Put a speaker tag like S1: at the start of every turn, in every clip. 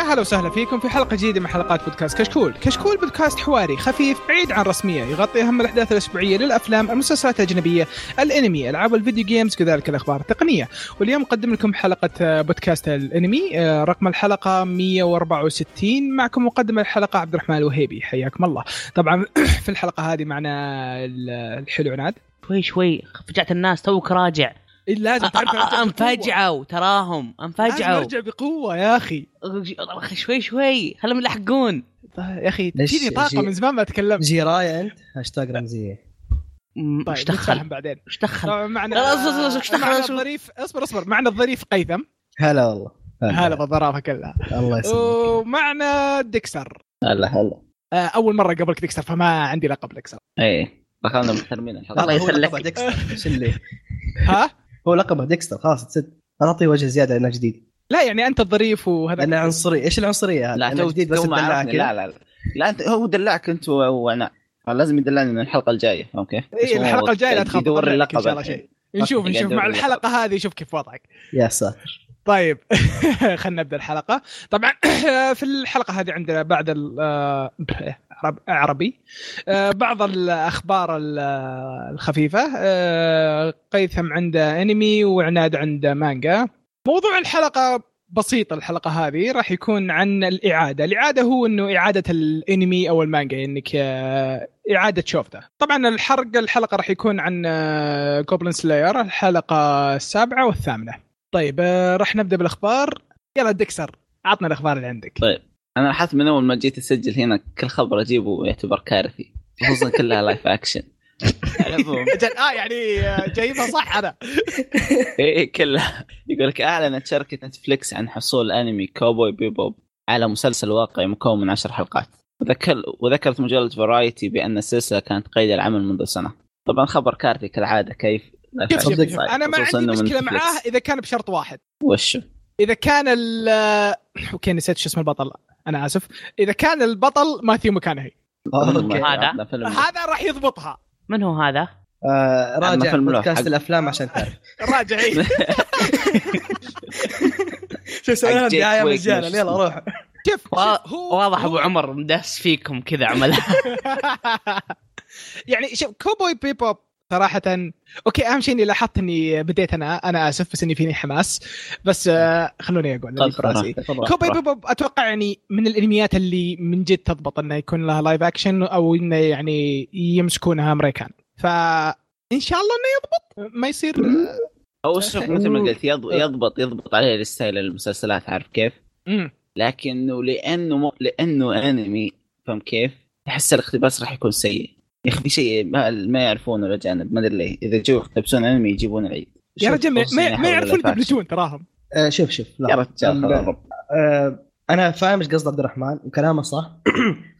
S1: هلا وسهلا فيكم في حلقه جديده من حلقات بودكاست كشكول، كشكول بودكاست حواري خفيف بعيد عن رسميه، يغطي اهم الاحداث الاسبوعيه للافلام، المسلسلات الاجنبيه، الانمي، العاب الفيديو جيمز، كذلك الاخبار التقنيه، واليوم نقدم لكم حلقه آه، بودكاست الانمي، آه، رقم الحلقه 164 معكم مقدم الحلقه عبد الرحمن الوهيبي، حياكم الله. طبعا في الحلقه هذه معنا ال- الحلو عناد إيه،
S2: شوي شوي فجعت الناس توك راجع
S1: لازم
S2: أ-
S1: تعرف
S2: أ-
S1: أنا أرجع بقوة.
S2: انفجعوا تراهم
S1: أنا
S2: انفجعوا
S1: ارجع بقوه يا اخي
S2: أخ، شوي شوي خلهم يلحقون
S1: طيب، يا اخي
S3: ليش-
S1: تجيني طاقه
S3: شيء-
S1: من زمان ما تكلمت
S3: جيرايا انت هاشتاج رمزيه
S2: م-
S1: طيب
S2: ايش
S1: نتفاهم
S2: دخل؟
S1: بعدين
S2: ايش دخل؟
S1: طبعا معنا
S2: لا، لا، اصبر، اصبر، ايش دخل؟
S1: معنا
S2: شو-
S1: الظريف اصبر اصبر معنا الظريف قيثم
S3: هلا والله
S1: هلا بالظرافه كلها
S3: الله يسلمك
S1: ومعنا ديكستر
S4: هلا هلا
S1: آه، اول مره قبلك ديكستر فما عندي لقب ديكستر
S4: ايه دخلنا محترمين الحلقه
S3: الله
S4: الله
S3: يسلمك هو لقبه
S4: يسلمك
S3: ديكستر ايش اللي
S1: ها
S3: هو لقبه ديكستر خلاص تسد انا اعطيه وجه زياده لانه جديد
S1: لا يعني انت الظريف وهذا
S3: لانه عنصري ايش العنصريه هذه؟
S4: لا
S3: أنا
S4: تو
S3: جديد بس
S4: تو ما
S3: اتدلعك
S4: عرفني. لا لا لا لا انت هو دلعك انت و- وانا لازم يدلعني من الحلقه الجايه اوكي
S1: إيه الحلقه الجايه لا تخاف
S4: يدور
S1: طلع لك
S4: اللقب
S1: ان شاء الله
S4: الحين.
S1: شيء نشوف
S4: أوكي،
S1: نشوف
S4: قاعد
S1: مع
S4: أدور اللقب.
S1: الحلقه هذه شوف كيف وضعك
S3: يا ساتر
S1: طيب خلينا نبدا الحلقه طبعا في الحلقه هذه عندنا بعد ال- آه، عرب- عربي آه، بعض الاخبار ال- آه، الخفيفه آه، قيثم عنده انمي وعناد عنده مانجا موضوع الحلقه بسيط الحلقه هذه راح يكون عن الاعاده الاعاده هو انه اعاده الانمي او المانجا انك آه، اعاده شوفته طبعا الحرق الحلقه راح يكون عن آه، جوبلن سلاير الحلقه السابعه والثامنه طيب آه، راح نبدا بالاخبار يلا دكسر عطنا الاخبار اللي عندك
S4: طيب. انا لاحظت من اول ما جيت اسجل هنا كل خبر اجيبه يعتبر كارثي خصوصا كلها لايف اكشن تعرفهم
S1: أجل، اه يعني آه، جايبها صح انا
S4: ايه كلها يقول لك اعلنت شركه نتفليكس عن حصول انمي كوبوي بيبوب على مسلسل واقعي مكون من عشر حلقات وذكر وذكرت مجله فرايتي بان السلسله كانت قيد العمل منذ سنه طبعا خبر كارثي كالعاده كيف لا طيب،
S1: شوف شوف
S3: صدق.
S1: شوف انا ما
S4: خصوصاً
S1: عندي
S4: إنه من
S1: مشكله
S4: نتفليكس.
S1: معاه اذا كان بشرط واحد
S4: وش
S1: اذا كان ال آه، اوكي نسيت شو اسم البطل انا اسف اذا كان البطل ماثيو مكانهي
S3: اوكي
S2: هذا.
S4: نعم.
S1: هذا راح يضبطها
S2: من هو هذا؟
S3: آه،
S4: أما
S3: راجع
S4: فيلم له
S3: بودكاست
S4: حق.
S3: الافلام عشان تعرف
S1: راجع
S4: نعم.
S1: إيه.
S3: شو
S4: سوينا لهم دعاية مجاناً، يلا
S3: روح
S1: شوف شوف،
S2: وا-
S1: هو
S2: واضح
S1: هو-
S2: ابو عمر مدس فيكم كذا عملها
S1: يعني شوف كوبوي بيبوب صراحة اوكي اهم شيء اني لاحظت اني بديت انا انا اسف بس اني فيني حماس بس آه خلوني اقول
S4: طيب،
S1: لأني في راسي كوبوي بيبوب اتوقع يعني من الانميات اللي من جد تضبط انه يكون لها لايف اكشن او انه يعني يمسكونها امريكان ف ان شاء الله انه يضبط ما يصير
S4: او شوف مثل ما قلت يض- يضبط يضبط عليه الستايل المسلسلات عارف كيف؟
S1: مم.
S4: لكنه لانه م... لانه انمي فهم كيف؟ احس الاقتباس راح يكون سيء يا اخي في شيء ما, ما يعرفونه الاجانب ما ادري ليه اذا جو يقتبسون انمي يجيبون العيد
S1: يا
S3: شوف،
S1: رجال ما-
S4: خصوصاً
S1: ما
S4: يحاول
S1: ما يعرفون
S4: الأفاكشن.
S1: يدبلجون تراهم
S3: آه، شوف شوف لا
S4: يا رجال
S3: أم-
S4: خلاص رب.
S3: آه، انا فاهم ايش قصد عبد الرحمن وكلامه صح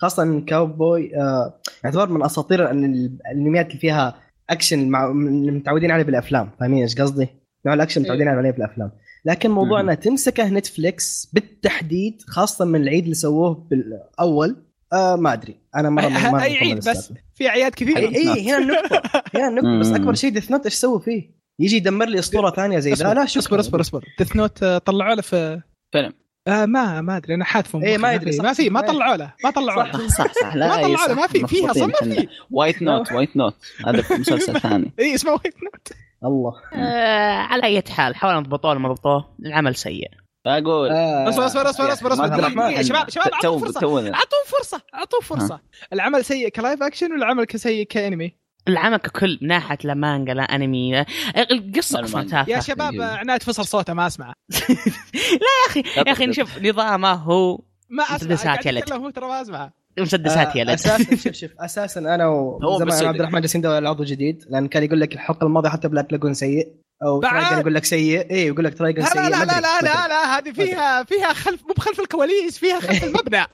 S3: خاصه ان كاوبوي آه، يعتبر من اساطير ال- الانميات اللي فيها اكشن مع اللي متعودين عليه بالافلام فاهمين ايش قصدي؟ نوع الاكشن
S1: إيه.
S3: متعودين عليه بالافلام لكن موضوع
S4: مهم.
S3: انه تمسكه نتفليكس بالتحديد خاصه من العيد اللي سووه بالاول آه ما ادري انا
S4: إيه،
S3: مره ما- ما
S1: اي عيد بس في اعياد كثيره
S4: أي-
S3: اي إيه، هنا النقطه هنا النقطه بس
S4: إيه، مم. إيه.
S3: اكبر شيء ديث نوت ايش سووا فيه؟ يجي يدمر لي اسطوره ثانيه زي ذا لا شكراً.
S1: اصبر اصبر اصبر ديث نوت طلعوا له في
S4: فيلم.
S1: آه ما ما ادري انا حاتفه
S3: إيه، ما
S1: مخي،
S3: أدري، صح،
S1: ما في ما
S3: صح.
S1: طلعوا له ما طلعوا له
S4: صح صح صح لا
S1: ما
S4: إيه،
S1: طلعوا له
S4: صح،
S1: ما في في اصلا ما في
S4: وايت نوت وايت نوت هذا مسلسل ثاني
S1: اي اسمه وايت نوت
S3: الله
S2: آه، على اي حال حاولوا نضبطوه ما ضبطوه العمل سيء
S4: اقول
S3: آه،
S1: اصبر اصبر اصبر
S3: يا
S1: اصبر
S3: أخي،
S1: اصبر
S3: ما-
S1: دقيقة،
S3: ما-
S1: دقيقة، شباب شباب
S4: تو
S1: اعطوه فرصه
S4: تونا
S1: اعطوه فرصه اعطوه فرصه العمل سيء كلايف اكشن والعمل كسيء كانمي
S2: العمل ككل من ناحيه لا مانجا لا انمي آه، القصه
S4: لا
S2: اصلا
S4: مانجا.
S1: يا
S2: تافهه
S1: شباب
S4: يجيب.
S1: آه، عناد فصل صوته ما اسمعه
S2: يا اخي نشوف نظامه هو
S1: ما اسمعه
S2: مسدسات
S1: قاعد
S2: يا لد.
S1: يتكلم هو ترى ما اسمعه
S2: مسدسات
S1: آه،
S2: يا لد
S3: اساسا آه، شوف شوف اساسا انا
S4: هو
S3: وزمان
S4: بس
S3: أنا
S4: صدق.
S3: عبد الرحمن جالسين ندور على عضو جديد لان كان يقول لك الحلقه الماضيه حتى بلاك لاجون سيء او
S1: بعد.
S3: ترايجن يقول لك سيء اي يقول لك
S1: لا
S3: ترايجن سيء
S1: لا لا
S3: ما
S1: لا
S3: أدري، ما
S1: لا لا,
S3: أدري.
S1: لا هذه فيها فيها خلف مو بخلف الكواليس فيها خلف المبنى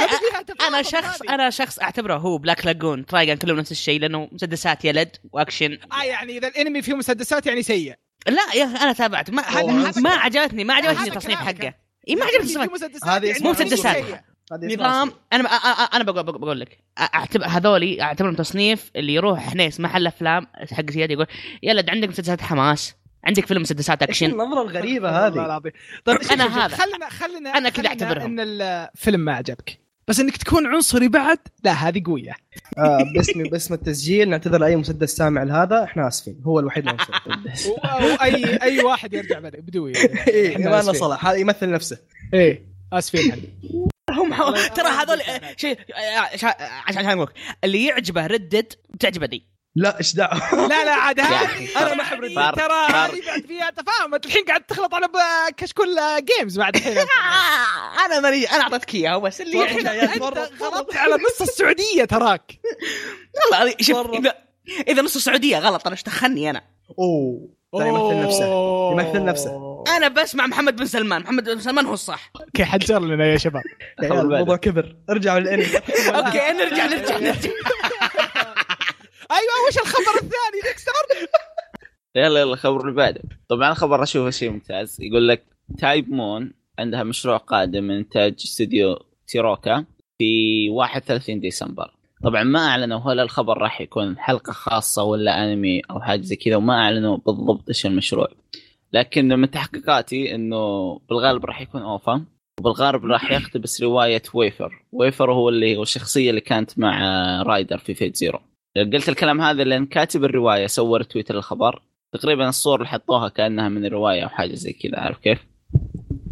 S1: هذه فيها
S2: انا
S1: تفاصيل
S2: شخص
S1: هذه.
S2: انا شخص اعتبره هو بلاك لاجون ترايجن كلهم نفس الشيء لانه مسدسات يا لد واكشن
S1: اه يعني اذا الانمي فيه مسدسات يعني سيء
S2: لا يا اخي انا تابعت ما
S1: هذا- هذا
S2: ما
S1: كلام.
S2: عجبتني ما
S1: هذا
S2: عجبتني التصنيف
S1: كلامك.
S2: حقه اي إيه، ما عجبتني التصنيف
S1: فيه مسدسات
S3: هذه
S1: يعني
S3: اسمها
S2: مو مسدسات.
S1: سيء.
S3: هذه اسمها
S2: نظام
S3: سيء.
S2: انا أ- أ- انا بقول بقول- بقول لك اعتبر هذولي اعتبرهم تصنيف اللي يروح حنيس محل افلام حق زياد يقول يا لد عندك مسدسات حماس عندك فيلم مسدسات
S3: ايش
S2: اكشن
S3: النظره الغريبه
S1: والله
S3: هذه
S1: العظيم. طيب شوف-
S2: أنا
S1: شوف،
S2: هذا.
S1: خلينا خلينا
S2: أنا كذا
S1: خلينا ان
S2: أعتبرهم.
S1: الفيلم ما عجبك بس انك تكون عنصري بعد لا هذه قويه
S3: آه باسمي باسم التسجيل نعتذر لاي مسدس سامع لهذا احنا اسفين هو الوحيد اللي مسجل.
S1: و- واي اي واحد يرجع بدري بدوي يعني.
S3: ايه
S1: إحنا
S3: ايماننا
S1: آسفين.
S3: صلاح هذا يمثل نفسه
S1: ايه اسفين عنك.
S2: هم
S1: والله
S2: ترى
S1: أنا
S2: هذول
S1: عندي
S2: آه، شيء آه، شا- آه، عشان عشان أقول لك، اللي يعجبه ردد تعجبه دي
S3: لا ايش دعوه
S1: لا لا عاد
S4: يا
S3: يعني
S1: هذه
S4: أخي،
S1: انا ما احب
S4: فرق-
S1: الرياضة.
S4: فرق-
S1: ترى
S4: فرق.
S1: هذه بعد فيها تفاهمت الحين قاعد تخلط على ب- كشكول آه، جيمز بعد الحين
S2: آه، انا ماني انا اعطيتك اياها بس اللي
S3: والله
S2: يعجبه
S3: يا
S1: انت
S3: مرة.
S1: غلطت على نص السعوديه تراك
S2: والله العظيم، شوف
S3: مرة.
S2: اذا اذا نص السعوديه غلط انا ايش دخلني انا
S3: اوه لا يمثل نفسه يمثل نفسه.
S2: انا بسمع محمد بن سلمان محمد بن سلمان هو الصح
S1: اوكي حجر لنا يا شباب
S3: يا
S4: خبر
S3: عيال،
S4: بعدك.
S3: الموضوع كبر ارجعوا للانمي
S2: اوكي نرجع نرجع نرجع
S1: ايوه وش الخبر الثاني ديكستر
S4: يلا يلا خبر اللي بعده طبعا خبر اشوفه شيء ممتاز يقول لك تايب مون عندها مشروع قادم من انتاج استوديو تيروكا في 31 ديسمبر طبعا ما اعلنوا هل الخبر راح يكون حلقه خاصه ولا انمي او حاجه زي كذا وما اعلنوا بالضبط ايش المشروع لكن من تحقيقاتي انه بالغالب راح يكون اوفا وبالغالب راح يقتبس روايه ويفر ويفر هو اللي هو الشخصيه اللي كانت مع رايدر في فيت زيرو قلت الكلام هذا لان كاتب الروايه سوى تويتر الخبر تقريبا الصور اللي حطوها كانها من الروايه او حاجه زي كذا عارف كيف؟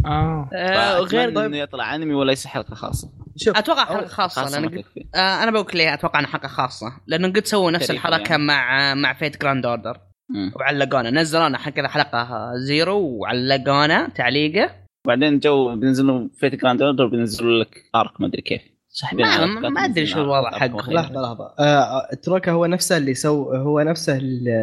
S1: اه
S4: وغير
S2: آه، وغير طيب،
S4: انه يطلع انمي وليس حلقه خاصه
S3: شوف
S2: اتوقع حلقه خاصه
S4: خاصه
S2: لان
S4: ما
S2: قد-
S4: تكفي
S2: آه، انا بقول ليه اتوقع انها حلقه خاصه لانه قد سووا نفس
S4: تقريباً
S2: الحركه
S4: يعني.
S2: مع مع فيت جراند اوردر
S4: مم.
S2: وعلقونا نزلونا حق كذا حلقه آه، زيرو وعلقونا تعليقه
S4: وبعدين جو بينزلوا فيت جراند اوردر بينزلوا لك ارك ما ادري كيف سحبين
S2: ما-
S4: على
S2: ما-
S4: أركات
S2: ما أدري شو
S4: بينزلوا
S2: الوضع
S4: أرك
S2: حقه.
S4: وخير.
S3: لحظه لحظه آه تروكا هو نفسه اللي سو هو نفسه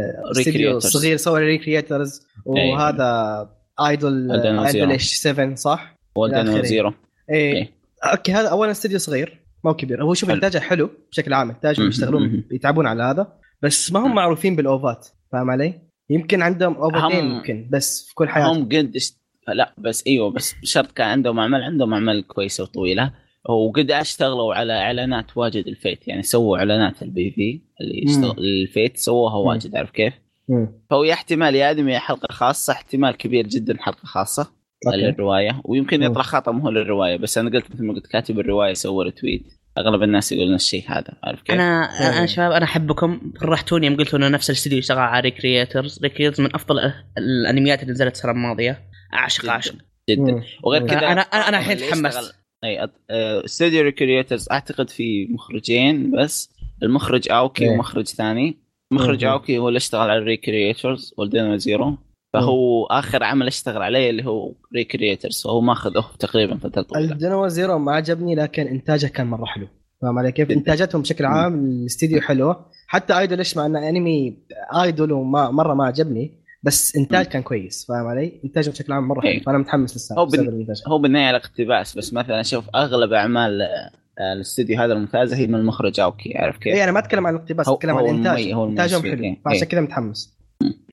S3: الاستديو
S4: Recreators.
S3: الصغير سوى ريكريترز
S4: أيوه.
S3: وهذا ايدول
S4: Idol Zero.
S3: ايدول ايش 7 صح؟
S4: ولدن
S3: إلى آخره.
S4: وزيرو
S3: ايه
S4: إيه.
S3: اوكي هذا اولا استديو صغير ما هو كبير هو شوف
S4: حلو.
S3: انتاجه حلو بشكل عام انتاجهم
S4: مم،
S3: يشتغلون
S4: مم.
S3: يتعبون على هذا بس ما هم معروفين بالاوفات فاهم علي؟ يمكن عندهم اوفتين
S4: هم-
S3: يمكن بس في كل حياتهم
S4: هم قد اشت... لا بس ايوه بس بشرط كان عندهم اعمال عندهم اعمال كويسه وطويله وقد اشتغلوا على اعلانات واجد الفيت يعني سووا اعلانات البي في اللي
S3: مم.
S4: يشتغل الفيت سووها
S3: مم.
S4: واجد عارف كيف؟
S3: مم.
S4: فهو يا احتمال يا ادمي حلقه خاصه احتمال كبير جدا حلقه خاصه
S3: أوكي.
S4: للروايه ويمكن
S3: مم.
S4: يطلع خطا مو هو للروايه بس انا قلت مثل ما قلت كاتب الروايه سوى ريتويت اغلب الناس يقولون الشيء هذا عارف كيف؟
S2: انا انا أنا شباب انا احبكم فرحتوني يوم قلتوا انه نفس الاستديو يشتغل على ريكريترز ريكريترز من افضل ال- الانميات اللي نزلت السنه الماضيه اعشق
S4: جداً.
S2: اعشق
S4: جدا
S3: مم.
S4: وغير كذا
S2: أنا- أنا- أنا الحين
S4: اللي
S2: تحمست.
S4: يشتغل- اي أط- آه، استوديو ريكريترز اعتقد في مخرجين بس المخرج اوكي
S3: إيه.
S4: ومخرج ثاني مخرج
S3: مم.
S4: اوكي هو اللي اشتغل على ريكريترز والدينا زيرو فهو اخر عمل اشتغل عليه اللي هو ريكريترز فهو ماخذ اوف تقريبا فتره طويله
S3: الدنوا زيرو ما عجبني لكن انتاجه كان مره حلو فاهم علي كيف؟
S4: جداً.
S3: انتاجاتهم بشكل عام الاستديو حلوه حتى ايدول ايش مع انه انمي ايدول وما مره ما عجبني بس انتاج كان كويس فاهم علي؟ انتاجه بشكل عام مره حلو
S4: إيه.
S3: فانا متحمس لسه
S4: هو بن-
S3: بسبب الانتاج.
S4: هو بالنهايه على اقتباس بس مثلا شوف اغلب اعمال آه، الاستوديو هذا الممتازه هي من المخرج اوكي عارف كيف؟
S3: اي انا ما اتكلم عن الاقتباس
S4: هو-
S3: اتكلم إيه، عن
S4: هو
S3: الانتاج
S4: الممي- هو المميز
S3: انتاجهم
S4: فيه،
S3: حلو
S4: إيه.
S3: فعشان كده متحمس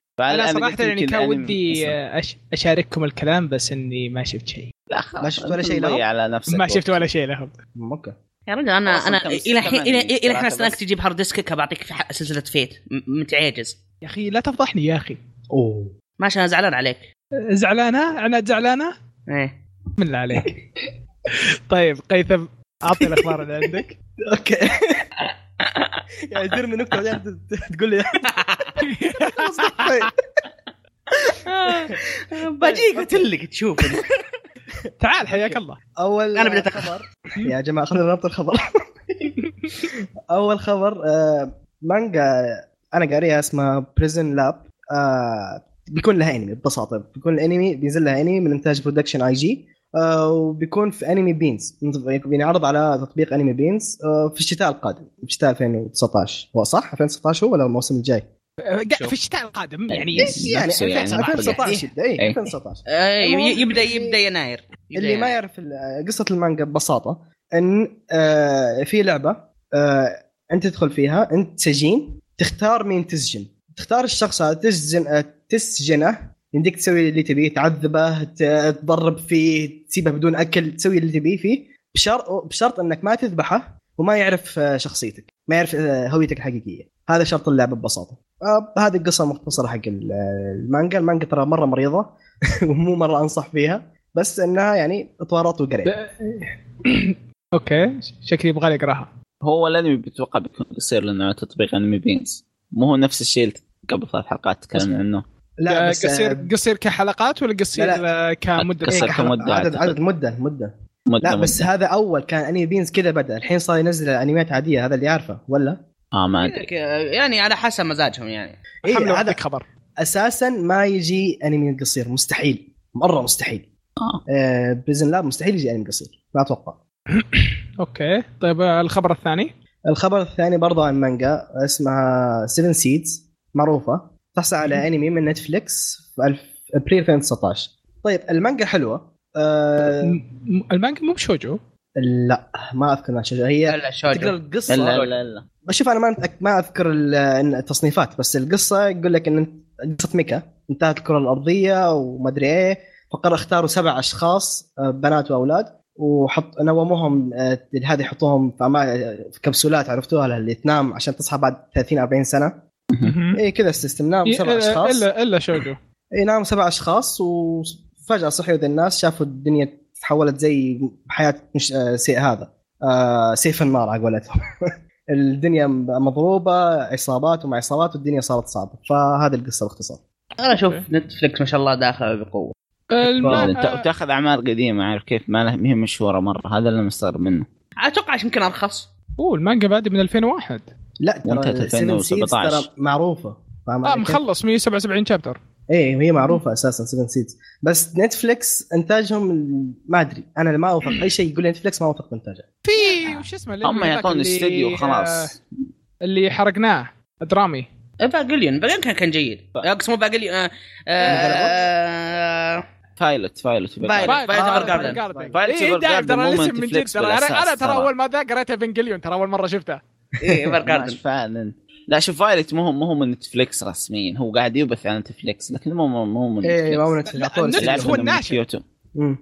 S4: فأنا-
S1: انا
S4: أنا
S1: صراحه
S4: قلت
S1: يعني
S4: يمكن
S1: كان
S4: أنمي
S1: ودي
S4: مثلاً.
S1: آه، أش- اشارككم الكلام بس اني ما شفت شيء
S4: لا خلاص
S3: ما شفت ولا
S4: أنت
S3: شيء لهم؟
S4: مضيع على نفسك
S1: ما شفت
S4: وقت.
S1: ولا شيء لهم
S3: اوكي
S2: يا رجل انا
S4: أصلاً
S2: انا
S4: كم-
S2: الى الحين الى
S4: كمان
S2: الى الحين
S4: ثلاثة
S2: استناك
S4: بس.
S2: تجيب هارد ديسكك بعطيك في ح- سلسله فيت م- متعاجز
S1: يا اخي لا تفضحني يا اخي
S3: اوه
S2: ماشي انا زعلان عليك
S1: آه، زعلانه عناد زعلانه
S2: ايه
S1: من اللي عليك طيب قيثم اعطي الاخبار اللي عندك
S3: اوكي يعني ترمي نكته بعدين ت- تقول لي طيب.
S2: آه. بجيك قتلك تشوف
S1: تعال حياك الله
S3: اول
S2: انا بديت اخبر
S3: يا جماعه خلينا نربط الخبر اول خبر آه، مانجا انا قاريها اسمها بريزن لاب بيكون لها انمي ببساطه بيكون الانمي بينزل لها انمي من انتاج برودكشن اي جي آه، وبيكون في انمي بينز بينعرض على تطبيق انمي بينز آه، في الشتاء القادم في الشتاء 2019 هو صح 2019 هو ولا الموسم الجاي
S1: آه،
S4: شوف. طيب.
S1: في الشتاء القادم يعني
S4: يس.
S1: يس.
S3: يعني
S4: نفسه يعني،
S3: 2019 يبدأ،
S4: إيه.
S3: اي 2019
S2: يبدا يبدا يناير آه، يبدأ
S3: اللي ما
S2: يناير.
S3: يعرف ال- قصه المانجا ببساطه ان آه، في لعبه آه، انت تدخل فيها انت سجين تختار مين تسجن تختار الشخص هذا تسجن آه، تسجنه يمديك تسوي اللي تبيه تعذبه ت- تضرب فيه تسيبه بدون اكل تسوي اللي تبيه فيه بشرط بشرط انك ما تذبحه وما يعرف آه، شخصيتك ما يعرف آه، هويتك الحقيقيه هذا شرط اللعبه ببساطه آه، هذه القصه المختصره حق ال- آه، المانجا المانجا ترى مره مريضه ومو مره انصح فيها بس انها يعني تورطت وقريت
S1: اوكي شكلي يبغى لي اقراها
S4: هو الانمي بتوقع بيكون قصير لانه تطبيق انمي بينز مو هو نفس الشيء اللي قبل ثلاث حلقات تكلمنا عنه
S1: آه،
S3: لا بس
S1: قصير
S3: قصير
S1: قصير كحلقات ولا
S3: لا،
S1: قصير آه، كمده
S4: قصير
S1: حلقة؟
S4: كمدة. مدة
S3: عدد
S4: أعتقد.
S3: عدد مده مده
S4: مدة
S3: لا بس هذا اول كان انمي بينز كذا بدا الحين صار ينزل انميات عاديه هذا اللي عارفه ولا
S4: اه ما ادري
S2: عندك، آه، يعني على حسب مزاجهم يعني
S3: إيه،
S1: حمله
S3: هذا
S1: عندك خبر
S3: اساسا ما يجي انمي قصير مستحيل مره مستحيل
S4: آه.
S3: آه باذن الله مستحيل يجي انمي قصير ما اتوقع
S1: اوكي طيب آه، الخبر الثاني
S3: الخبر الثاني برضه عن مانجا اسمها 7 سيدز معروفه تحصل على انمي من نتفليكس في ألف- ابريل 2019 طيب المانجا حلوه
S4: آه.
S3: أه
S1: م- المانجا مو بشوجو
S3: لا ما اذكر إنها شجرة هي
S2: لا
S3: تقرا
S2: شوجو
S3: القصه
S4: لا لا لا, لا.
S3: شوف انا ما أتك- ما اذكر ال- إن التصنيفات بس القصه يقول لك ان أنت- قصه ميكا انتهت الكره الارضيه وما ادري ايه فقرر اختاروا سبع اشخاص آه، بنات واولاد وحط نوموهم آه، هذه يحطوهم في, أما- في كبسولات عرفتوها اللي تنام عشان تصحى بعد 30 40 سنه
S4: إيه،
S3: اي إيه، كذا السيستم نام سبع
S1: إيه، إلا-
S3: اشخاص
S1: الا الا شوجو
S3: اي نام نعم، سبع اشخاص وفجاه صحيوا ذي الناس شافوا الدنيا تحولت زي حياه مش آه، سي هذا آه سيف النار على قولتهم الدنيا مضروبه عصابات ومع عصابات والدنيا صارت صعبه فهذه القصه باختصار
S2: انا اشوف نتفلكس ما شاء الله داخله بقوه
S1: الما-
S4: تا- تاخذ اعمال قديمه عارف كيف ما لها ما هي مشهوره مره هذا اللي مستغرب منه
S2: اتوقع عشان يمكن ارخص
S1: اوه المانجا بادي من 2001
S3: لا ترى
S4: وانتهت
S3: 7 سيدز
S4: 2017.
S3: ترى معروفه فاهم
S1: اه
S3: علي كيف؟
S1: مخلص 177 شابتر
S3: ايه وهي معروفه اساسا 7 سيدز بس نتفليكس انتاجهم ما ادري انا ما اوثق اي شيء يقول لي نتفليكس ما اوثق انتاجه
S1: في وش اسمه الانمي
S4: هم
S1: ذاك
S4: يعطون
S1: اللي-
S4: استديو
S1: آه،
S4: خلاص
S1: اللي حرقناه درامي
S2: باجليون باجليون أه، كان كان جيد اقصد مو باجليون آه، آه،
S4: فايلوت فايلوت
S2: فايلوت.
S4: فايلوت.
S2: Violet Evergarden.
S4: Violet
S1: إيه، داير،
S4: Evergarden
S1: ترى
S4: مو من
S1: الاسم من جد
S4: Netflix
S1: ترى انا أنا
S4: بالأساس
S1: ترى
S4: ترى.
S1: اول ما ذا قريت افنجليون ترى اول مره شفته
S2: ايه
S4: ماش
S2: ايفرغاردن
S4: فعلا لا شوف فايلوت مو هو مو من نتفليكس رسميا هو قاعد يبث عن نتفليكس لكن مو مو مو من
S3: ايه ما
S4: نتفليكس.
S3: هو نتفليكس
S1: لا،
S3: أعطوه
S1: نتفليكس
S4: اللعبة
S1: هو
S4: من
S1: الناشر.
S4: كيوتو.
S3: أمم.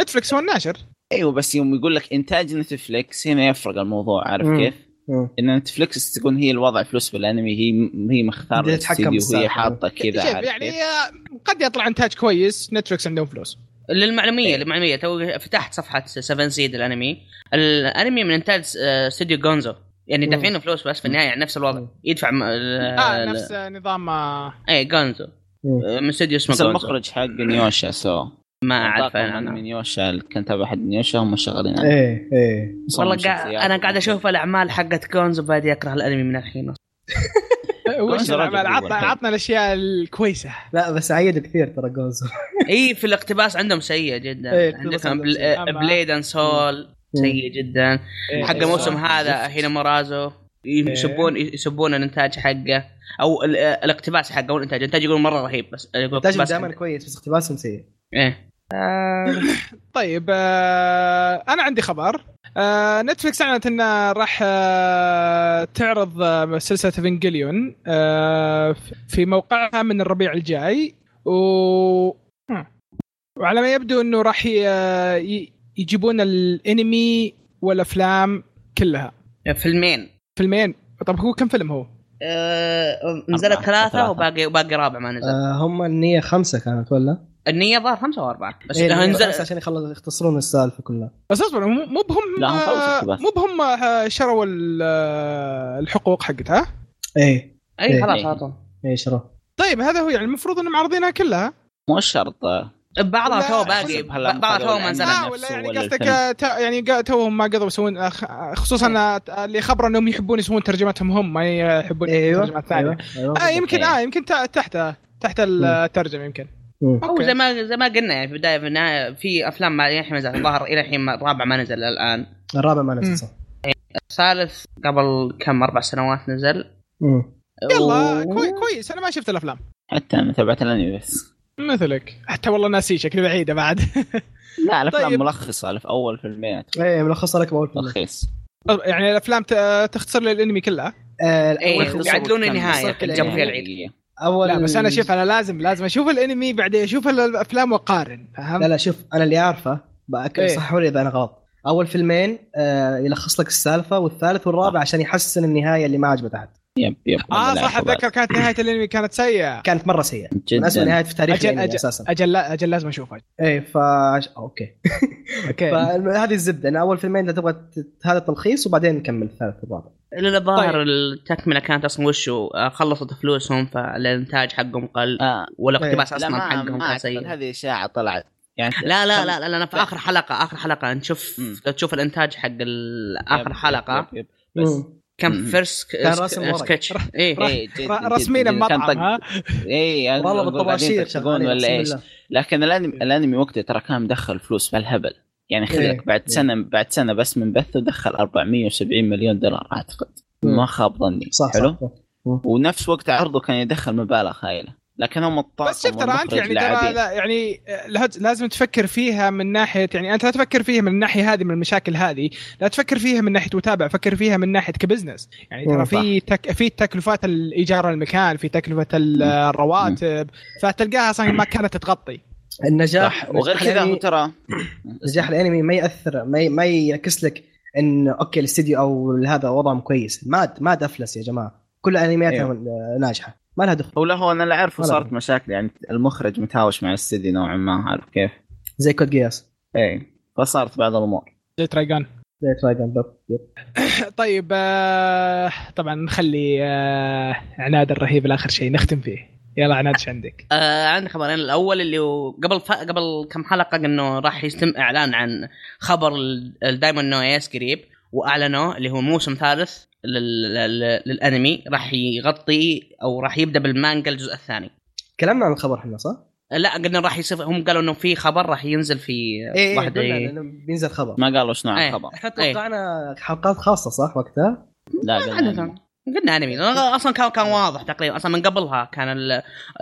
S1: نتفلكس هو الناشر
S4: ايوه بس يوم يقول لك انتاج نتفليكس هنا يفرق الموضوع عارف
S3: مم.
S4: كيف؟
S3: أمم.
S4: ان نتفليكس تكون هي الوضع فلوس بالانمي هي هي مختار
S3: بدها تتحكم
S4: الاستديو
S3: بالسالفة.
S4: وهي حاطه كذا
S1: شوف
S4: عارف كيف؟
S1: يعني آه، قد يطلع انتاج كويس نتفلكس عندهم فلوس
S2: للمعلوميه للمعلوميه تو فتحت صفحه 7 سيد الانمي الانمي من انتاج آه، استوديو جونزو يعني
S3: مم.
S2: دافعين له فلوس بس في النهايه يعني نفس الوضع
S3: مم.
S2: يدفع م...
S1: اه نفس آه، نظام آه،
S2: اي جونزو
S3: مم.
S2: آه، من استوديو اسمه
S4: بس
S2: جونزو
S4: المخرج حق نيوشا سو
S2: ما اعرف
S4: أعطاكم
S2: انا
S4: عن من
S2: أنا.
S4: نيوشا اللي كان تابع احد نيوشا هم شغالين عليه
S3: ايه ايه
S2: والله
S4: صمم
S2: قا...
S4: شخصيات.
S2: انا قاعد اشوف الاعمال حقت جونزو بادي اكره الانمي من الحين
S1: وش
S4: جونز رجل
S1: الأعمال؟
S4: هو
S1: عطنا
S4: الحين.
S1: عطنا الاشياء الكويسه
S3: لا بس عيدوا كثير ترى جوزو
S2: اي في الاقتباس عندهم سيء جدا
S3: إيه، الاقتباس
S2: عندكم
S3: عندهم
S2: بل...
S3: سيء.
S1: أما-
S2: بليد اند سول سيء جدا حق
S4: إيه،
S2: الموسم
S4: صح.
S2: هذا
S4: زفت.
S2: هنا مرازو يسبون يسبون الانتاج حقه او ال- الاقتباس حقه والانتاج الانتاج يقول مره رهيب بس يقول
S3: انتاجهم
S2: اقتباس
S3: دائما
S2: حقه.
S3: كويس بس اقتباسهم سيء
S2: ايه
S1: طيب آه انا عندي خبر آه نتفلكس اعلنت انها راح آه تعرض آه، سلسله فينجليون آه في موقعها من الربيع الجاي و هم. وعلى ما يبدو انه راح ي- آه، ي- يجيبون الانمي والافلام كلها
S2: فيلمين
S1: فيلمين طب هو كم فيلم هو؟
S2: آه، نزلت
S4: أربعة.
S2: ثلاثة
S4: ثلاثة.
S2: وباقي وباقي رابع ما نزل
S3: آه هم النية خمسة كانت ولا؟
S2: النية ظهر خمسة وأربعة بس
S3: إيه،
S2: إنها
S3: النية
S2: نزل
S3: خمسة عشان يخلص يختصرون السالفة كلها
S1: بس اصبر مو مو بهم
S4: لا، هم خلصوا
S1: آه،
S4: اقتباس.
S1: مو بهم آه، شروا ال- آه، الحقوق حقتها
S3: ايه
S2: اي خلاص
S4: إيه.
S2: على طول
S3: ايه شرا
S1: طيب هذا هو يعني المفروض انهم عارضينها كلها
S4: مو شرط
S1: لا،
S2: بعضها تو باقي
S4: حسب هلا
S2: بعضها تو ما
S4: مقابل
S2: نزلت
S4: الأعمال.
S1: اه ولا
S4: نفسه
S1: يعني
S4: ولا
S1: قصدك
S4: الفيلم.
S1: آه، تا- يعني قا- توهم ما قضوا يسوون آه، خ- آه، خصوصا آه، اللي خبر انهم يحبون يسوون ترجمتهم هم ما يحبون
S3: إيه، أيوة،
S4: أيوه،
S1: الترجمه الثانيه
S3: ايوه
S1: اه يمكن اه يمكن تا- تحت تحت الترجمه يمكن
S3: مم.
S2: او
S1: أوكي.
S2: زي ما زي ما قلنا يعني في البدايه في النهايه في افلام ما الحين ما نزلت ظهر الى الحين ما- الرابع ما نزل الان
S3: الرابع ما
S1: مم.
S3: نزل صح
S2: الثالث قبل كم اربع سنوات نزل
S3: مم.
S1: يلا آه،
S2: و-
S1: كوي كويس انا ما شفت الافلام
S4: حتى انا تابعت الانمي بس
S1: مثلك حتى والله ناسي شكلي بعيده بعد
S4: لا الافلام
S1: طيب.
S4: ملخصه في اول فيلميات
S3: ايه ملخصها لك باول فيلم
S4: تلخيص
S1: طب يعني الافلام ت- تختصر لي الانمي كلها
S3: آه، الأول
S2: إيه،
S3: خلص-
S2: يعدلون النهاية،
S3: خلص-
S2: جابوا فيها العيد.
S4: العيد
S3: اول
S1: لا بس انا شوف انا لازم لازم اشوف الانمي بعدين اشوف الافلام واقارن
S3: لا
S1: فهمت؟
S3: لا شوف انا اللي اعرفه بأكد
S1: إيه.
S3: صححوا لي اذا انا غلط
S2: آه.
S3: اول فيلمين آه يلخص لك السالفه والثالث والرابع عشان يحسن النهايه اللي ما عجبت احد
S4: يب يب
S1: اه
S4: والله
S1: صح
S4: لا،
S1: اتذكر كانت نهايه الانمي كانت سيئه
S3: كانت مره سيئه من اسوء
S4: جدا
S3: النهايات في تاريخ
S1: أجل-
S3: الأنمي
S1: أجل.
S3: اساسا
S1: اجل لا اجل لازم اشوفها
S3: ايه ف اوكي
S4: اوكي
S3: فهذه الزبده انا اول فيلمين اذا تبغى ت- هذا تلخيص وبعدين نكمل الثالث والرابع
S2: لان الظاهر
S4: طيب.
S2: التكمله كانت اصلا وشو آه، خلصت فلوسهم فالانتاج حقهم قل
S4: آه،
S2: والاقتباس
S4: لا
S2: اصلا
S4: ما
S2: حقهم
S4: ما
S2: كان
S4: أعتقد.
S2: سيء
S4: هذه اشاعه طلعت يعني
S2: لا لا لا لا, لا في اخر حلقه اخر حلقه نشوف
S4: مم.
S2: لو تشوف الانتاج حق ال-
S4: يب،
S2: اخر
S4: يب،
S2: حلقه
S4: يب، يب. بس
S3: مم.
S2: كان
S4: مم.
S2: فيرست
S3: كان راسم ورق.
S2: سكتش ايه
S4: إيه، جداً،
S1: ر- رسمينا
S4: جداً. كان
S1: المطعم
S4: طق- إيه،
S1: ها
S4: اي أنا
S3: والله
S4: أقول
S3: بالطباشير
S4: بعدين
S3: شغالين
S4: تكون ولا
S3: أقسم
S4: ايش
S3: بالله.
S4: لكن الانمي الانمي وقته ترى كان مدخل فلوس بالهبل يعني
S3: إيه.
S4: خليك بعد سنه بعد سنه بس من بثه دخل 470 مليون دولار اعتقد
S3: مم.
S4: ما خاب ظني
S3: صح
S4: حلو
S3: صح
S4: ونفس وقت عرضه كان يدخل مبالغ هائله لكن هم الطاقم
S1: بس شوف ترى انت
S4: والمخرج
S1: يعني ترى
S4: لاعبين.
S1: لا- يعني لها- لازم تفكر فيها من ناحيه يعني انت لا تفكر فيها من الناحيه هذه من المشاكل هذه، لا تفكر فيها من ناحيه متابع، فكر فيها من ناحيه كبزنس، يعني
S3: مم،
S1: ترى
S4: صح.
S1: في تك في تكلفات الايجار المكان، في تكلفه ال- آه،
S4: مم.
S1: الرواتب، فتلقاها اصلا ما كانت تغطي.
S3: النجاح
S4: صح وغير
S3: نجاح
S4: كذا هو
S1: يعني
S3: الأنمي-
S4: ترى
S3: نجاح الانمي ما ياثر ما ي- ما يعكس لك ان اوكي الاستديو او هذا وضعهم كويس ماد ماد افلس يا جماعه كل انمياتهم
S4: أيوه.
S3: ناجحه ما لها دخل
S4: هو لا هو انا اللي اعرفه
S3: ولا
S4: صارت
S3: أدري.
S4: مشاكل يعني المخرج متهاوش مع الاستديو نوعا ما عارف كيف؟
S3: زي كود جياس
S4: اي فصارت بعض الامور
S1: زي ترايجان.
S3: زي دراجون بوب يب.
S1: طيب آه، طبعا نخلي آه، عناد الرهيب لاخر شيء نختم فيه. يلا عناد ايش عندك؟
S2: آه عندي خبرين الاول اللي هو قبل ف... قبل كم حلقه انه راح يتم اعلان عن خبر الدايمون نو اس قريب واعلنوه اللي هو موسم ثالث لل... لل... للانمي راح يغطي او راح يبدا بالمانجا الجزء الثاني
S3: تكلمنا عن الخبر احنا صح؟
S2: لا قلنا راح يصير هم قالوا انه في خبر راح ينزل في
S4: إيه،
S3: ايه
S2: واحد
S3: قلنا إنه بينزل خبر
S4: ما قالوا شنو عن
S2: إيه.
S4: الخبر
S3: احنا
S2: إيه.
S3: توقعنا حلقات خاصه صح وقتها؟
S4: لا
S2: عادة
S4: قالوا
S2: قلنا انمي لأنه اصلا كان كان واضح تقريبا اصلا من قبلها كان ال-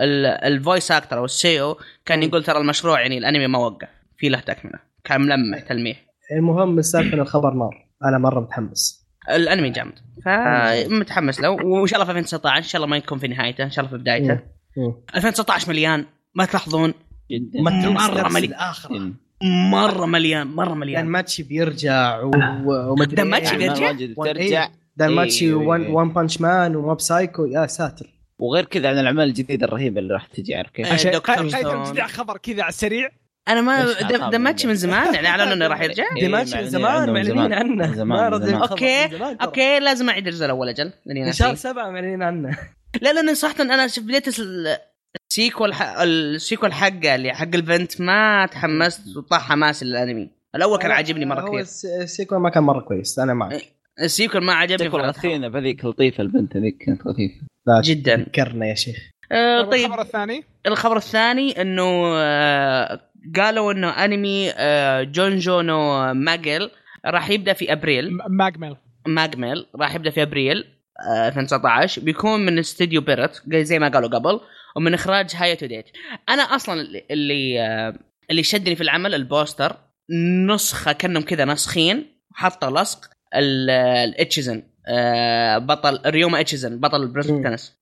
S2: ال- الفويس اكتر او السيو كان يقول ترى المشروع يعني الانمي ما وقف في له تكمله كان ملمح تلميح
S3: المهم السالفه ان الخبر نار انا مره متحمس
S2: الانمي جامد فمتحمس له وان شاء الله في 2019 ان شاء الله ما يكون في نهايته ان شاء الله في بدايته
S3: مم. مم.
S2: 2019 مليان ما تلاحظون
S4: جدا
S3: متروس
S2: مرة
S3: نفس
S2: مليء.
S3: الاخره
S4: جداً.
S2: مره مليان مره
S3: يعني
S2: مليان
S3: إيه. ماتشي بيرجع و... ومدري
S2: ده ماتشي
S3: إيه.
S4: يعني
S2: بيرجع؟
S4: الواجد
S3: وان-
S4: ترجع
S3: إيه. ده ماتشي
S4: إيه.
S3: وان وان بانش مان وموب سايكو يا ساتر
S4: وغير كذا عن الاعمال الجديده الرهيبه اللي راح تجي عارف كيف؟
S2: إيه.
S1: عشان-
S2: دكتور
S1: خايف- خايف
S2: ستون.
S1: ابتداع خبر كذا على السريع
S2: انا ما
S4: إيش
S2: دم-
S4: علاقة
S2: دمتش من زمان يعني اعلنوا انه راح يرجع
S4: إيه،
S3: ديماتشي من
S4: معلنين
S3: زمان
S4: عنه من
S3: معلنين
S4: زمان.
S3: عنه
S4: من زمان،
S3: ما
S4: من
S3: رضي
S4: زمان. إيه.
S3: الخبر.
S2: أوكي،
S3: من زمان ترى.
S2: اوكي لازم اعيد الجزء الاول اجل لاني
S3: من شهر
S2: ناسي
S3: سبعة معلنين عنه
S2: لا لان صراحه انا شفت بديت ال- السيكول ح- السيكول حقه اللي حق البنت ما تحمست وطاح حماسي للانمي الاول كان عاجبني مره
S3: هو
S2: كثير
S3: الس- السيكول ما كان مرة كويس أنا
S4: إيه.
S3: معك
S2: السيكول ما عجبني
S4: تذكر
S2: خلاص.
S4: غثينا بهذيك لطيفه البنت هذيك كانت لطيفه
S3: لا
S2: جدا
S3: تذكرنا يا شيخ
S2: آه،
S1: طيب
S2: طيب
S1: الخبر الثاني
S2: الخبر الثاني انه آه، قالوا انه انمي آه، جونجو نو ماجل راح يبدا في ابريل
S1: م- ماجمل
S2: ماجمل راح يبدا في ابريل آه، 2019 بيكون من استديو بيرت زي ما قالوا قبل ومن اخراج هاي تو ديت انا اصلا اللي- اللي آه، اللي شدني في العمل البوستر نسخه كانهم كذا ناسخين حاطه لصق ال- الاتشيزن آه، بطل ريوما اتشيزن بطل بريزنت
S3: مم.
S2: تنس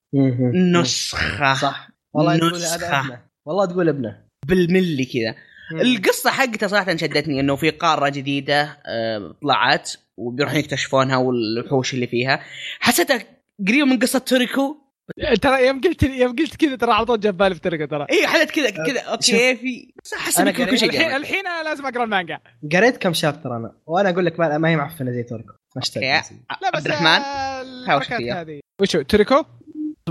S2: نسخه
S3: صح والله تقول هذا
S2: نسخة.
S3: ابنه والله تقول ابنه
S2: بالملي كذا القصه حقته صراحه شدتني انه في قاره جديده آه، طلعت وبيروحون يكتشفونها والوحوش اللي فيها حسيتها قريبه من قصه توريكو
S1: ترى يوم قلت يوم قلت كذا ترى على طول جاب بالي في تركه ترى
S2: اي إيه، حلت كذا
S1: أه،
S2: كذا اوكي في حسيت
S3: أنا
S2: إنه كل
S3: قريب-
S2: شيء
S1: الحين
S2: قريب.
S1: الحين انا لازم اقرا المانجا
S3: قريت كم شابتر أنا وأنا أقول لك ما, ما هي معفنة زي توركو ما اشتريت
S2: أوكي.
S1: لا بس
S2: عبد الرحمن
S1: آه،
S2: حاوش
S1: الحركات
S2: فيها.
S1: هذه وشو توريكو؟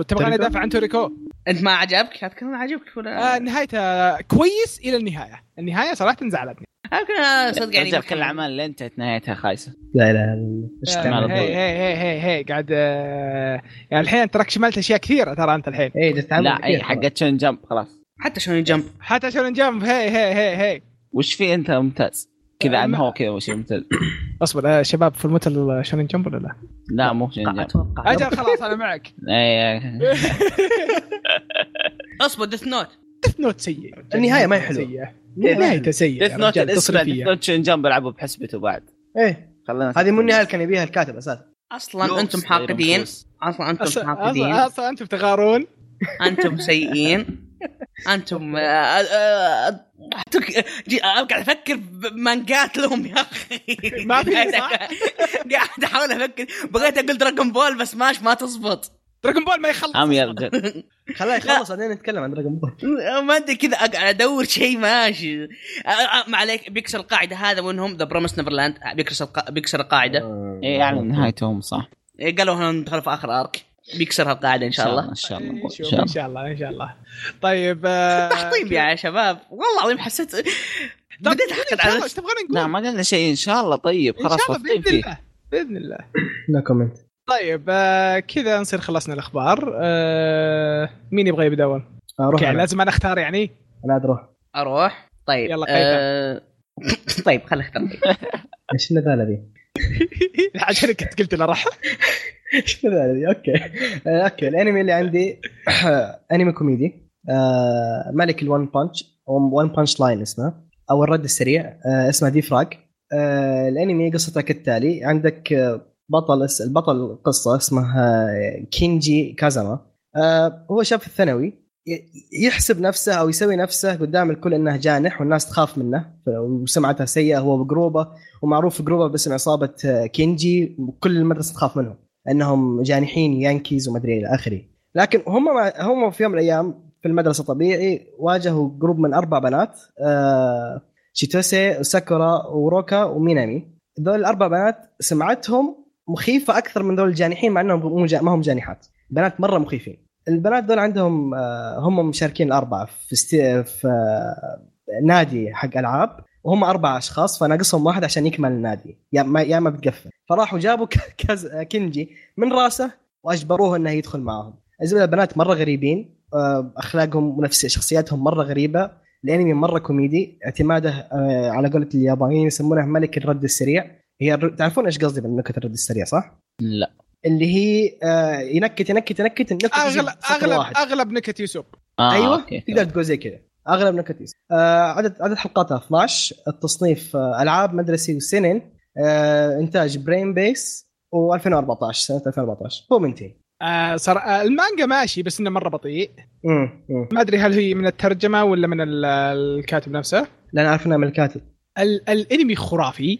S1: تبغى انا
S3: توريكو؟
S1: ادافع عن توريكو؟
S2: انت ما عجبك؟ هذا كان عجبك ولا
S1: آه نهايته كويس الى النهايه، النهايه صراحه زعلتني.
S2: يمكن آه، صدق يعني
S4: رجع كل الاعمال اللي انتهت نهايتها خايسه
S3: لا لا لا
S4: على
S1: آه،
S4: طول.
S1: هي هي هي هي هي قاعد آه، يعني الحين تراك شملت اشياء كثيره ترى انت الحين
S3: اي ده تعامل
S4: لا اي حقت شون جمب خلاص
S2: حتى شون جمب
S1: حتى شون جامب هي هي هي هي
S4: وش في انت ممتاز؟ كذا عن هو كذا وش ممتاز
S1: اصبر آه، شباب في المثل شون جامب ولا لا؟
S4: لا مو إيه، شون جمب
S2: اتوقع
S1: اجل خلاص انا معك
S4: اي إي.
S1: إيه،
S2: اصبر ديث نوت
S1: ديث نوت سيء
S3: النهاية إيه، ما هي حلوة.
S1: سيئة.
S4: إيه.
S1: نهايته سيئة
S4: ديث
S1: يا
S4: نوت
S1: رجال،
S4: الاسم ديث
S1: تصريفية.
S4: نوت شون جمب لعبوا بحسبته بعد
S3: ايه
S4: خلينا
S3: هذه مو النهاية اللي كان يبيها الكاتب أساسا
S2: اصلا
S4: لوكس
S2: انتم
S4: غير
S2: حاقدين
S4: مخلوص.
S2: اصلا انتم
S1: أصلا-
S2: حاقدين
S1: أصلا- اصلا انتم تغارون
S2: انتم سيئين انتم آه، آه، آه، أتوك- جي- قاعد افكر بمانجات لهم يا اخي
S1: ما في، صح؟
S2: قاعد احاول افكر بغيت اقول دراجون بول بس ماش ما تزبط
S1: دراجون بول ما يخلص
S4: هم يا رجال
S3: خلاه يخلص بعدين نتكلم عن دراجون بول
S2: ما ادري كذا اقعد ادور شيء ماشي آه، آه، ما عليك بيكسر القاعده هذا وينهم ذا برومس نيفرلاند آه، بيكسر الق- بيكسر القاعده
S3: آه.
S4: إيه، يعني نهايتهم صح
S2: قالوا هندخل في اخر ارك بيكسر القاعده ان شاء الله
S4: ان شاء الله
S1: إيه،
S4: إن
S1: شوف،
S4: شاء
S1: ان
S4: الله.
S1: شاء الله ان شاء الله طيب آه،
S2: تحطيم يا شباب والله العظيم حسيت
S1: طب
S2: بديت احقد على
S1: ايش تبغون نقول؟
S4: لا ما قلنا شيء ان شاء الله طيب
S1: ان
S4: نعم، خلاص
S1: شاء الله
S4: فاضيين
S1: باذن
S4: فيه
S1: الله باذن الله
S3: لا كومنت
S1: طيب آه، كذا نصير خلصنا الاخبار آه، مين يبغى يبدا اول؟
S3: اروح
S1: اوكي
S3: انا
S1: لازم انا اختار يعني
S3: آه، أنا عاد اروح
S2: اروح طيب
S1: يلا قيثم.
S2: آه... طيب خليني اختار
S3: ايش النذاله ذي؟
S1: عشان كنت قلت له راح
S3: ايش النذاله ذي؟ اوكي آه، اوكي الانمي اللي عندي انمي كوميدي آه، ملك الون بانش ون بانش لاين اسمه او الرد السريع آه، اسمه دي فراج آه، الانمي قصته كالتالي عندك آه، بطل اس- البطل القصه اسمه آه، كينجي كازاما آه، هو شاب في الثانوي ي- يحسب نفسه او يسوي نفسه قدام الكل انه جانح والناس تخاف منه ف- وسمعته سيئه هو بجروبه ومعروف جروبه باسم عصابه آه، كينجي وكل المدرسه تخاف منهم انهم جانحين يانكيز ومدري الى اخره لكن هم مع هم في يوم من الايام في المدرسه طبيعي واجهوا جروب من اربع بنات آه، شيتوسي وساكورا وروكا ومينامي ذول الاربع بنات سمعتهم مخيفه اكثر من ذول الجانحين مع انهم مو جا- ما هم جانحات بنات مره مخيفين البنات ذول عندهم آه، هم مشاركين الاربعه في استي... في آه، نادي حق العاب وهم اربع اشخاص فناقصهم واحد عشان يكمل النادي يا ما يا ما بتقفل فراحوا جابوا ك- كز... كنجي من راسه واجبروه انه يدخل معاهم الزبده البنات مره غريبين آه، اخلاقهم ونفس شخصياتهم مره غريبه الانمي مره كوميدي اعتماده آه، على قولة اليابانيين يسمونه ملك الرد السريع هي الر- تعرفون ايش قصدي بنكت الرد السريع صح؟
S4: لا
S3: اللي هي آه، ينكت ينكت ينكت النكت
S1: اغلب
S3: تجي بسطر
S1: اغلب
S3: واحد.
S1: اغلب نكت يوسف
S4: آه،
S1: أيوه.
S3: ايوه
S4: أوكي.
S3: تقدر تقول زي كذا اغلب نكتيس آه عدد عدد حلقاتها 12 التصنيف آه العاب مدرسي وسنن آه انتاج برين بيس و2014 سنه 2014 هو منتهي
S1: آه، صار آه، المانجا ماشي بس انه مره بطيء
S3: امم أمم.
S1: ما ادري هل هي من الترجمه ولا من ال- الكاتب نفسه
S3: لان عارف انها من الكاتب
S1: ال- الانمي خرافي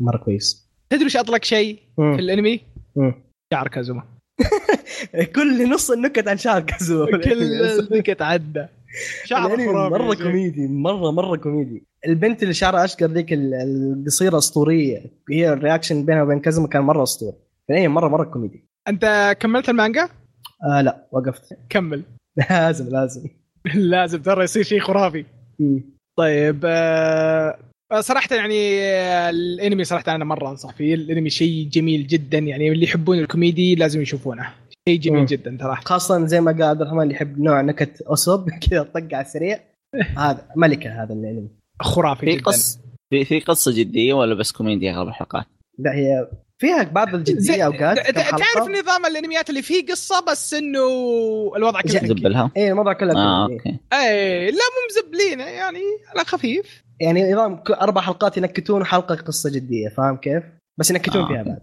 S3: مره كويس
S1: تدري وش اطلق شيء في
S3: أمم.
S1: الانمي؟
S3: أمم.
S1: شعر كازوما
S3: كل نص النكت عن شعر كازو
S1: كل النكت عدى شعر
S3: الأنمي
S1: خرافي
S3: مره
S1: يا شيخ.
S3: يعني كوميدي مره مره كوميدي البنت اللي شعرها اشقر ذيك ال- القصيره اسطوريه هي الرياكشن بينها وبين كازما كان مره اسطوري يعني مره مره كوميدي
S1: انت كملت المانجا؟
S3: آه لا وقفت
S1: كمل
S3: لازم لازم
S1: لازم ترى يصير شيء خرافي طيب آه، صراحة يعني آه، الانمي صراحة انا مرة انصح فيه، الانمي شيء جميل جدا يعني اللي يحبون الكوميدي لازم يشوفونه، شيء جميل
S3: مم.
S1: جدا ترى.
S3: خاصة زي ما قال عبد الرحمن اللي يحب نوع نكت أصب كذا طق على السريع هذا ملكة هذا الأنمي
S1: خرافي
S4: في
S1: جدا.
S4: قصه في في قصه جديه ولا بس كوميديا اغلب الحلقات؟
S3: لا هي فيها بعض
S1: زي-
S3: الجدية أوقات
S1: ت- ت-
S3: كم حلقة.
S1: تعرف نظام الانميات اللي فيه قصة بس انه الوضع كذا فكي.
S4: دبلها
S3: إيه الموضوع كله
S4: اه
S3: كوميدي.
S4: اوكي
S1: اي لا مو مزبلين يعني على خفيف.
S3: يعني نظام كل أربع حلقات ينكتون حلقة قصة جدية فاهم كيف؟ بس ينكتون
S4: آه.
S3: فيها بعد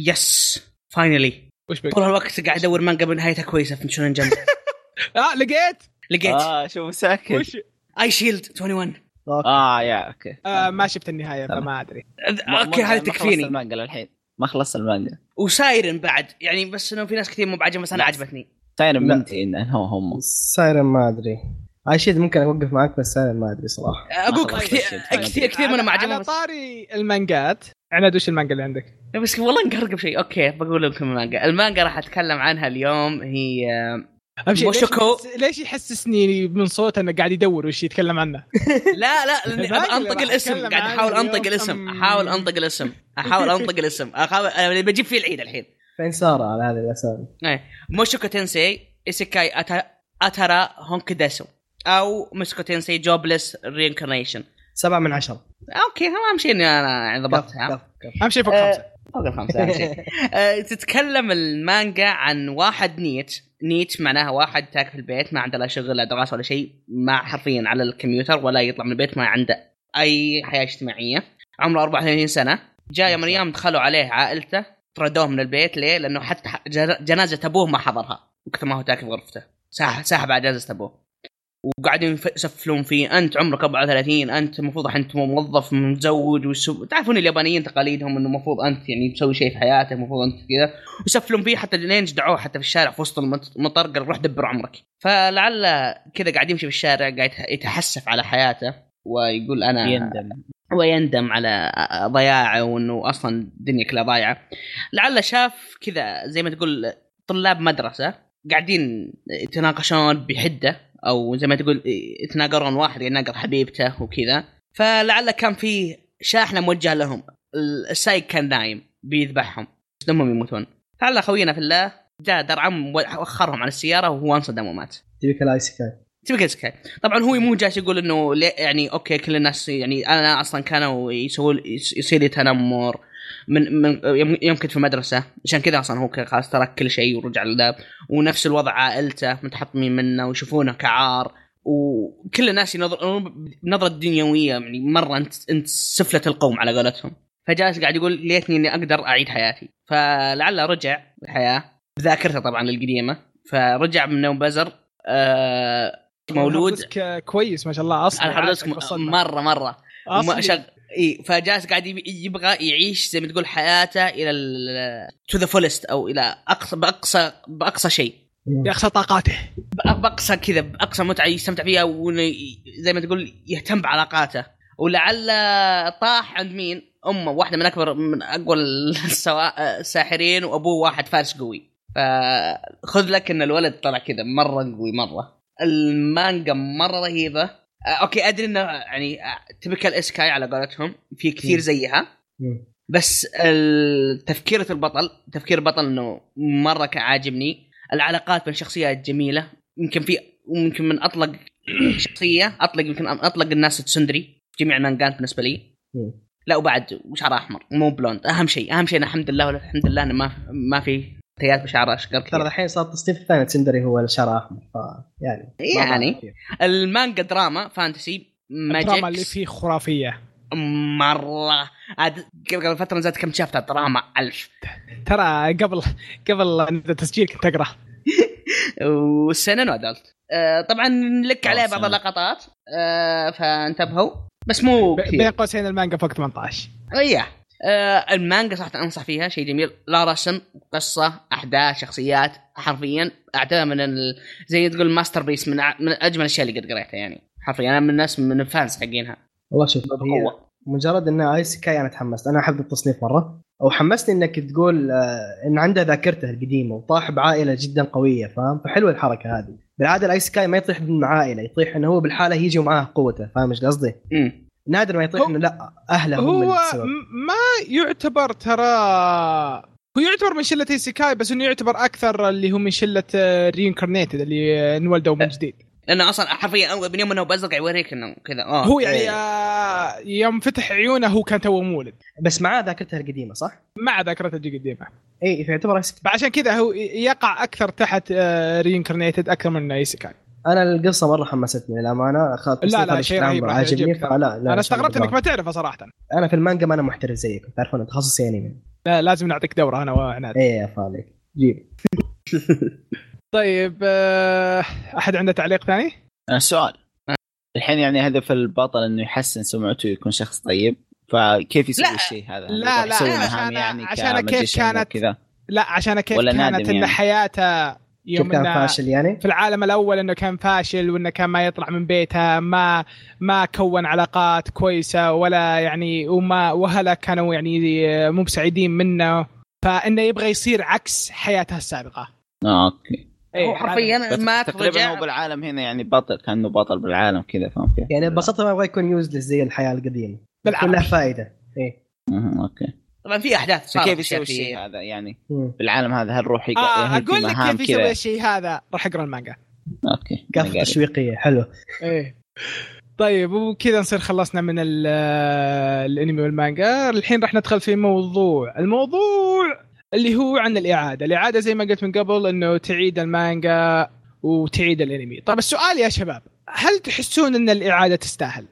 S2: يس فاينلي
S1: وش بك؟
S2: طول الوقت قاعد ادور مانجا بنهايتها كويسه في شونن جمب
S1: اه لقيت
S2: لقيت
S4: اه شوف ساكت
S1: وش
S2: اي شيلد 21
S3: أوكي.
S4: اه يا اوكي
S1: آه ما شفت النهاية فما ادري.
S2: أذ-
S4: ما-
S2: اوكي
S4: ما-
S2: هذه
S4: ما خلصت
S2: تكفيني
S4: المانجا للحين ما خلصت المانجا
S2: وسايرن بعد يعني بس انه في ناس كثير مو بعجبها بس انا عجبتني
S4: تاير
S3: لا.
S4: منتهي انه هو هم
S3: سايرن ما أدري عايشيد ممكن أوقف معك بس سايرن ما أدري صراحة
S2: اقول
S4: خلصت
S2: كثير
S4: الشيء الثاني.
S2: كثير كثير
S1: على-
S2: منهم ما
S1: على
S2: عجبهم
S1: طاري المانجات عناد وش المانجا اللي عندك؟
S2: بس والله نقرقب شيء اوكي بقول لكم المانجا المانجا راح اتكلم عنها اليوم هي
S1: اهم شيء ليش
S2: موشوكو.
S1: يحس- ليش يحسسني من صوته انه قاعد يدور وش يتكلم عنه؟
S2: لا لا لأني
S1: الباقي
S2: أبغى
S1: اللي
S2: انطق
S1: راح
S2: الاسم
S1: أتكلم
S2: قاعد
S1: عنه
S2: احاول
S1: اليوم
S2: انطق الاسم
S1: أم-
S2: احاول انطق الاسم احاول انطق الاسم احاول أنا اللي بجيب فيه العيد الحين
S3: فين سارة على هذه الأسامي؟
S2: موشوكو تنسي ايسيكاي أتا- اتارا هونكداسو او موشوكو تنسي جوبلس رينكرنيشن
S3: سبعة من عشرة
S2: اوكي هو اهم شيء اني انا يعني
S3: كف،
S2: ضبطتها
S3: كف، كف.
S1: اهم شيء فوق
S2: آه،
S1: خمسه
S2: فوق الخمسه أهم شيء. آه، تتكلم المانجا عن واحد نيت نيت معناها واحد تاك في البيت ما عنده لا شغل لا دراسه ولا شيء ما حرفيا على الكمبيوتر ولا يطلع من البيت ما عنده اي حياه اجتماعيه عمره 34 سنه جاء يوم من الايام دخلوا عليه عائلته طردوه من البيت ليه؟ لانه حتى ح- جنا- جنازه ابوه ما حضرها من كثر ما هو تاكل غرفته ساح- ساحب على جنازه ابوه وقاعدين يف- يسفلون فيه انت عمرك 34 انت المفروض الحين انت موظف متزوج وسو... تعرفون اليابانيين تقاليدهم انه المفروض انت يعني تسوي شيء في حياتك المفروض انت كذا وسفلون فيه حتى لين جدعوه حتى في الشارع في وسط المط- المطر قال روح دبر عمرك فلعل كذا قاعد يمشي في الشارع قاعد يتحسف على حياته ويقول انا
S4: يندم
S2: ويندم على ضياعه وانه اصلا الدنيا كلها ضايعه لعله شاف كذا زي ما تقول طلاب مدرسه قاعدين يتناقشون بحده او زي ما تقول يتناقرون واحد يناقر حبيبته وكذا فلعله كان في شاحنه موجهه لهم السايق كان نايم بيذبحهم بس دمهم يموتون لعل خوينا في الله جاء درعم وخرهم على السياره وهو انصدم ومات
S3: تبيك الاي سكاي
S2: تبقى سكاي طبعا هو مو جالس يقول انه ليه- يعني اوكي كل الناس يعني انا اصلا كانوا يسوون يصير لي تنمر من من يم- يوم كنت في المدرسه عشان كذا اصلا هو كان خلاص ترك كل شيء ورجع للداب ونفس الوضع عائلته متحطمين منه ويشوفونه كعار وكل الناس ينظرون بنظره دنيويه يعني مره انت انت سفله القوم على قولتهم فجالس قاعد يقول ليتني اني اقدر اعيد حياتي فلعله رجع الحياه بذاكرته طبعا القديمه فرجع من نوم بزر آه مولود
S1: حفظك آه، كويس ما شاء الله اصلا
S2: انا حضرتك م- مره مره
S1: آه،
S2: وما شغ... إيه فجالس قاعد يب- يبغى يعيش زي ما تقول حياته الى تو ذا فولست او الى اقصى باقصى باقصى شيء
S1: يقصى طاقاته
S2: بأ- باقصى كذا باقصى متعه يستمتع فيها وإنه ي- زي ما تقول يهتم بعلاقاته ولعل طاح عند مين؟ امه واحده من اكبر من اقوى السوا- آه، الساحرين وابوه واحد فارس قوي فخذ لك ان الولد طلع كذا مره قوي مره المانجا مره رهيبه آه، اوكي ادري انه يعني تبكى الاسكاي على قولتهم في كثير
S3: مم.
S2: زيها بس ال- تفكيرة البطل تفكير البطل انه مره كان عاجبني العلاقات بين الشخصيات جميله يمكن في ويمكن من اطلق شخصيه اطلق يمكن اطلق الناس تسندري في جميع المانجات بالنسبه لي
S3: مم.
S2: لا وبعد وشعر احمر مو بلوند اهم شيء اهم شيء أنا الحمد لله الحمد لله انه ما ما في تيات بشعر اشقر
S3: ترى
S2: كثير.
S3: الحين صار التصنيف الثاني تندري هو الشعر احمر ف- يعني ما
S2: يعني
S3: بعرف.
S2: المانجا دراما فانتسي
S1: الدراما اللي
S2: ماجيك
S1: فيه خرافيه
S2: مره عاد قبل فتره نزلت كم شابتر دراما ألف
S1: ترى قبل قبل التسجيل كنت اقرا
S2: وسنن وادلت آه طبعا لك
S4: آه،
S2: عليه بعض
S4: سنن.
S2: اللقطات آه فانتبهوا بس مو
S1: ب- بين
S2: كثير
S1: قوسين المانجا فوق 18
S2: ايه آه المانجا صراحه انصح فيها شيء جميل لا رسم قصه احداث شخصيات حرفيا اعتبرها من ال... زي تقول ماستر بيس من, أع- من اجمل الاشياء اللي قد قريتها يعني حرفيا انا من الناس من الفانس حقينها
S3: والله شوف هي
S2: بقوه
S3: مجرد انها اي سكاي انا تحمست انا احب التصنيف مره وحمسني انك تقول آه، ان عنده ذاكرته القديمه وطاح بعائله جدا قويه فاهم فحلوه الحركه هذه بالعاده الاي سكاي ما يطيح من عائله يطيح انه هو بالحاله يجي ومعاه قوته فاهم ايش قصدي؟
S2: أمم.
S3: نادر ما يطيح
S1: هو-
S3: انه لا اهله هم
S1: هو
S3: السبب
S1: م- ما يعتبر ترى هو يعتبر من شله ايسيكاي بس انه يعتبر اكثر اللي هو من شله رينكارنيتد اللي آه، انولدوا
S4: أه،
S1: من جديد
S2: لانه اصلا حرفيا أول- من يوم انه بزرق يوريك انه كذا اه
S1: هو يعني
S2: إيه.
S1: آه، يوم فتح عيونه هو كان توه مولد
S3: بس معاه ذاكرته القديمه صح؟
S1: مع ذاكرته القديمه
S3: اي فيعتبر ICK.
S1: فعشان كذا هو يقع اكثر تحت رينكارنيتد اكثر من ايسيكاي
S3: انا القصه مره حمستني للامانه اخذت
S1: لا،
S3: تصنيف
S1: لا، شيء
S3: هذا الشيء
S1: رهيب،
S3: عمره
S1: راح
S3: عاجبني
S1: يعجبك.
S3: فلا لا
S1: انا استغربت انك
S3: ما
S1: ما تعرفه صراحه
S3: انا في المانجا ما انا محترف زيكم تعرفون أنا تخصصي انمي
S1: لا لازم نعطيك دوره انا
S4: إيه.
S1: وعناد
S3: ايه يا فالك جيب
S1: طيب آه، احد عنده تعليق ثاني؟
S4: آه، سؤال الحين يعني هدف البطل انه يحسن سمعته ويكون شخص طيب فكيف يسوي
S2: لا،
S4: الشيء
S1: لا،
S4: هذا؟ يروح
S1: لا،
S4: يسوي
S1: لا،
S4: مهام
S1: عشان- عشان
S4: كماجيشن
S1: كيف كانت-
S4: وكذا
S1: لا عشان كيف
S4: ولا نادم
S1: كانت ان
S4: يعني.
S1: حياته
S3: كيف
S1: يوم
S3: كان
S1: إنه
S3: فاشل يعني؟
S1: في العالم الاول انه كان فاشل وانه كان ما يطلع من بيته ما ما كون علاقات كويسه ولا يعني وما واهله كانوا يعني مو بسعيدين منه فانه يبغى يصير عكس حياته السابقه
S4: آه، اوكي
S1: إيه،
S2: هو حرفيا
S4: بس
S2: مات
S4: تقريبا
S2: ورجع
S4: هو بالعالم هنا يعني بطل كانه بطل بالعالم كذا فهمت كيف؟
S3: يعني ببساطه ما يبغى يكون يوزلس زي الحياه القديمه
S1: بالعكس.
S3: يكون له فائده ايه
S4: مهم، اوكي
S2: طبعا في احداث صارت
S4: فكيف
S2: أشياء
S4: يسوي
S2: في-
S4: الشيء هذا يعني
S3: مم.
S4: بالعالم هذا هل روح يق-
S1: آه
S4: هل في
S1: اقول لك
S4: مهام
S1: كيف يسوي
S4: كذا؟
S1: الشيء هذا راح اقرا المانجا
S4: اوكي أنا
S3: كافه
S4: قاري.
S3: تشويقيه حلو آه،
S1: ايه طيب وكذا نصير خلصنا من ال- آه، الانمي والمانجا الحين راح ندخل في موضوع الموضوع اللي هو عن الاعاده الاعاده زي ما قلت من قبل انه تعيد المانجا وتعيد الانمي طب السؤال يا شباب هل تحسون ان الاعاده تستاهل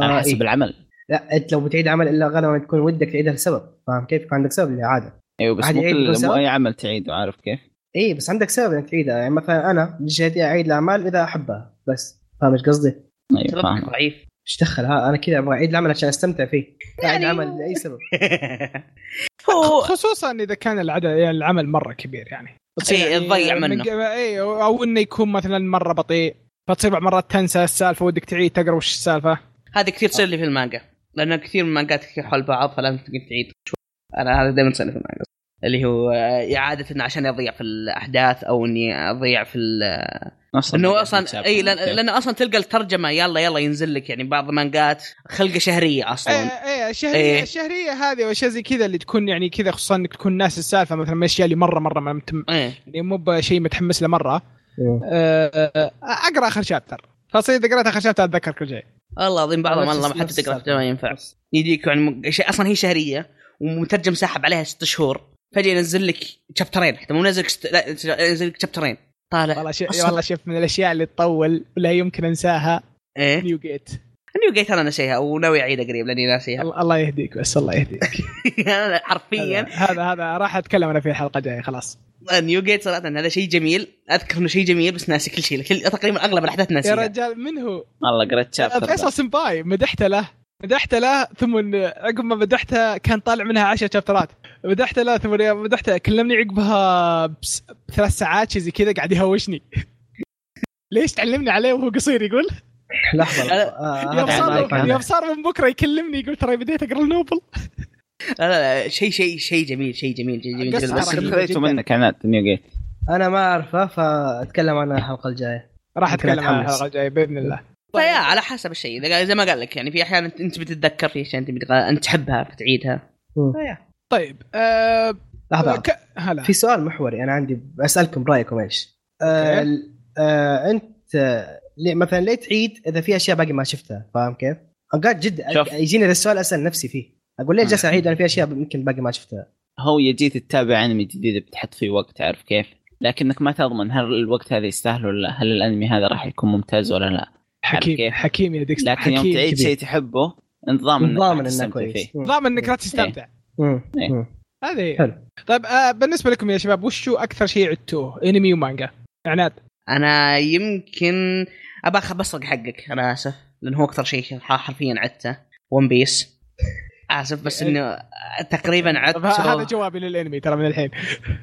S4: على
S3: آه
S4: حسب
S3: إيه.
S4: العمل
S3: لا انت لو بتعيد عمل الا غالبا تكون ودك تعيدها لسبب فاهم كيف؟ يكون عندك سبب للاعاده
S4: ايوه بس
S3: عادي
S4: مو
S3: يعيد
S4: كل
S3: بس
S4: مو
S3: ها؟
S4: اي عمل تعيده عارف كيف؟
S3: إيه، اي بس عندك سبب انك تعيدها يعني مثلا انا من جهتي اعيد الاعمال اذا احبها بس فاهم ايش قصدي؟
S4: أيوة،
S2: ترى
S4: فاهم.
S2: ضعيف
S3: ايش دخل ها انا كذا ابغى اعيد العمل عشان استمتع فيه اعيد
S2: يعني-
S3: العمل لاي سبب
S2: هو
S1: خصوصا اذا كان العدد يعني العمل مره كبير يعني
S2: إيه، تضيع
S1: من
S2: منه.
S1: ق- اي او أو انه يكون مثلا مره بطيء فتصير بعض مرات تنسى السالفه ودك تعيد تقرا وش السالفه
S2: هذا كثير تصير لي في المانجا لان كثير من المانجات كثير حول بعض فلازم تقعد تعيد شوي. انا هذا دائما تصير لي في المانجا اللي هو آه، عاده إنه عشان اضيع في الاحداث او اني اضيع في ال-
S4: نفس
S2: انه
S4: الوضع
S2: اصلا
S4: بالتشابه.
S1: إيه،
S2: اي لأن-
S4: أوكي.
S2: لانه اصلا تلقى الترجمه يلا يلا ينزل لك يعني بعض المانجات خلقه شهريه اصلا
S1: اي الشهريه
S2: إيه.
S1: الشهريه هذه واشياء زي كذا اللي تكون يعني كذا خصوصا انك تكون ناس السالفه مثلا من الاشياء اللي مره مره ما متم...
S2: ايه
S1: يعني مو بشيء متحمس له مره آه، آه، آه، اقرا اخر شابتر فاصير اذا قريت اخر شابتر اتذكر كل شيء
S2: والله العظيم بعضهم
S3: نفس-
S2: والله ما حتى
S3: نفس
S2: تقرا
S3: السالفة.
S2: ما ينفع يجيك يعني م- شيء- اصلا هي شهريه ومترجم ساحب عليها ست شهور فجاه ينزل لك شابترين حتى مو نازل لك ست... لا ينزل لك شابترين طالع
S1: والله شيء
S2: أصلاً.
S1: والله شوف من الاشياء اللي تطول ولا يمكن انساها
S2: ايه
S1: نيو جيت
S2: نيو جيت انا نسيها وناوي اعيدها قريب لاني ناسيها
S1: الله الله يهديك بس الله يهديك
S2: أنا حرفيا
S1: هذا هذا- هذا راح اتكلم انا في الحلقه الجايه خلاص
S2: نيو جيت صراحه هذا شيء جميل اذكر انه شيء جميل بس ناسي كل شيء كل- تقريبا اغلب الاحداث
S1: يا
S2: ناسيها
S1: رجال من هو؟
S4: والله قريت شابتر
S1: فيصل سمباي مدحته له مدحته له ثم إن عقب ما مدحته كان طالع منها 10 شابترات مدحته له ثم مدحته كلمني عقبها بس- بثلاث ساعات شيء زي كذا قاعد يهوشني ليش تعلمني عليه وهو قصير يقول
S3: لحظه
S2: لا،
S3: آه،
S1: يوم
S3: هذا
S4: صار-
S1: صار
S3: عمايك
S1: يوم
S3: هذا.
S1: صار من بكره يكلمني يقول ترى بديت اقرا النوبل
S2: لا لا لا، شيء شيء شيء جميل شيء جميل شيء جميل,
S1: قصة
S2: جميل.
S4: بس
S2: بس
S1: عربية.
S4: كيف خذيته
S1: جداً.
S4: منك عناد نيو جيت
S3: انا ما اعرفه فاتكلم عنها الحلقه الجايه
S1: راح
S3: يمكن
S1: اتكلم عن
S3: أتحمس.
S1: الحلقه الجايه باذن الله طيب،
S2: فيا على حسب الشيء اذا قال- زي ما قال لك يعني في احيانا انت بتتذكر في اشياء انت بتغ... انت تحبها فتعيدها
S3: مم.
S2: فيا.
S1: طيب آه
S3: لحظه
S1: ك- هلا
S3: في سؤال محوري انا عندي اسالكم رايكم ايش؟ آه،
S1: أوكي.
S3: ال- آه، انت آه، ليه- مثلا ليه تعيد اذا في اشياء باقي ما شفتها فاهم كيف؟ اوقات جد
S4: شوف.
S3: يجيني ذا السؤال اسال نفسي فيه اقول ليه
S1: أمم.
S3: جالس اعيد انا في اشياء يمكن باقي ما شفتها
S4: هو يجيك تتابع انمي جديد بتحط فيه وقت تعرف كيف لكنك ما تضمن هل الوقت هذا يستاهل ولا لا هل الانمي هذا راح يكون ممتاز ولا لا
S1: حكيم
S4: كيف؟
S1: حكيم يا ديكستر
S4: لكن يوم
S1: حكيم
S4: تعيد
S1: كبير.
S4: شيء تحبه انت
S1: أمم،
S4: ضامن انك راح
S3: ضامن انه
S4: تستمتع
S3: كويس
S4: فيه
S3: مم.
S1: ضامن انك راح تستمتع
S3: مم.
S4: إيه.
S3: مم.
S1: هذه هي.
S3: حلو.
S1: طيب آه بالنسبه لكم يا شباب وشو اكثر شيء عدتوه انمي ومانجا يعني عناد
S2: انا يمكن ابى أخ- بسرق حقك انا اسف لان هو اكثر شيء ح- حرفيا عدته ون بيس اسف بس انه تقريبا
S1: طب ه- هذا
S2: عدته
S1: جوابي للانمي ترى من الحين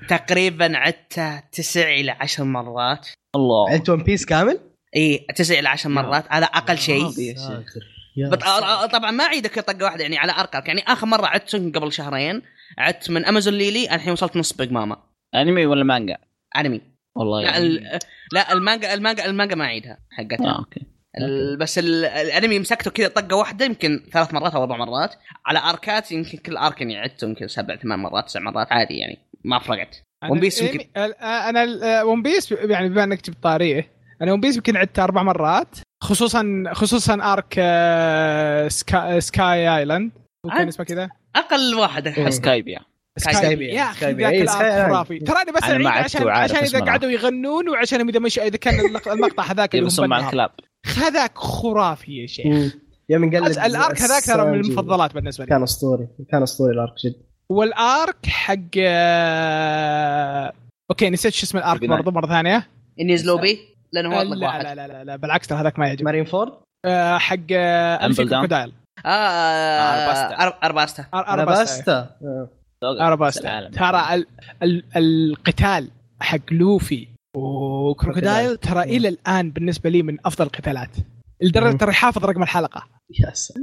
S2: تقريبا عدته تسع الى عشر مرات
S4: الله
S3: عدت ون بيس كامل؟
S2: اي تسع الى عشر مرات على اقل شيء
S4: يا
S3: آه.
S4: ساتر.
S3: يا
S2: بط-
S3: ساتر.
S2: طبعا ما اعيدك يا طقه واحده يعني على اركك يعني اخر مره عدت قبل شهرين عدت من امازون ليلي الحين وصلت نص بيج ماما
S4: انمي ولا مانجا؟
S2: انمي
S4: والله
S2: لا,
S4: يعني.
S2: ال- لا المانجا المانجا المانجا ما اعيدها حقتها
S4: آه، اوكي
S2: ال- بس ال- الانمي مسكته كذا طقه واحده يمكن ثلاث مرات او اربع مرات على اركات يمكن كل ارك اني عدته يمكن سبع ثمان مرات تسع مرات عادي يعني ما فرقت ون بيس يمكن
S1: الأنمي- ال- آه، انا ون بيس يعني بما انك جبت طاريه انا ون بيس يمكن عدته اربع مرات خصوصا خصوصا ارك آه، سكا سكاي ايلاند هو كان
S4: آه،
S2: عاد.
S1: اسمه كذا
S2: اقل واحد
S3: إيه.
S2: احس
S4: سكايبيا
S2: سكاي
S3: بيا.
S1: يا اخي
S3: سكاي بيا.
S1: ذاك
S3: إيه، سكاي
S1: الارك
S3: آيلاند.
S1: خرافي ترى انا بس
S4: أنا ما
S1: أعيد
S4: عدته
S1: عشان
S4: وعارف
S1: عشان اذا
S4: اسمه
S1: قعدوا يغنون وعشان اذا مش اذا كان اللق- المقطع هذاك اللي
S4: يرسم
S1: هم
S4: مع
S1: بنوه.
S4: الكلاب
S1: هذاك خرافي يا شيخ
S3: مم. يوم نقلد
S1: أس- الارك هذاك ترى من
S3: السانجي.
S1: المفضلات بالنسبه لي
S3: كان اسطوري كان اسطوري الارك جد
S1: والارك حق آه، اوكي نسيت شو اسم الارك
S4: بناء.
S1: برضو مره ثانيه
S2: انيز لوبي لانه هو
S1: لا
S2: اطلق واحد
S1: لا, لا لا لا بالعكس ترى هذاك ما يعجبني
S3: مارين فورد
S1: آه، حق الفي
S4: Down.
S1: كروكودايل
S2: آه
S4: أرباستا.
S2: أرب- أرباستا
S1: أر-
S3: انا
S1: أرباستا.
S3: باستا
S1: اراباستا
S4: العالم.
S1: ترى ال ال القتال حق لوفي وكروكودايل ترى الى الان بالنسبه لي من افضل القتالات لدرجه
S3: مم.
S1: ترى حافظ رقم الحلقه
S3: يا ساتر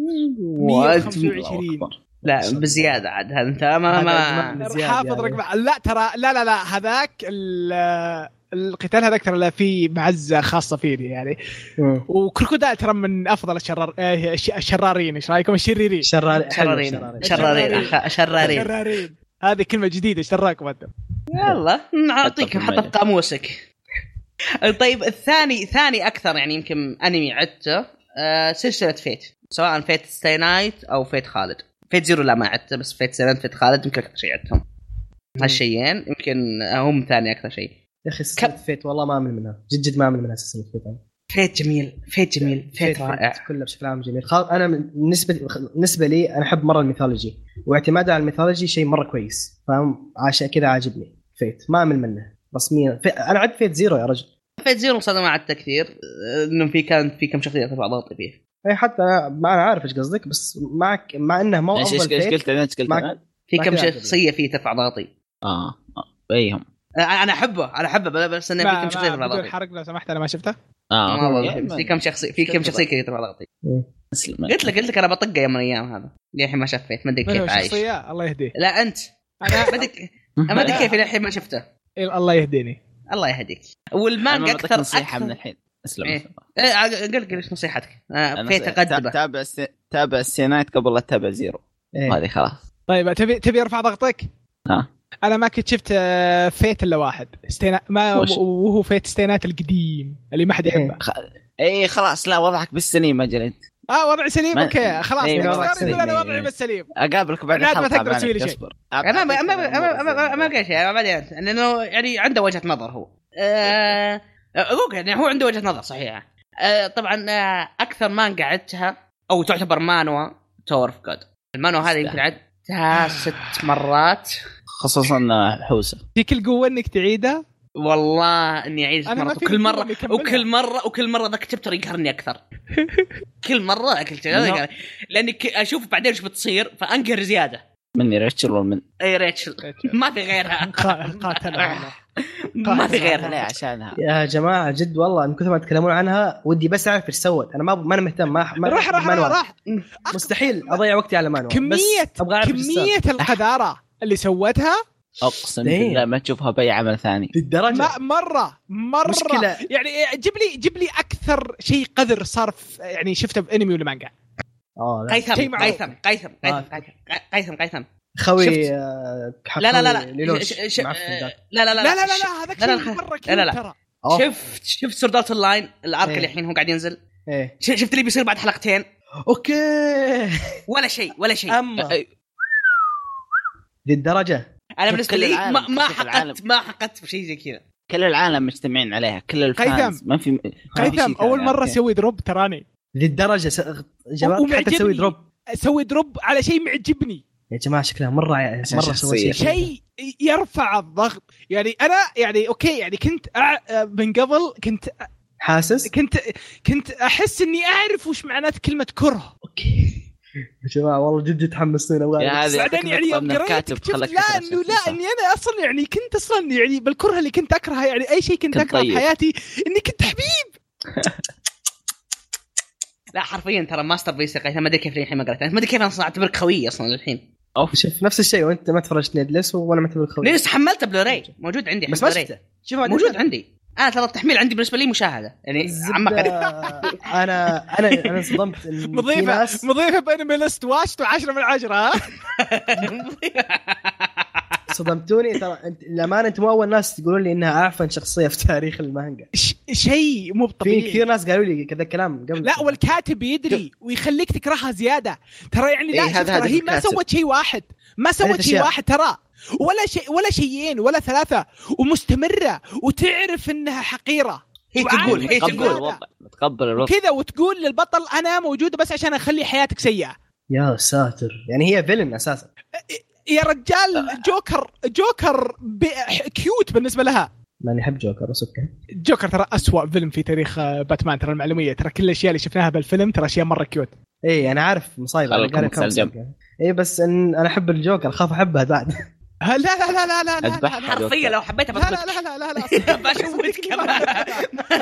S1: 125
S2: لا بزياده عاد هذا انت
S3: آه،
S2: ما ما
S3: هذا زيادة
S1: حافظ
S3: يعني.
S1: رقم لا ترى لا لا لا هذاك ال- القتال هذاك ترى له فيه معزه خاصه فيني يعني
S3: مم.
S1: وكروكودايل ترى من افضل الشرار آه، الش- الشرارين ايش رايكم الشريرين
S3: شرارين حلو
S2: شرارين
S3: شرارين
S2: شرارين أخ- شرارين
S1: الشرارين هذه كلمه جديده ايش دراكم انتم
S2: يلا نعطيك
S4: حطه في
S2: نحطه في
S4: المية.
S2: قاموسك طيب الثاني ثاني اكثر يعني يمكن انمي عدته آه، سلسله فيت سواء فيت ستاي نايت او فيت خالد فيت زيرو لا ما عدته بس فيت سيلنت فيت خالد يمكن اكثر شيء عدتهم هالشيئين يمكن هم ثاني اكثر شيء
S3: يا اخي سلسله فيت والله ما امل منها جد جد ما امل منها سلسله فيت أنا.
S2: فيت جميل فيت جميل فيت رائع
S3: كلها بشكل عام جميل خلاص انا من- بالنسبه بالنسبه لي انا احب مره الميثولوجي واعتمادها على الميثولوجي شيء مره كويس فاهم عشان كذا عاجبني فيت ما امل منه رسميا في... انا عد فيت زيرو يا رجل
S2: حبيت زيرو صدمة على التكثير انه في كان في كم شخصيه ترفع ضغطي فيه
S3: اي إيه، حتى انا ما انا عارف ايش قصدك بس معك مع انه ما هو
S4: ايش ايش
S3: افضل
S4: قلت ايش
S3: فيك
S4: قلت ايش قلت
S3: معك-
S4: أنا؟
S2: في
S3: ما
S2: كم
S3: كان عجبني.
S2: شخصيه فيه ترفع ضغطي
S4: اه آه، ايهم
S2: انا أنا احبه انا احبه بلا- بس انه في كم شخصيه ترفع
S1: بدون
S2: ضغطي
S1: حرق لو سمحت انا ما شفته
S4: اه
S2: ما والله
S4: يا
S2: أحب.
S4: إما
S2: في كم شخصيه في كم شخصيه كذا ترفع ضغطي
S3: إيه.
S4: أسلم.
S2: قلت لك قلت لك انا بطقه يوم من الايام هذا للحين ما شفيت ما ادري
S1: من هو
S2: كيف عايش
S1: الشخصيه الله يهديه
S2: لا انت
S1: انا
S2: ما ادري ما ادري كيف للحين ما شفته
S1: إيه، الله يهديني
S2: الله يهديك
S4: أنا
S2: والمانجا
S4: بعطيك
S2: اكثر
S4: نصيحه
S2: أكثر-
S4: من الحين اسلم
S2: إيه. إيه، قل قل ايش نصيحتك آه،
S4: أنا
S2: في
S4: س-
S2: تقدمه
S4: تابع الس- تابع السينايت قبل لا تتابع زيرو
S3: إيه.
S4: هذه خلاص
S1: طيب تبي تبي ارفع ضغطك؟
S4: ها.
S1: انا ما كنت شفت آه، فيت الا واحد ستينا ما
S4: وش؟ إيه.
S1: وهو فيت ستينات القديم اللي ما حد يحبه
S4: اي خلاص لا وضعك بالسنين مجل انت
S1: اه وضع سليم
S4: ما-
S1: اوكي خلاص
S4: إيه،
S1: نيكس
S4: وضعك
S1: ستار يقول انا
S4: سليم،
S1: وضعي
S4: إيه.
S1: بس سليم
S4: اقابلك بعد
S1: لا، أنت ما
S4: الحلقه
S1: تقدر تسوي لي
S4: معليش،
S1: شيء.
S4: اصبر
S2: ما ما ما ما ما- ما قال شيء ما أدري أنت. لانه يعني عنده وجهه نظر هو آه، هو يعني هو عنده وجهه نظر صحيحه آه، طبعا آه، اكثر مانجا عدتها او تعتبر مانوا تاور اوف جود المانوا هذه يمكن عدتها ست مرات
S4: خصوصا حوسه
S1: فيك القوه انك تعيده
S2: والله اني اعيد ست
S1: أنا ما
S2: مرات
S1: فيني
S2: وكل مره
S1: أقول لك أكملها.
S2: وكل مره وكل مره ذاك الشابتر يقهرني اكثر كل مره ذاك الشابتر
S4: منو؟
S2: يقهرني. لاني ك- اشوف بعدين ايش بتصير فانقهر زياده
S4: مني ريتشل ومن
S2: اي ريتشل ما في غيرها
S1: قا- قاتله والله.
S2: ما في
S1: طيب.
S4: ليه
S2: غيرها
S4: عشانها
S3: يا جماعه جد والله من كثر ما تتكلمون عنها ودي بس اعرف ايش سوت انا ما ما انا مهتم ما ما
S1: روح روح
S3: مانوال.
S1: روح
S3: مستحيل اضيع وقتي على مانوال
S1: كمية
S3: بس ابغى اعرف إيش السالفة.
S1: كميه القذاره اللي سوتها
S4: اقسم
S2: إيه.
S3: ليه؟
S4: بالله ما تشوفها باي عمل ثاني
S3: للدرجه
S1: ما مره مره
S3: مشكلة.
S1: يعني جيب لي جيب لي اكثر شيء قذر صار في- يعني شفته بانمي ولا مانجا
S3: آه، لا.
S2: قيثم
S1: شيء معروف.
S2: قيثم قيثم
S1: آه،
S2: قيثم قيثم قيثم قيثم
S3: خوي
S2: شفت؟
S3: آه،
S2: لا لا لا
S3: حكوي
S2: لا
S3: ليلوش
S2: ش- ش- آه،
S3: معفن ذاك.
S2: لا لا
S1: لا لا لا لا هذاك
S2: لا، لا،
S1: شيء مره
S2: لا، لا.
S1: كيوت ترى
S3: آه،
S2: شفت شفت سورد اوت اللاين الارك
S3: إيه.
S2: اللي الحين هو قاعد ينزل
S3: إيه.
S2: ش- شفت اللي بيصير بعد حلقتين
S3: اوكي
S2: ولا شيء ولا شيء
S3: اما
S4: أي-
S3: للدرجه
S2: انا بالنسبه
S4: كل
S2: لي
S4: العالم،
S2: ما, ما
S4: كل العالم.
S2: حققت ما حققت بشيء زي كذا
S4: كل العالم مجتمعين عليها كل الفانز
S1: قيثم.
S4: ما في ما في
S1: قيثم
S4: شيء يعني.
S1: اول
S4: ثاني.
S1: مره
S4: أوكي.
S1: سوي دروب تراني
S3: للدرجه س... جماعه حتى
S1: ومعجبني.
S3: تسوي دروب
S1: سوي دروب على شيء معجبني
S3: يا جماعه شكلها مره مره
S4: عشان
S3: سوى
S4: شخصية.
S3: شيء
S1: شيء يرفع الضغط يعني انا يعني اوكي يعني كنت أع... من قبل كنت
S3: حاسس
S1: كنت كنت احس اني اعرف وش معنات كلمه كره
S3: اوكي يا جماعه والله جد تحمسون ابغى
S4: يا
S3: أعرف.
S4: هذه
S1: بعدين
S4: أعطيك
S1: يعني
S4: نقطة
S1: يوم
S4: من
S1: قريت
S4: الكاتب
S1: اكتشفت
S4: خلاك
S1: لا
S4: تكره
S1: انه لا
S4: شخصية.
S1: اني انا اصلا يعني كنت اصلا يعني بالكره اللي كنت اكرهها يعني اي شيء كنت,
S4: كنت
S1: اكرهه
S4: طيب.
S1: في حياتي اني كنت حبيب
S2: لا حرفيا ترى ماستر بيس قيثم ما ادري كيف للحين ما قريت ما ادري كيف انا اعتبرك خوي اصلا للحين
S4: اوف
S3: شوف نفس الشيء وانت ما تفرجت نيد ليس وانا ما تفرجت خوي
S2: ليش حملته بلوراي موجود عندي
S3: بس ما
S2: بلوراي.
S3: شفته شوف
S2: موجود عندي انا ترى التحميل عندي بالنسبه لي مشاهده يعني عمك
S3: الزبدة- انا انا انا انصدمت إن في
S1: مضيفه
S3: ناس-
S1: مضيفه بانمي ليست واشت و10 من 10 ها
S3: صدمتوني ترى انت للامانه انتم اول ناس تقولون لي انها اعفن شخصيه في تاريخ المانجا
S1: ش- شيء مو
S3: في
S1: طبيعي
S3: كثير ناس قالوا لي كذا الكلام قبل
S1: إيه؟ لا والكاتب يدري ويخليك تكرهها زياده ترى يعني لا
S4: إيه،
S1: شوف ترى
S4: هذا هدف
S1: هي ما
S4: الكاتب.
S1: سوت شيء واحد ما
S3: هدف
S1: سوت شيء
S3: الشعر.
S1: واحد ترى ولا شيء ولا شيئين ولا ثلاثه ومستمره وتعرف انها حقيره
S2: هي تقول هي
S1: وعارف
S4: تقبل
S1: الوضع.
S2: تقول
S4: الوضع تقبل الوضع
S1: كذا وتقول للبطل انا موجوده بس عشان اخلي حياتك سيئه
S3: يا ساتر يعني هي فيلن اساسا
S1: يا رجال جوكر جوكر ب- كيوت بالنسبه لها
S3: ماني احب جوكر بس اوكي
S1: جوكر ترى أسوأ فيلم في تاريخ آه، باتمان ترى المعلوميه ترى كل الاشياء اللي شفناها بالفيلم ترى اشياء مره كيوت
S3: اي انا إيه، عارف مصايب
S4: خلكم على الجنب.
S3: اي إيه، بس ان انا احب الجوكر خاف احبها بعد
S1: ها، لا لا لا لا لا لا لا
S4: أذبحها.
S1: لا
S2: حرفيا لو حبيتها
S1: لا
S2: بس
S1: لا لا لا لا
S2: بشوفك كمان.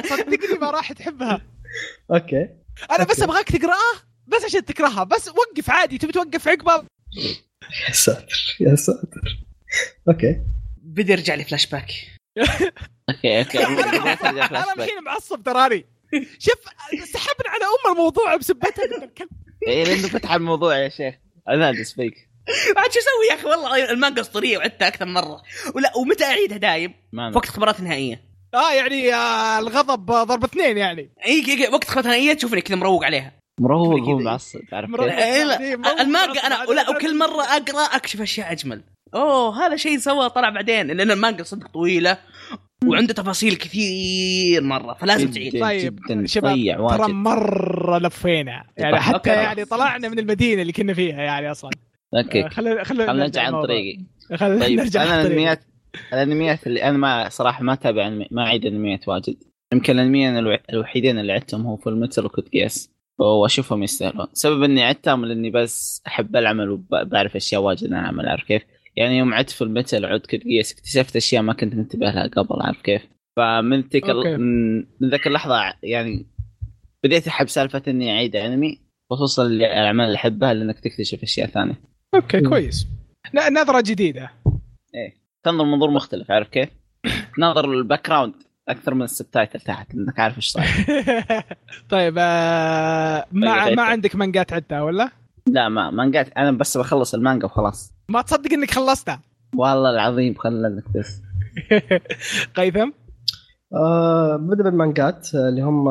S1: صدقني ما راح تحبها
S3: اوكي
S1: انا بس
S3: أوكي.
S1: ابغاك تقراه بس عشان تكرهها بس وقف عادي تبي توقف عقبه
S3: يا ساتر يا ساتر اوكي
S2: بدا يرجع لي فلاش باك
S4: اوكي اوكي بداية ترجع
S1: انا
S4: فلاش باك.
S1: الحين معصب تراني شوف سحبنا على ام الموضوع بسبتها بنت الكلب.
S4: اي لانه إيه، فتح الموضوع يا شيخ انادس فيك
S2: عاد شو اسوي يا اخي والله المانجا اسطوريه وعدتها اكثر مره ولا ومتى اعيدها دايم؟
S4: ما أنا-
S2: وقت خبرات نهائيه
S1: اه يعني آه، الغضب آه، ضرب اثنين يعني
S2: اي كي- كي- وقت خبرات نهائيه تشوفني كذا مروق عليها
S4: مروق
S2: كذا-
S4: هو معصب تعرف
S1: مرة-
S4: كيف؟
S2: إيه، لا.
S1: دي مرة
S2: المانجا
S1: معصب.
S2: انا ولا وكل مره اقرا اكشف اشياء اجمل اوه هذا شيء سوى طلع بعدين لان المانجا صدق طويله وعنده تفاصيل كثير مره فلازم تعيد
S4: جداً-
S1: طيب،
S4: جداً
S1: شباب،
S4: تضيع
S1: ترى
S4: واجد إيه،
S1: مره لفينا يعني
S4: طبعاً.
S1: حتى
S4: أوكي.
S1: يعني طلعنا من المدينه اللي كنا فيها يعني اصلا
S4: اوكي
S1: آه، خلينا خلينا
S4: خلنا نرجع عن
S1: الموضوع.
S4: طريقي
S1: خلينا
S4: طيب
S1: نرجع عن
S4: انا
S1: طريقي.
S4: الانميات الانميات اللي انا ما صراحه ما اتابع أنمي- ما اعيد انميات واجد يمكن الانميين الوع- الوحيدين اللي عدتهم هو فول متر وكود جيس واشوفهم يستاهلون سبب اني عدتهم لاني بس احب العمل وبعرف اشياء واجد انا اعمل عارف كيف يعني يوم عدت فول متر وعدت كود جيس اكتشفت اشياء ما كنت منتبه لها قبل عارف كيف فمن تلك
S1: أوكي.
S4: ال... من من ذاك اللحظه يعني بديت احب سالفه اني اعيد انمي خصوصا الاعمال اللي احبها لانك تكتشف اشياء ثانيه
S1: اوكي
S3: مم.
S1: كويس ن- نظره جديده
S4: تنظر منظور مختلف عارف كيف؟ تناظر الباك جراوند اكثر من السبتايتل تحت لانك عارف ايش صاير
S1: طيب آه ما
S4: طيب.
S1: ما عندك مانجات عدتها ولا؟
S4: لا ما مانجات انا بس بخلص المانجا وخلاص
S1: ما تصدق انك خلصتها
S4: والله العظيم خلنك بس
S1: قيثم
S3: آه بدا بالمانجات آه، اللي هم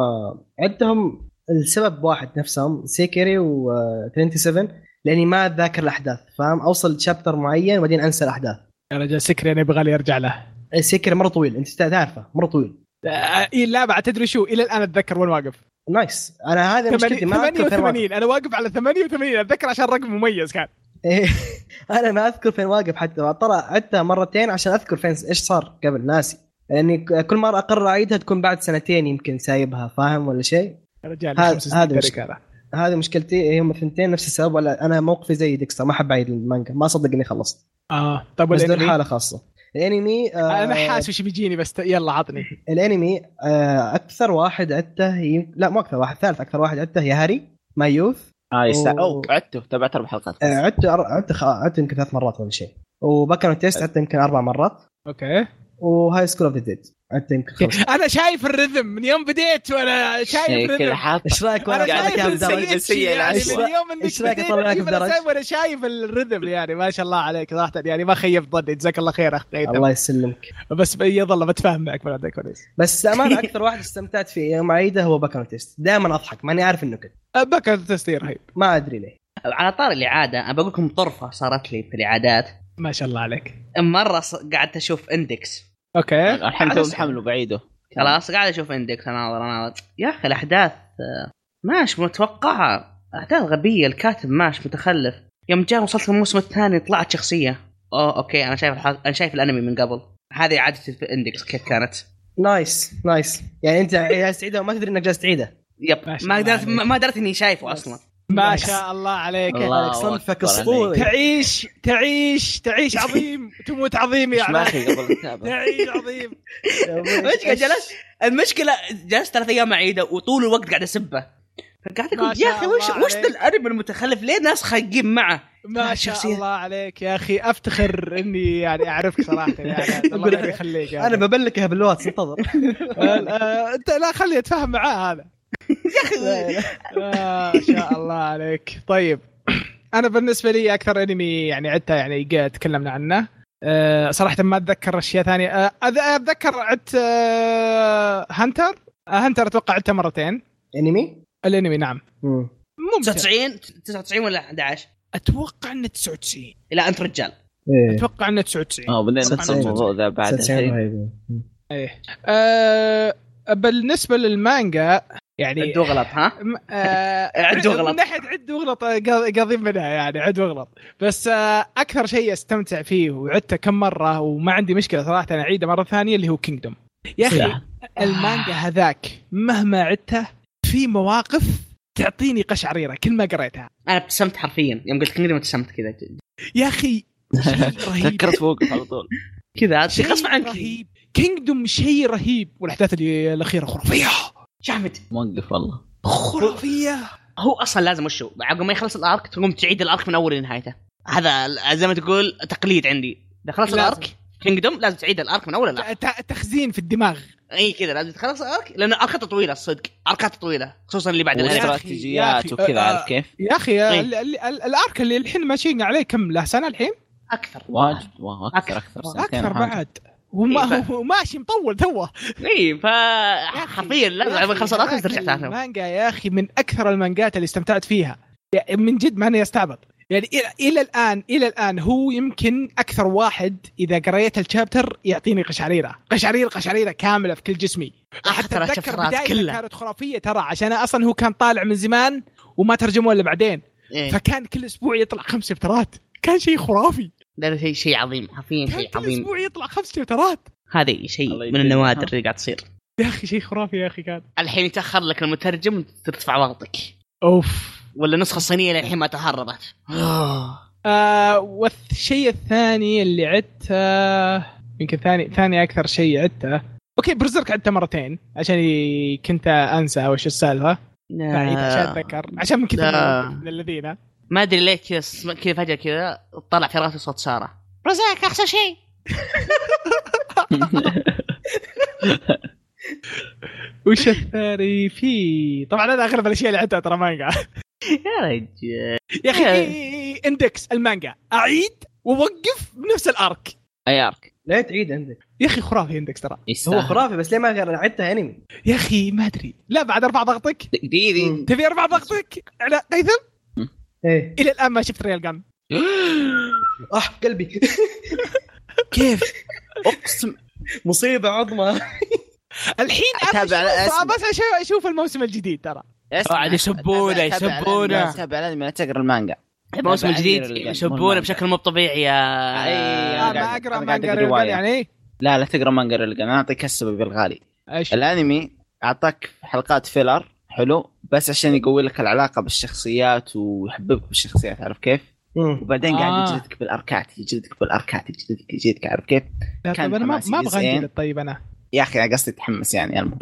S3: عندهم السبب واحد نفسهم سيكري و آه، 27 لاني ما اتذاكر الاحداث فاهم اوصل شابتر معين وبعدين انسى الاحداث
S1: يا رجال سكري انا يبغى لي ارجع له
S3: سيكري مره طويل انت تعرفه مره طويل
S1: آه إيه، لا بعد تدري شو الى الان اتذكر وين واقف
S3: نايس انا هذا مشكلتي ما اذكر فين واقف
S1: 88 انا واقف على 88 اتذكر عشان رقم مميز كان
S3: إيه، انا ما اذكر فين واقف حتى ترى عدتها مرتين عشان اذكر فين ايش صار قبل ناسي لاني ك- كل مره اقرر اعيدها تكون بعد سنتين يمكن سايبها فاهم ولا شيء
S1: يا رجال
S3: هذا-
S1: خمس
S3: هذا
S1: سنين
S3: مش-
S1: تذكرها.
S3: هذه مشكلتي إيه، هم ثنتين نفس السبب ولا انا موقفي زي ديكستر ما احب اعيد المانجا ما اصدق اني خلصت
S1: اه طب
S3: بس دول
S1: والانمي
S3: حاله خاصه الانمي آه
S1: انا حاسس وش بيجيني بس ت- يلا عطني
S3: الانمي آه اكثر واحد عدته ي... لا مو اكثر واحد ثالث اكثر واحد عدته يا هاري مايوث
S4: اه يسا...
S3: أوه.
S4: او عدته تابعت اربع حلقات
S3: آه عدته أر- عدته خ... عدته يمكن ثلاث مرات ولا شيء وبكر تيست عدته يمكن اربع مرات
S1: اوكي
S3: وهاي سكول اوف ذا ديد عدته يمكن خمس
S1: انا شايف الرذم من يوم بديت وانا شايف
S4: إيه، كذا
S1: الرذم
S4: حاط
S3: ايش رايك
S1: انا
S3: وانا
S4: قاعد
S1: شايف
S3: أعطيك إياها
S4: أكمل
S1: السيء
S3: بدرجة؟
S4: درجة.
S1: الشيء يعني
S3: إيش
S1: من
S3: رأيك-
S1: يوم انك
S3: إيش رأيك
S1: بديت
S3: أطلع لك
S1: أجيب
S3: بدرجة؟
S1: الأسامي وانا شايف الرذم يعني ما شاء الله عليك صراحه يعني ما خيب ظني جزاك الله خير اخ قيثم.
S3: الله يسلمك
S1: بس يظل بتفاهم معك من هذا كويس
S3: بس امانه اكثر واحد استمتعت فيه يوم اعيده هو بكر تيست دائما اضحك ماني عارف النكت
S1: بكر تسير رهيب
S3: ما ادري ليه
S2: على طاري الاعاده انا بقول لكم طرفه صارت لي في الاعادات
S1: ما شاء الله عليك
S2: مره ص- قعدت اشوف اندكس
S1: اوكي
S4: الحين
S2: على
S4: تو
S2: اساس-
S4: محمله بعيده
S2: خلاص قاعد اشوف اندكس اناظر اناظر يا اخي الاحداث آه، ماش متوقعه احداث غبيه الكاتب ماش متخلف يوم جاء وصلت الموسم الثاني طلعت شخصيه اوه اوكي انا شايف الحق... انا شايف الانمي من قبل هذه عادتي في اندكس كيف كانت
S3: نايس نايس يعني انت جالس تعيده وما تدري انك جالس تعيده
S2: يب
S1: ما شاء الله
S2: ما قدرت ما
S1: عليك.
S2: ما قدرت اني شايفه اصلا
S1: ما
S3: نايس.
S1: شاء الله عليك
S4: الله
S3: عليك، صنفك
S4: أكبر عليك.
S3: اسطوري
S1: تعيش تعيش تعيش عظيم تموت عظيم يا
S4: ايش ما
S1: علاء
S4: اخي قبل الكتابه
S1: تعيش عظيم
S2: المشكله جلست المشكله جلست ثلاث ايام اعيده وطول الوقت قاعد اسبه فقاعد
S1: ما
S2: اقول
S1: شاء
S2: يا اخي وش
S1: الله
S2: وش ذا
S1: عليك.
S2: الانمي المتخلف ليه ناس خايقين معه
S1: ما شاء
S2: شخصية.
S1: الله عليك يا اخي افتخر اني يعني اعرفك صراحه يعني
S3: أقول-
S1: الله يخليك يعني.
S3: انا ببلكها بالواتس انتظر
S1: آه، انت لا خلي اتفاهم معاه هذا آه، ما شاء الله عليك طيب انا بالنسبه لي اكثر انمي يعني عدته يعني قا- تكلمنا عنه أه صراحه ما اتذكر اشياء ثانيه أه أذ- اتذكر عدت أه هانتر أه هانتر اتوقع عدته مرتين
S3: انمي؟
S1: الانمي نعم
S3: يعني مم.
S1: ممتع
S2: 99 99 ولا 11
S1: اتوقع انه 99
S2: لا انت رجال
S3: ايه
S1: اتوقع انه 99
S4: اه بدينا
S1: صح،
S4: نفصل
S1: صح.
S4: الموضوع ذا بعد الحين
S1: أه بالنسبه للمانجا يعني
S2: عدوا غلط ها
S1: م- آه،
S2: عد واغلط.
S1: من ناحيه عد واغلط آه، قا- قاضين منها يعني عد واغلط بس آه، اكثر شيء استمتع فيه وعدته كم مره وما عندي مشكله صراحه انا اعيده مره ثانيه اللي هو كينجدوم يا اخي
S4: صح.
S1: المانجا هذاك مهما عدته في مواقف تعطيني قشعريره كل ما قريتها
S2: انا ابتسمت حرفيا يوم قلت كينجدم ابتسمت كذا
S1: يا اخي شيء رهيب
S4: تذكرت فوقك على طول
S2: كذا شيء
S1: شيء
S2: غصب عنك
S1: إيه، رهيب كينجدوم شيء رهيب والاحداث اللي- الاخيره خرافيه
S2: شحمت
S4: موقف والله
S1: خرافيه
S2: هو اصلا لازم وشو عقب ما يخلص الارك تقوم تعيد الارك من اول لنهايته هذا ال- زي ما تقول تقليد عندي اذا خلص
S1: لازم.
S2: الارك كينجدوم لازم تعيد الارك من اول لآخر.
S1: ت- ت- تخزين في الدماغ
S2: اي كذا لازم تخلص الارك لان اركاته طويله الصدق اركاته طويله خصوصا اللي بعد الانمي
S4: واستراتيجيات
S1: أخي،
S4: وكذا
S1: آه،
S4: عارف كيف؟
S1: يا اخي
S2: إيه.
S1: ال- ال- ال- الارك اللي الحين ماشيين عليه كم له سنه الحين؟
S2: اكثر
S4: واجد واو،
S2: أكثر.
S4: اكثر اكثر سنتين
S1: اكثر
S4: وحاجة.
S1: بعد وما
S2: آه. إيه،
S1: هو ماشي مطول توه
S2: اي إيه، ف
S1: يا أخي،
S2: حرفيا لازم
S1: يا
S2: عقب
S1: أخي،
S2: ما يخلص الارك
S1: هذاك
S2: لازم ترجع ثاني
S1: المانجا يا اخي من اكثر المانجات اللي استمتعت فيها يا- من جد ماني استعبط يعني إلى- الى الان الى الان هو يمكن اكثر واحد اذا قريت الشابتر يعطيني قشعريره قشعريره قشعريره كامله في كل جسمي
S2: اخذت
S1: حتى اتذكر
S2: الشفرات
S1: بدايته
S2: كلها
S1: كانت خرافيه ترى عشان اصلا هو كان طالع من زمان وما ترجموه الا بعدين
S2: إيه.
S1: فكان كل اسبوع يطلع خمس شابترات كان شيء خرافي
S2: هذا شيء شيء عظيم حرفيا
S1: كان
S2: شيء
S1: كل
S2: إيه، عظيم
S1: اسبوع يطلع خمس شابترات
S2: هذا شيء
S4: الله
S2: من
S4: يديم.
S2: النوادر
S4: ها.
S2: اللي قاعد تصير
S1: يا اخي شيء خرافي يا اخي كان
S2: الحين يتاخر لك المترجم ترتفع ضغطك
S1: اوف
S2: ولا النسخه الصينيه للحين ما تهربت
S1: آه والشيء الثاني اللي عدته يمكن ثاني ثاني اكثر شيء عدته اوكي برزرك عدته مرتين عشان ي- كنت انسى وش السالفه بعيد عشان اتذكر عشان من كثر
S2: آه، لا.
S1: من الذين
S2: ما ادري ليه كذا اسم- كذا فجاه كذا طلع في راسي صوت ساره رزاك احسن شيء
S1: وش الثاني في طبعا انا اغلب الاشياء اللي عدتها ترى مانجا
S2: يا رجال
S1: يا اخي
S2: إيه.
S1: إيه، اندكس المانجا اعيد واوقف بنفس الارك
S4: ايارك
S3: لا تعيد عندك
S1: يا اخي خرافي اندكس ترى
S3: هو
S4: يستاهل
S3: خرافي بس ليه ما عدتها انمي؟
S1: يا اخي ما ادري لا بعد اربع ضغطك
S4: دقيقه
S1: تبي اربع ضغطك على قيثم
S3: ايه
S1: الى الان ما شفت ريال جن
S3: اح قلبي
S4: كيف اقسم
S3: مصيبه عظمى
S1: الحين انا
S4: أتابع على
S1: أشوف-
S4: اسمه.
S1: بس أش- اشوف الموسم الجديد ترى
S4: اسمع،
S2: قاعد يسبونا،
S4: أتابع- أتابع
S2: يسبونا.
S4: الأنمي، أتابع الانمي انا تقرا المانجا
S2: موسم
S4: بعد
S2: جديد
S4: ال-
S2: يسبونا بشكل مو طبيعي يا
S4: أي.
S1: آه
S4: أنا
S1: ما
S4: قاعد-
S1: اقرا
S4: أنا
S1: ما
S4: قاعد
S1: اقرا
S4: أقرا
S1: ريال
S4: رواية.
S1: يعني إيه؟
S4: لا لا تقرا مانجا ريلجن انا اعطيك السبب الغالي
S1: ايش
S4: الانمي اعطاك حلقات فيلر حلو بس عشان يقوي لك العلاقه بالشخصيات ويحببك بالشخصيات عارف كيف؟ وبعدين قاعد
S1: آه.
S4: يجلدك بالاركات يجلدك بالاركات يجلدك يجلدك عارف كيف؟
S1: لا،
S4: كان
S1: طيب انا ما
S4: حماسي
S1: ما ابغى
S4: جزئين.
S1: انجلد طيب انا
S4: يا اخي انا قصدي تحمس يعني المهم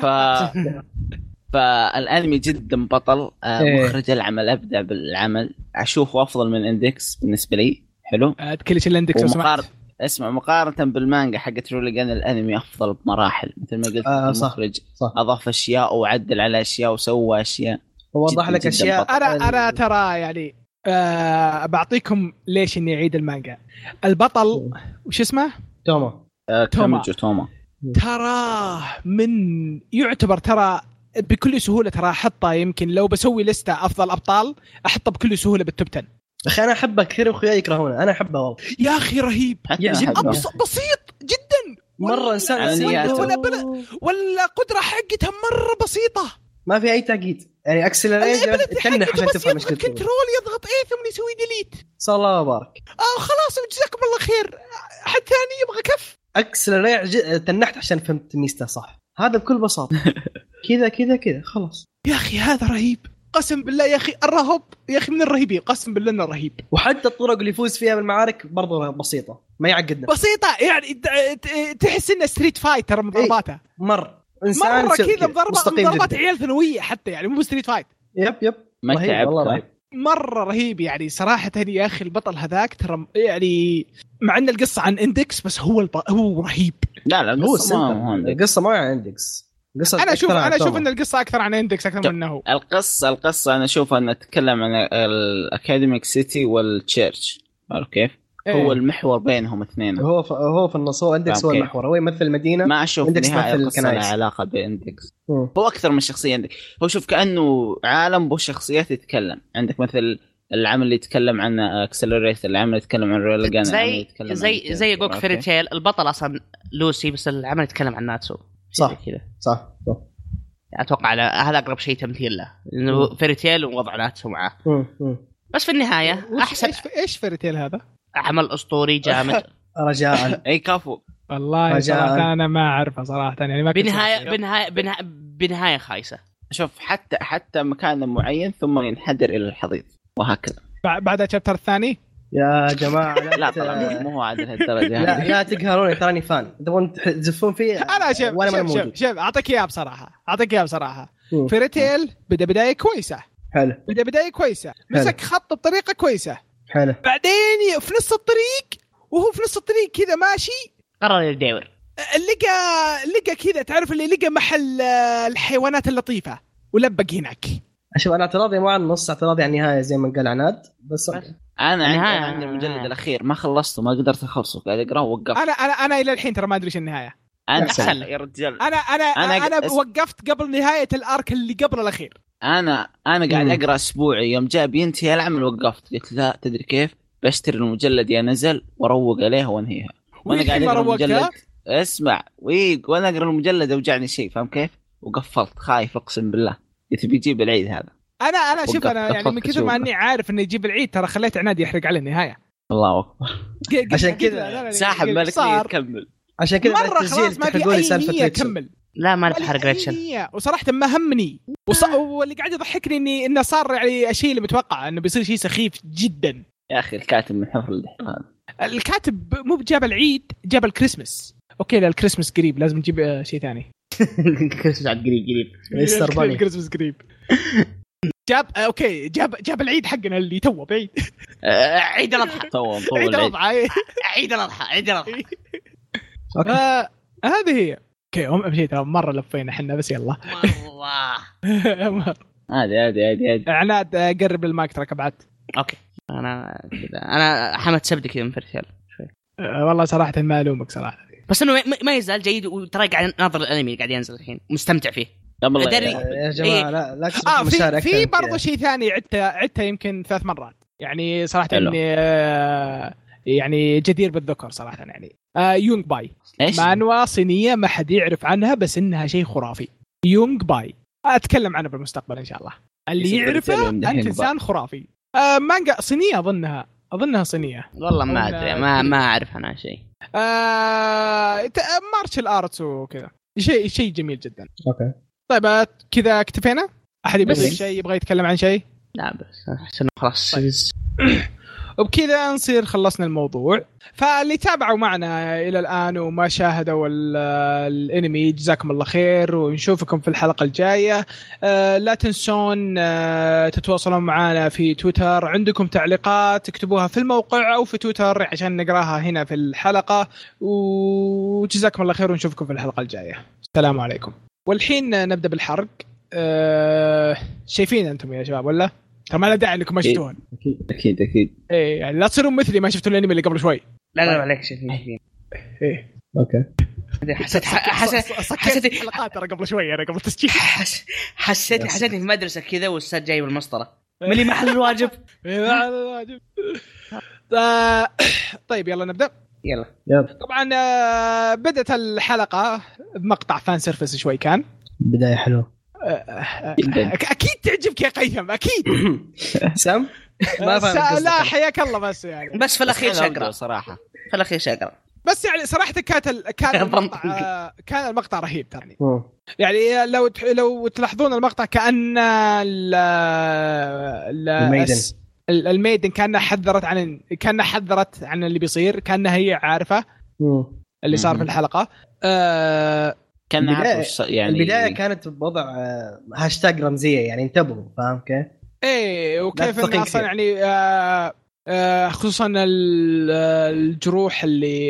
S4: ف فالانمي جدا بطل آه،
S3: إيه.
S4: مخرج العمل ابدع بالعمل اشوفه افضل من اندكس بالنسبه لي حلو
S1: آه، كل شيء اللي عندك لو سمحت
S4: ومقارنة اسمع مقارنة بالمانجا حقت روليجان الانمي افضل بمراحل مثل ما قلت
S3: آه، صح.
S4: المخرج
S3: صح
S4: اضاف اشياء وعدل على اشياء وسوى اشياء
S3: ووضح
S4: جداً
S3: لك
S4: جداً
S3: اشياء
S4: بطل.
S1: انا انا ترى يعني آه بعطيكم ليش اني اعيد المانجا البطل وش اسمه
S3: توما
S4: آه،
S1: توما.
S4: كاميجو توما
S1: تراه من يعتبر ترى بكل سهوله ترى احطه يمكن لو بسوي لسته افضل ابطال احطه بكل سهوله بالتوب 10
S3: اخي انا احبه كثير واخوياي يكرهونه انا احبه والله
S1: يا اخي رهيب
S4: حتى
S3: يا
S4: أنا
S3: جد
S4: أحبه.
S1: أبس- بسيط جدا
S3: مره انسان
S4: على
S3: أساسي.
S4: نياته.
S1: ولا بلا- والقدره حقتها مره بسيطه
S3: ما في اي تعقيد يعني اكسلريت
S1: الابلة
S3: تنح
S1: حقته
S3: عشان
S1: بس
S3: تفهم ايش
S1: يضغط
S3: تقول
S1: كنترول يضغط ايه ثم يسوي ديليت
S3: صلى الله وبارك
S1: اه خلاص جزاكم الله خير احد ثاني يبغى كف
S3: اكسلريت ج- تنحت عشان فهمت ميسته صح هذا بكل بساطه كذا كذا كذا خلاص
S1: يا اخي هذا رهيب قسم بالله يا اخي الرهب يا اخي من الرهيبين قسم بالله انه رهيب
S3: وحتى الطرق اللي يفوز فيها بالمعارك برضه بسيطه ما يعقدنا
S1: بسيطه يعني د- ت- تحس انه ستريت فايتر مضرباته
S3: مر انسان
S1: مره
S3: سلكي،
S1: كذا مضربه
S3: مستقيم
S1: مضربات
S3: جدا.
S1: عيال ثانويه حتى يعني مو ستريت فايت
S3: يب يب
S4: ما
S3: رهيب،
S4: تعبت
S3: والله
S4: ها؟
S3: رهيب
S1: مره رهيب يعني صراحه يا اخي البطل هذاك ترى يعني مع ان القصه عن اندكس بس هو الب... هو رهيب
S4: لا لا
S3: هو
S4: القصة ما- ما
S3: السنتر
S4: عندك.
S3: القصه ما عندك قصه
S1: انا اشوف
S3: أكثر عن
S1: انا اشوف
S3: توما.
S1: ان القصه اكثر عن اندكس اكثر من
S4: طب.
S1: انه هو
S4: القصة القصة انا اشوفها انها تتكلم عن الاكاديميك سيتي والتشيرش عارف كيف؟
S1: إيه.
S4: هو المحور بينهم اثنين
S3: هو ف... هو في النص هو اندكس هو
S4: أوكي.
S3: المحور هو يمثل المدينه
S4: ما اشوف
S3: عندك
S4: نهاية
S3: مثل
S4: القصة لها
S3: الكنائس.
S4: علاقة باندكس
S3: مم.
S4: هو اكثر من شخصيه عندك هو شوف كانه عالم والشخصيات يتكلم عندك مثل العمل اللي يتكلم عن اكسلريت العمل اللي يتكلم عن ريلجان
S2: زي زي زي جوك فيري تيل البطل اصلا لوسي بس العمل يتكلم عن ناتسو
S3: صح.
S2: زي كذا
S3: صح صح.
S2: اتوقع على- هذا اقرب شيء تمثيل له انه
S3: مم.
S2: فيري تيل ووضع ناتسو معاه
S3: مم. مم.
S2: بس في النهايه
S1: وش-
S2: احسن
S1: ايش ايش فيرتيل هذا؟
S2: عمل اسطوري جامد
S3: رجاء
S4: اي كفو
S1: والله
S3: رجاء.
S1: صراحه انا ما اعرفه صراحه يعني ما كنت
S2: بنهايه
S1: أعرف.
S2: بنهايه بنهايه, بنهاية خايسه
S4: شوف حتى حتى مكان معين ثم ينحدر الى الحضيض وهكذا
S1: بع- بعد الشابتر الثاني
S3: يا جماعه لا
S4: لا يعني.
S3: ت-
S4: طبعا مو- مو هو عادل يعني
S3: لا
S4: هالدرجه
S3: لا تقهروني تراني فان تبغون تح- تزفون فيه
S1: انا شوف
S3: وانا ما
S1: شوف شوف,
S3: موجود
S1: شوف اعطيك اياه بصراحه اعطيك اياه بصراحه
S3: مم.
S1: فيرتيل بدا بدايه كويسه
S3: حلو
S1: بدا بدايه كويسه مسك خط بطريقه كويسه
S3: حلو
S1: بعدين ي- في نص الطريق وهو في نص الطريق كذا ماشي
S2: قرر يداور
S1: أه، لقى لقى كذا تعرف اللي لقى محل آه، الحيوانات اللطيفه ولبق هناك
S3: شوف انا اعتراضي مو على النص اعتراضي على النهايه زي ما قال عناد
S2: بس.
S3: بس
S4: انا عندي
S2: نهاية.
S4: أنا عندي المجلد الاخير ما خلصته ما قدرت اخلصه قاعد اقراه ووقفت
S1: انا انا انا الى الحين ترى ما ادري ايش النهايه
S4: انا
S3: أحسن.
S4: يا رجال
S1: انا انا
S4: أنا-
S1: انا, أنا وقفت قبل نهايه الارك اللي قبل الاخير
S4: انا انا قاعد
S3: مم.
S4: اقرا اسبوعي يوم جاء بينتهي العمل وقفت قلت لا تدري كيف بشتري المجلد يا نزل واروق عليها وانهيها وانا
S1: ويش
S4: قاعد
S1: ما
S4: اقرا
S1: روقتها؟
S4: المجلد اسمع ويق وانا اقرا المجلد اوجعني شيء فاهم كيف؟ وقفلت خايف اقسم بالله قلت بيجيب العيد هذا
S1: انا انا شوف
S4: وقفت-
S1: انا يعني من
S4: وقفت
S1: كثر ما
S4: شوفه.
S1: اني عارف انه يجيب العيد ترى خليت عناد يحرق على النهايه
S4: الله اكبر
S1: قلت-
S3: عشان
S1: قلت-
S3: كذا
S1: لا، لا، لا،
S4: ساحب
S1: قلت-
S4: ملك
S1: يعني صار
S4: تكمل
S3: عشان كذا بعد
S1: مره
S3: التسجيل
S1: خلاص ما في
S3: تحرقوا لي
S1: اي
S3: سالفة
S1: نيه
S3: ريتشل.
S1: كمل
S2: لا ما
S1: ولا
S2: نتحرق نعم.
S1: أي
S2: ريد شل
S1: نية. وصراحه ما همني وص... واللي قاعد يضحكني اني انه صار يعني الشيء اللي متوقع انه بيصير شيء سخيف جدا
S4: يا اخي الكاتب من حفر الدحيح هذا
S1: الكاتب مو بجاب العيد جاب الكريسماس اوكي لا الكريسماس قريب لازم نجيب آه، شيء ثاني
S2: كريسمس عاد قريب قريب
S3: مستر باني
S1: الكريسماس قريب جاب آه، اوكي جاب جاب العيد حقنا اللي توه بعيد
S2: آه، عيد الاضحى
S4: تو
S1: عيد
S4: مطول العيد
S1: الاضحى إيه.
S2: عيد الاضحى عيد الاضحى
S3: اوكي
S1: آه، هذه هي اوكي هم أهم شيء ترى مره لفينا احنا بس يلا
S2: والله
S4: عادي عادي عادي عادي
S1: عناد آه، قرب المايك تراك بعد
S2: اوكي انا كذا انا حمد سبدي كذا مفرشل
S1: آه، والله صراحه ما الومك صراحه
S2: بس انه ما- ما يزال جيد وترى قاعد ناظر الانمي اللي قاعد ينزل الحين مستمتع فيه
S4: قبل الله
S2: أدري.
S4: يا-
S3: يا جماعه لا لا تشرحوا
S1: اه
S3: مشاعر
S1: في
S3: أكثر
S1: في
S3: من كذا.
S1: برضه شيء ثاني عدته عدته يمكن ثلاث مرات يعني صراحه
S4: حلو.
S1: اني آه، يعني جدير بالذكر صراحه يعني آه، يونغ باي
S4: ايش؟
S1: مانوا صينيه ما حد يعرف عنها بس انها شيء خرافي يونغ باي اتكلم عنها بالمستقبل ان شاء الله اللي
S4: يصير
S1: يعرفه
S4: بالفيلم
S1: انت
S4: دحين
S1: انسان خرافي آه، مانجا صينيه اظنها اظنها صينيه
S2: والله ما ادري ما ما اعرف انا شيء
S1: آه، ت- آه، مارشال ارتس وكذا شيء شيء جميل جدا
S3: اوكي
S1: طيب آه، كذا اكتفينا احد يبغى
S2: بس.
S1: يضيف شيء يبغى يتكلم عن شيء
S2: لا بس احس انه خلاص
S1: وبكذا نصير خلصنا الموضوع فاللي تابعوا معنا الى الان وما شاهدوا ال- الانمي جزاكم الله خير ونشوفكم في الحلقه الجايه آه، لا تنسون آه، تتواصلون معنا في تويتر عندكم تعليقات اكتبوها في الموقع او في تويتر عشان نقراها هنا في الحلقه وجزاكم الله خير ونشوفكم في الحلقه الجايه السلام عليكم والحين نبدا بالحرق آه، شايفين انتم يا شباب ولا؟ ترى ما له داعي انكم ما
S4: إيه.
S1: شفتوه
S4: اكيد اكيد اكيد
S1: ايه يعني لا تصيرون مثلي ما شفتوا الانمي اللي قبل شوي
S2: لا لا عليك شيء
S1: ايه
S3: اوكي
S2: حسيت إيه، حسيت حسيت-
S1: حسيت حلقات ترى قبل شوي انا قبل التسجيل
S2: حس- حسيتني حسيتني في مدرسه كذا والاستاذ جاي بالمسطره ملي محل الواجب
S1: إيه، لا، لا، لا، لا. آه، طيب يلا نبدا
S2: يلا
S3: يلا
S1: طبعا آه، بدت الحلقه بمقطع فان سيرفيس شوي كان
S3: بدايه حلوه
S1: آه،
S4: جدا
S1: أك- اكيد تعجبك يا قيثم اكيد
S3: سم ما فهمت
S1: آه،
S3: قصدك
S1: لا
S3: أنا.
S1: حياك الله بس يعني
S2: بس في الاخير
S4: بس أنا أبدو
S2: شقرا
S4: صراحه
S2: في الاخير شقرا
S1: بس يعني صراحه كانت ال- كان المقطع آه، كان المقطع رهيب ترى
S3: مم.
S1: يعني لو تح- لو تلاحظون المقطع كان ال- ال-
S3: الميدن.
S1: الس- ال- الميدن كانها حذرت عن كانها حذرت عن اللي بيصير كانها هي عارفه
S3: مم.
S1: اللي صار في
S4: مهم.
S1: الحلقه آه
S4: كان
S3: البداية-
S4: عارف وش- يعني
S3: البدايه كانت بوضع آه، هاشتاج رمزيه يعني انتبهوا فاهم كيف؟
S1: ايه وكيف
S3: تثقين
S1: انها اصلا
S3: كثير.
S1: يعني آه آه خصوصا ال- آه، الجروح اللي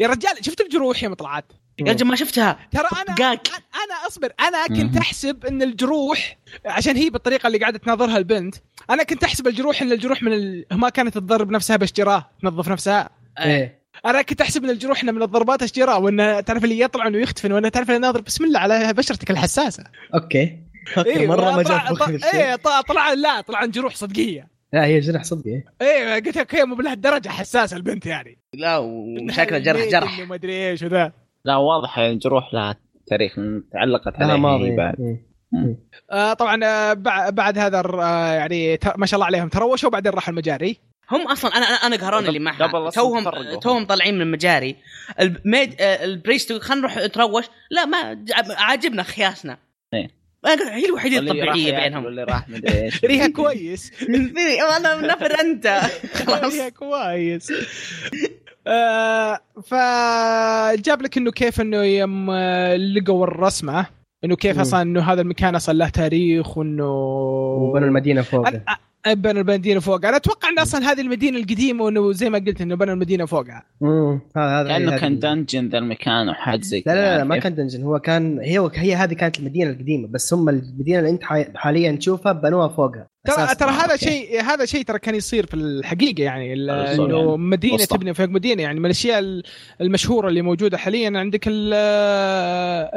S1: يا رجال شفت الجروح يا مطلعات
S2: يا رجل ما شفتها
S1: ترى انا
S2: طقاق
S1: انا اصبر انا كنت
S4: مهم.
S1: احسب ان الجروح عشان هي بالطريقه اللي قاعده تناظرها البنت انا كنت احسب الجروح ان الجروح من ال... ما كانت تضرب نفسها باشتراه تنظف نفسها
S3: ايه
S1: انا كنت احسب ان الجروح انها من الضربات اشتراه وان تعرف اللي يطلعن ويختفن وانا تعرف اللي ناظر بسم الله على بشرتك الحساسه
S3: اوكي
S1: إيه،
S3: اوكي مره ما جاء في
S1: طلع...
S3: مخي
S1: طلع...
S3: الشيء.
S1: ايه طلع... طلع لا طلع عن جروح صدقيه
S3: لا هي جنح صدق إيه.
S1: ايه قلت اوكي مو بلهالدرجه حساسه البنت يعني
S2: لا وشكله جرح جرح
S1: ما ادري ايش وذا
S4: لا واضح يعني جروح لها تاريخ تعلقت
S3: لها
S4: عليه
S3: ماضي
S4: هي بعد
S3: مم.
S1: آه طبعا آه بع- بعد هذا الر- آه يعني ت... ما شاء الله عليهم تروشوا وبعدين راحوا المجاري
S2: هم اصلا انا انا انا قهران
S4: قبل-
S2: اللي
S4: قبل
S2: معها
S4: أصلاً
S2: توهم
S4: تفرقوا.
S2: توهم طالعين من المجاري الميد آه، البريست خلينا نروح نتروش لا ما ج- عاجبنا خياسنا
S4: إيه.
S2: أنا قلت هي الوحيده
S4: واللي راح
S2: الطبيعيه
S4: ياكل
S2: بينهم
S4: واللي راح مدري ايش
S1: ريها كويس
S2: انا نفر انت خلاص
S1: ريها كويس آه فجاب لك انه كيف انه يم آه، لقوا الرسمه انه كيف
S3: مم.
S1: اصلا انه هذا المكان اصلا له تاريخ وانه
S3: وبنوا المدينه فوق
S1: أنا- أ- بنوا المدينه فوق انا اتوقع ان اصلا هذه المدينه القديمه وانه زي ما قلت انه بنوا المدينه فوقها
S3: مم. هذا هذا
S4: كانه
S3: هذا-
S4: كان دنجن ذا المكان وحد زي
S3: لا
S4: كذا،
S3: لا, لا ما
S4: عارف؟
S3: كان دنجن هو كان هي هي هذه كانت المدينه القديمه بس هم المدينه اللي انت حي- حاليا تشوفها بنوها فوقها
S1: ترى
S3: أساساً.
S1: ترى هذا
S3: أوكي. آه.
S1: شيء هذا شيء ترى كان يصير في الحقيقه يعني ال-
S4: بالضبط.
S1: انه مدينه
S4: وسطها.
S1: تبني فوق مدينه يعني من الاشياء ال- المشهوره اللي موجوده حاليا عندك ال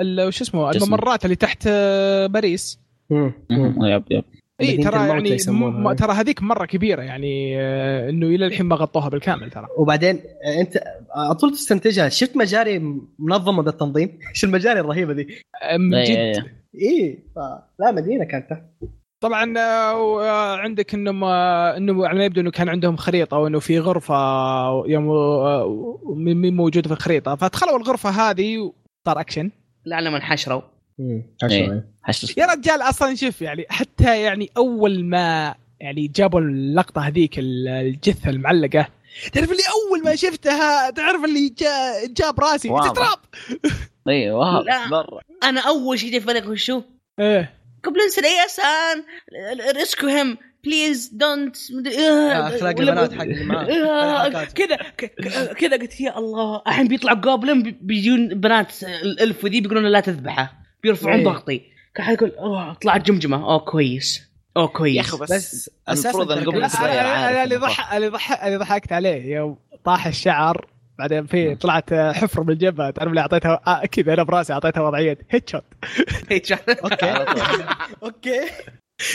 S1: ال- وش اسمه
S4: جسم.
S1: الممرات اللي تحت آه، باريس
S3: مم. مم.
S4: مم، يب يب
S1: اي
S3: مدينة
S1: ترى
S3: الموتى
S1: يعني
S3: يسمونها.
S1: م- ترى هذيك مره كبيره يعني آه، انه الى الحين ما غطوها بالكامل ترى
S3: وبعدين انت على طول تستنتجها شفت مجاري منظمه بالتنظيم ايش المجاري الرهيبه دي
S1: آه، من
S4: إيه،
S1: جد
S4: إيه.
S3: ايه ف... لا مدينه كانت تحت
S1: طبعا آه، و- آه، عندك انهم آه، انه على ما يبدو انه كان عندهم خريطه وانه في غرفه يوم آه، مين موجود في الخريطه فدخلوا الغرفه هذه وصار اكشن
S2: لعلهم انحشروا
S3: مم. عشرة.
S4: إيه. حشر
S1: يا رجال اصلا شوف يعني حتى يعني اول ما يعني جابوا اللقطه هذيك ال- الجثه المعلقه تعرف اللي اول ما شفتها تعرف اللي جا جاب راسي
S4: واضح.
S1: تتراب
S4: اي إيه، واو
S2: لا.
S4: مره
S2: انا اول شيء جاي في بالي وشو؟
S1: ايه
S2: كوبلنس يا سان ريسكو هيم بليز دونت
S4: آه،
S3: اخلاق البنات حق اللي معاه الحركات.
S2: آه، كذا ك- كذا قلت يا الله الحين بيطلع جوبلن بي- بيجون بنات الالف وذي بيقولون لا تذبحه بيرفعون
S3: إيه.
S2: ضغطي كان حيقول اوه طلعت جمجمه اوه كويس اوه كويس
S4: يا اخي بس
S3: بس
S4: المفروض
S3: أساساً
S4: ان قبل
S3: تركيز-
S1: أنا-
S4: صغير
S1: انا
S4: عارف
S1: أنا اللي
S4: إنه
S1: ضحك اللي ضحك اللي ضحكت عليه يوم طاح الشعر بعدين في طلعت حفره من الجبهه تعرف اللي اعطيتها آه، كذا انا براسي اعطيتها وضعيه هيت شوت
S3: اوكي
S4: على طول.
S3: اوكي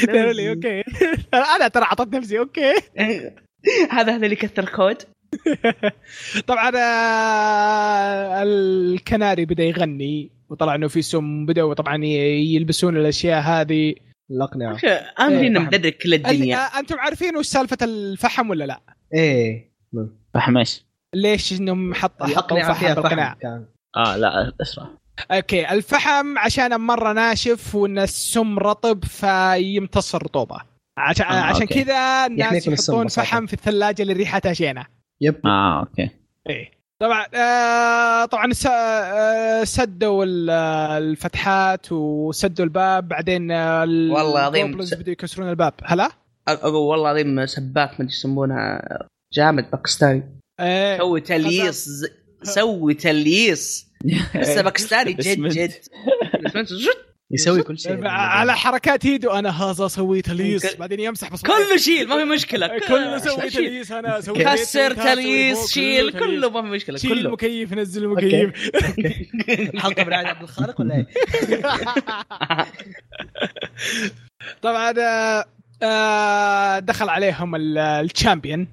S1: تعرف اللي اوكي انا ترى اعطيت نفسي اوكي
S2: هذا هذا اللي كثر كود
S1: طبعا آه، الكناري بدا يغني وطلع انه في سم بداوا طبعا ي- يلبسون الاشياء هذه
S3: الاقنعه
S2: اهم شيء انه مدرك كل
S1: ال-
S2: الدنيا
S1: آه، انتم عارفين وش سالفه الفحم ولا لا؟
S3: ايه
S4: فحمش
S1: ليش انهم حط
S3: طيب،
S1: طيب. حطوا
S3: الاقنعه
S1: فحم
S3: فيها
S1: بالقناع؟
S3: فحم كان
S4: اه لا اشرح
S1: اوكي الفحم عشان مره ناشف وان السم رطب فيمتص الرطوبه عشان
S4: آه،
S1: آه، عشان
S4: أوكي.
S1: كذا الناس
S3: يحميكم السم
S1: يحطون
S3: ببساطة.
S1: فحم في الثلاجه اللي ريحتها شينه
S3: يب
S4: اه اوكي
S1: ايه طبعا آه طبعا س- آه، سدوا ال- آه، الفتحات وسدوا الباب بعدين آه، ال-
S2: والله العظيم.
S1: الجوبلز بدوا يكسرون الباب هلا
S2: اقول والله العظيم سباك ما ادري يسمونها جامد باكستاني
S1: ايه
S2: سوي تلييص ز- سوي تلييص بس باكستاني جد جد زوت.
S3: يسوي كل شيء
S1: على حركات ايده انا هذا سويت تليس
S2: كل-
S1: بعدين يمسح بس
S2: كله شيل ما في مشكله
S1: كله سوي
S2: شيل.
S1: تليس انا سويت
S2: كسر
S1: تلييس، أنا سويت فوق،
S2: تلييص شيل
S1: تلييس.
S2: كله ما في مشكله
S1: شيل
S2: كله
S1: المكيف نزل المكيف
S3: الحلقه برعايه عبد الخالق ولا ايه؟
S1: طبعا آه، آه دخل عليهم ال- الشامبيون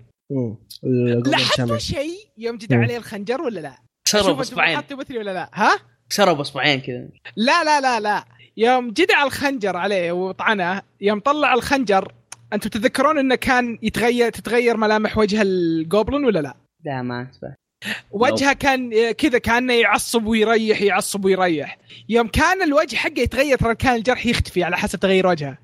S1: لاحظتوا شيء يوم جد
S3: مم.
S1: عليه الخنجر ولا لا؟
S2: كسروا
S1: شوف
S2: باصبعين
S1: حطوا مثلي ولا لا ها؟
S2: كسروا باصبعين كذا
S1: لا لا لا لا يوم جدع الخنجر عليه وطعنه يوم طلع الخنجر انتم تتذكرون انه كان يتغير تتغير ملامح وجه الجوبلن ولا لا؟
S2: لا ما أنتبه.
S1: وجهه كان آه، كذا كانه يعصب ويريح يعصب ويريح يوم كان الوجه حقه يتغير ترى كان الجرح يختفي على حسب تغير وجهه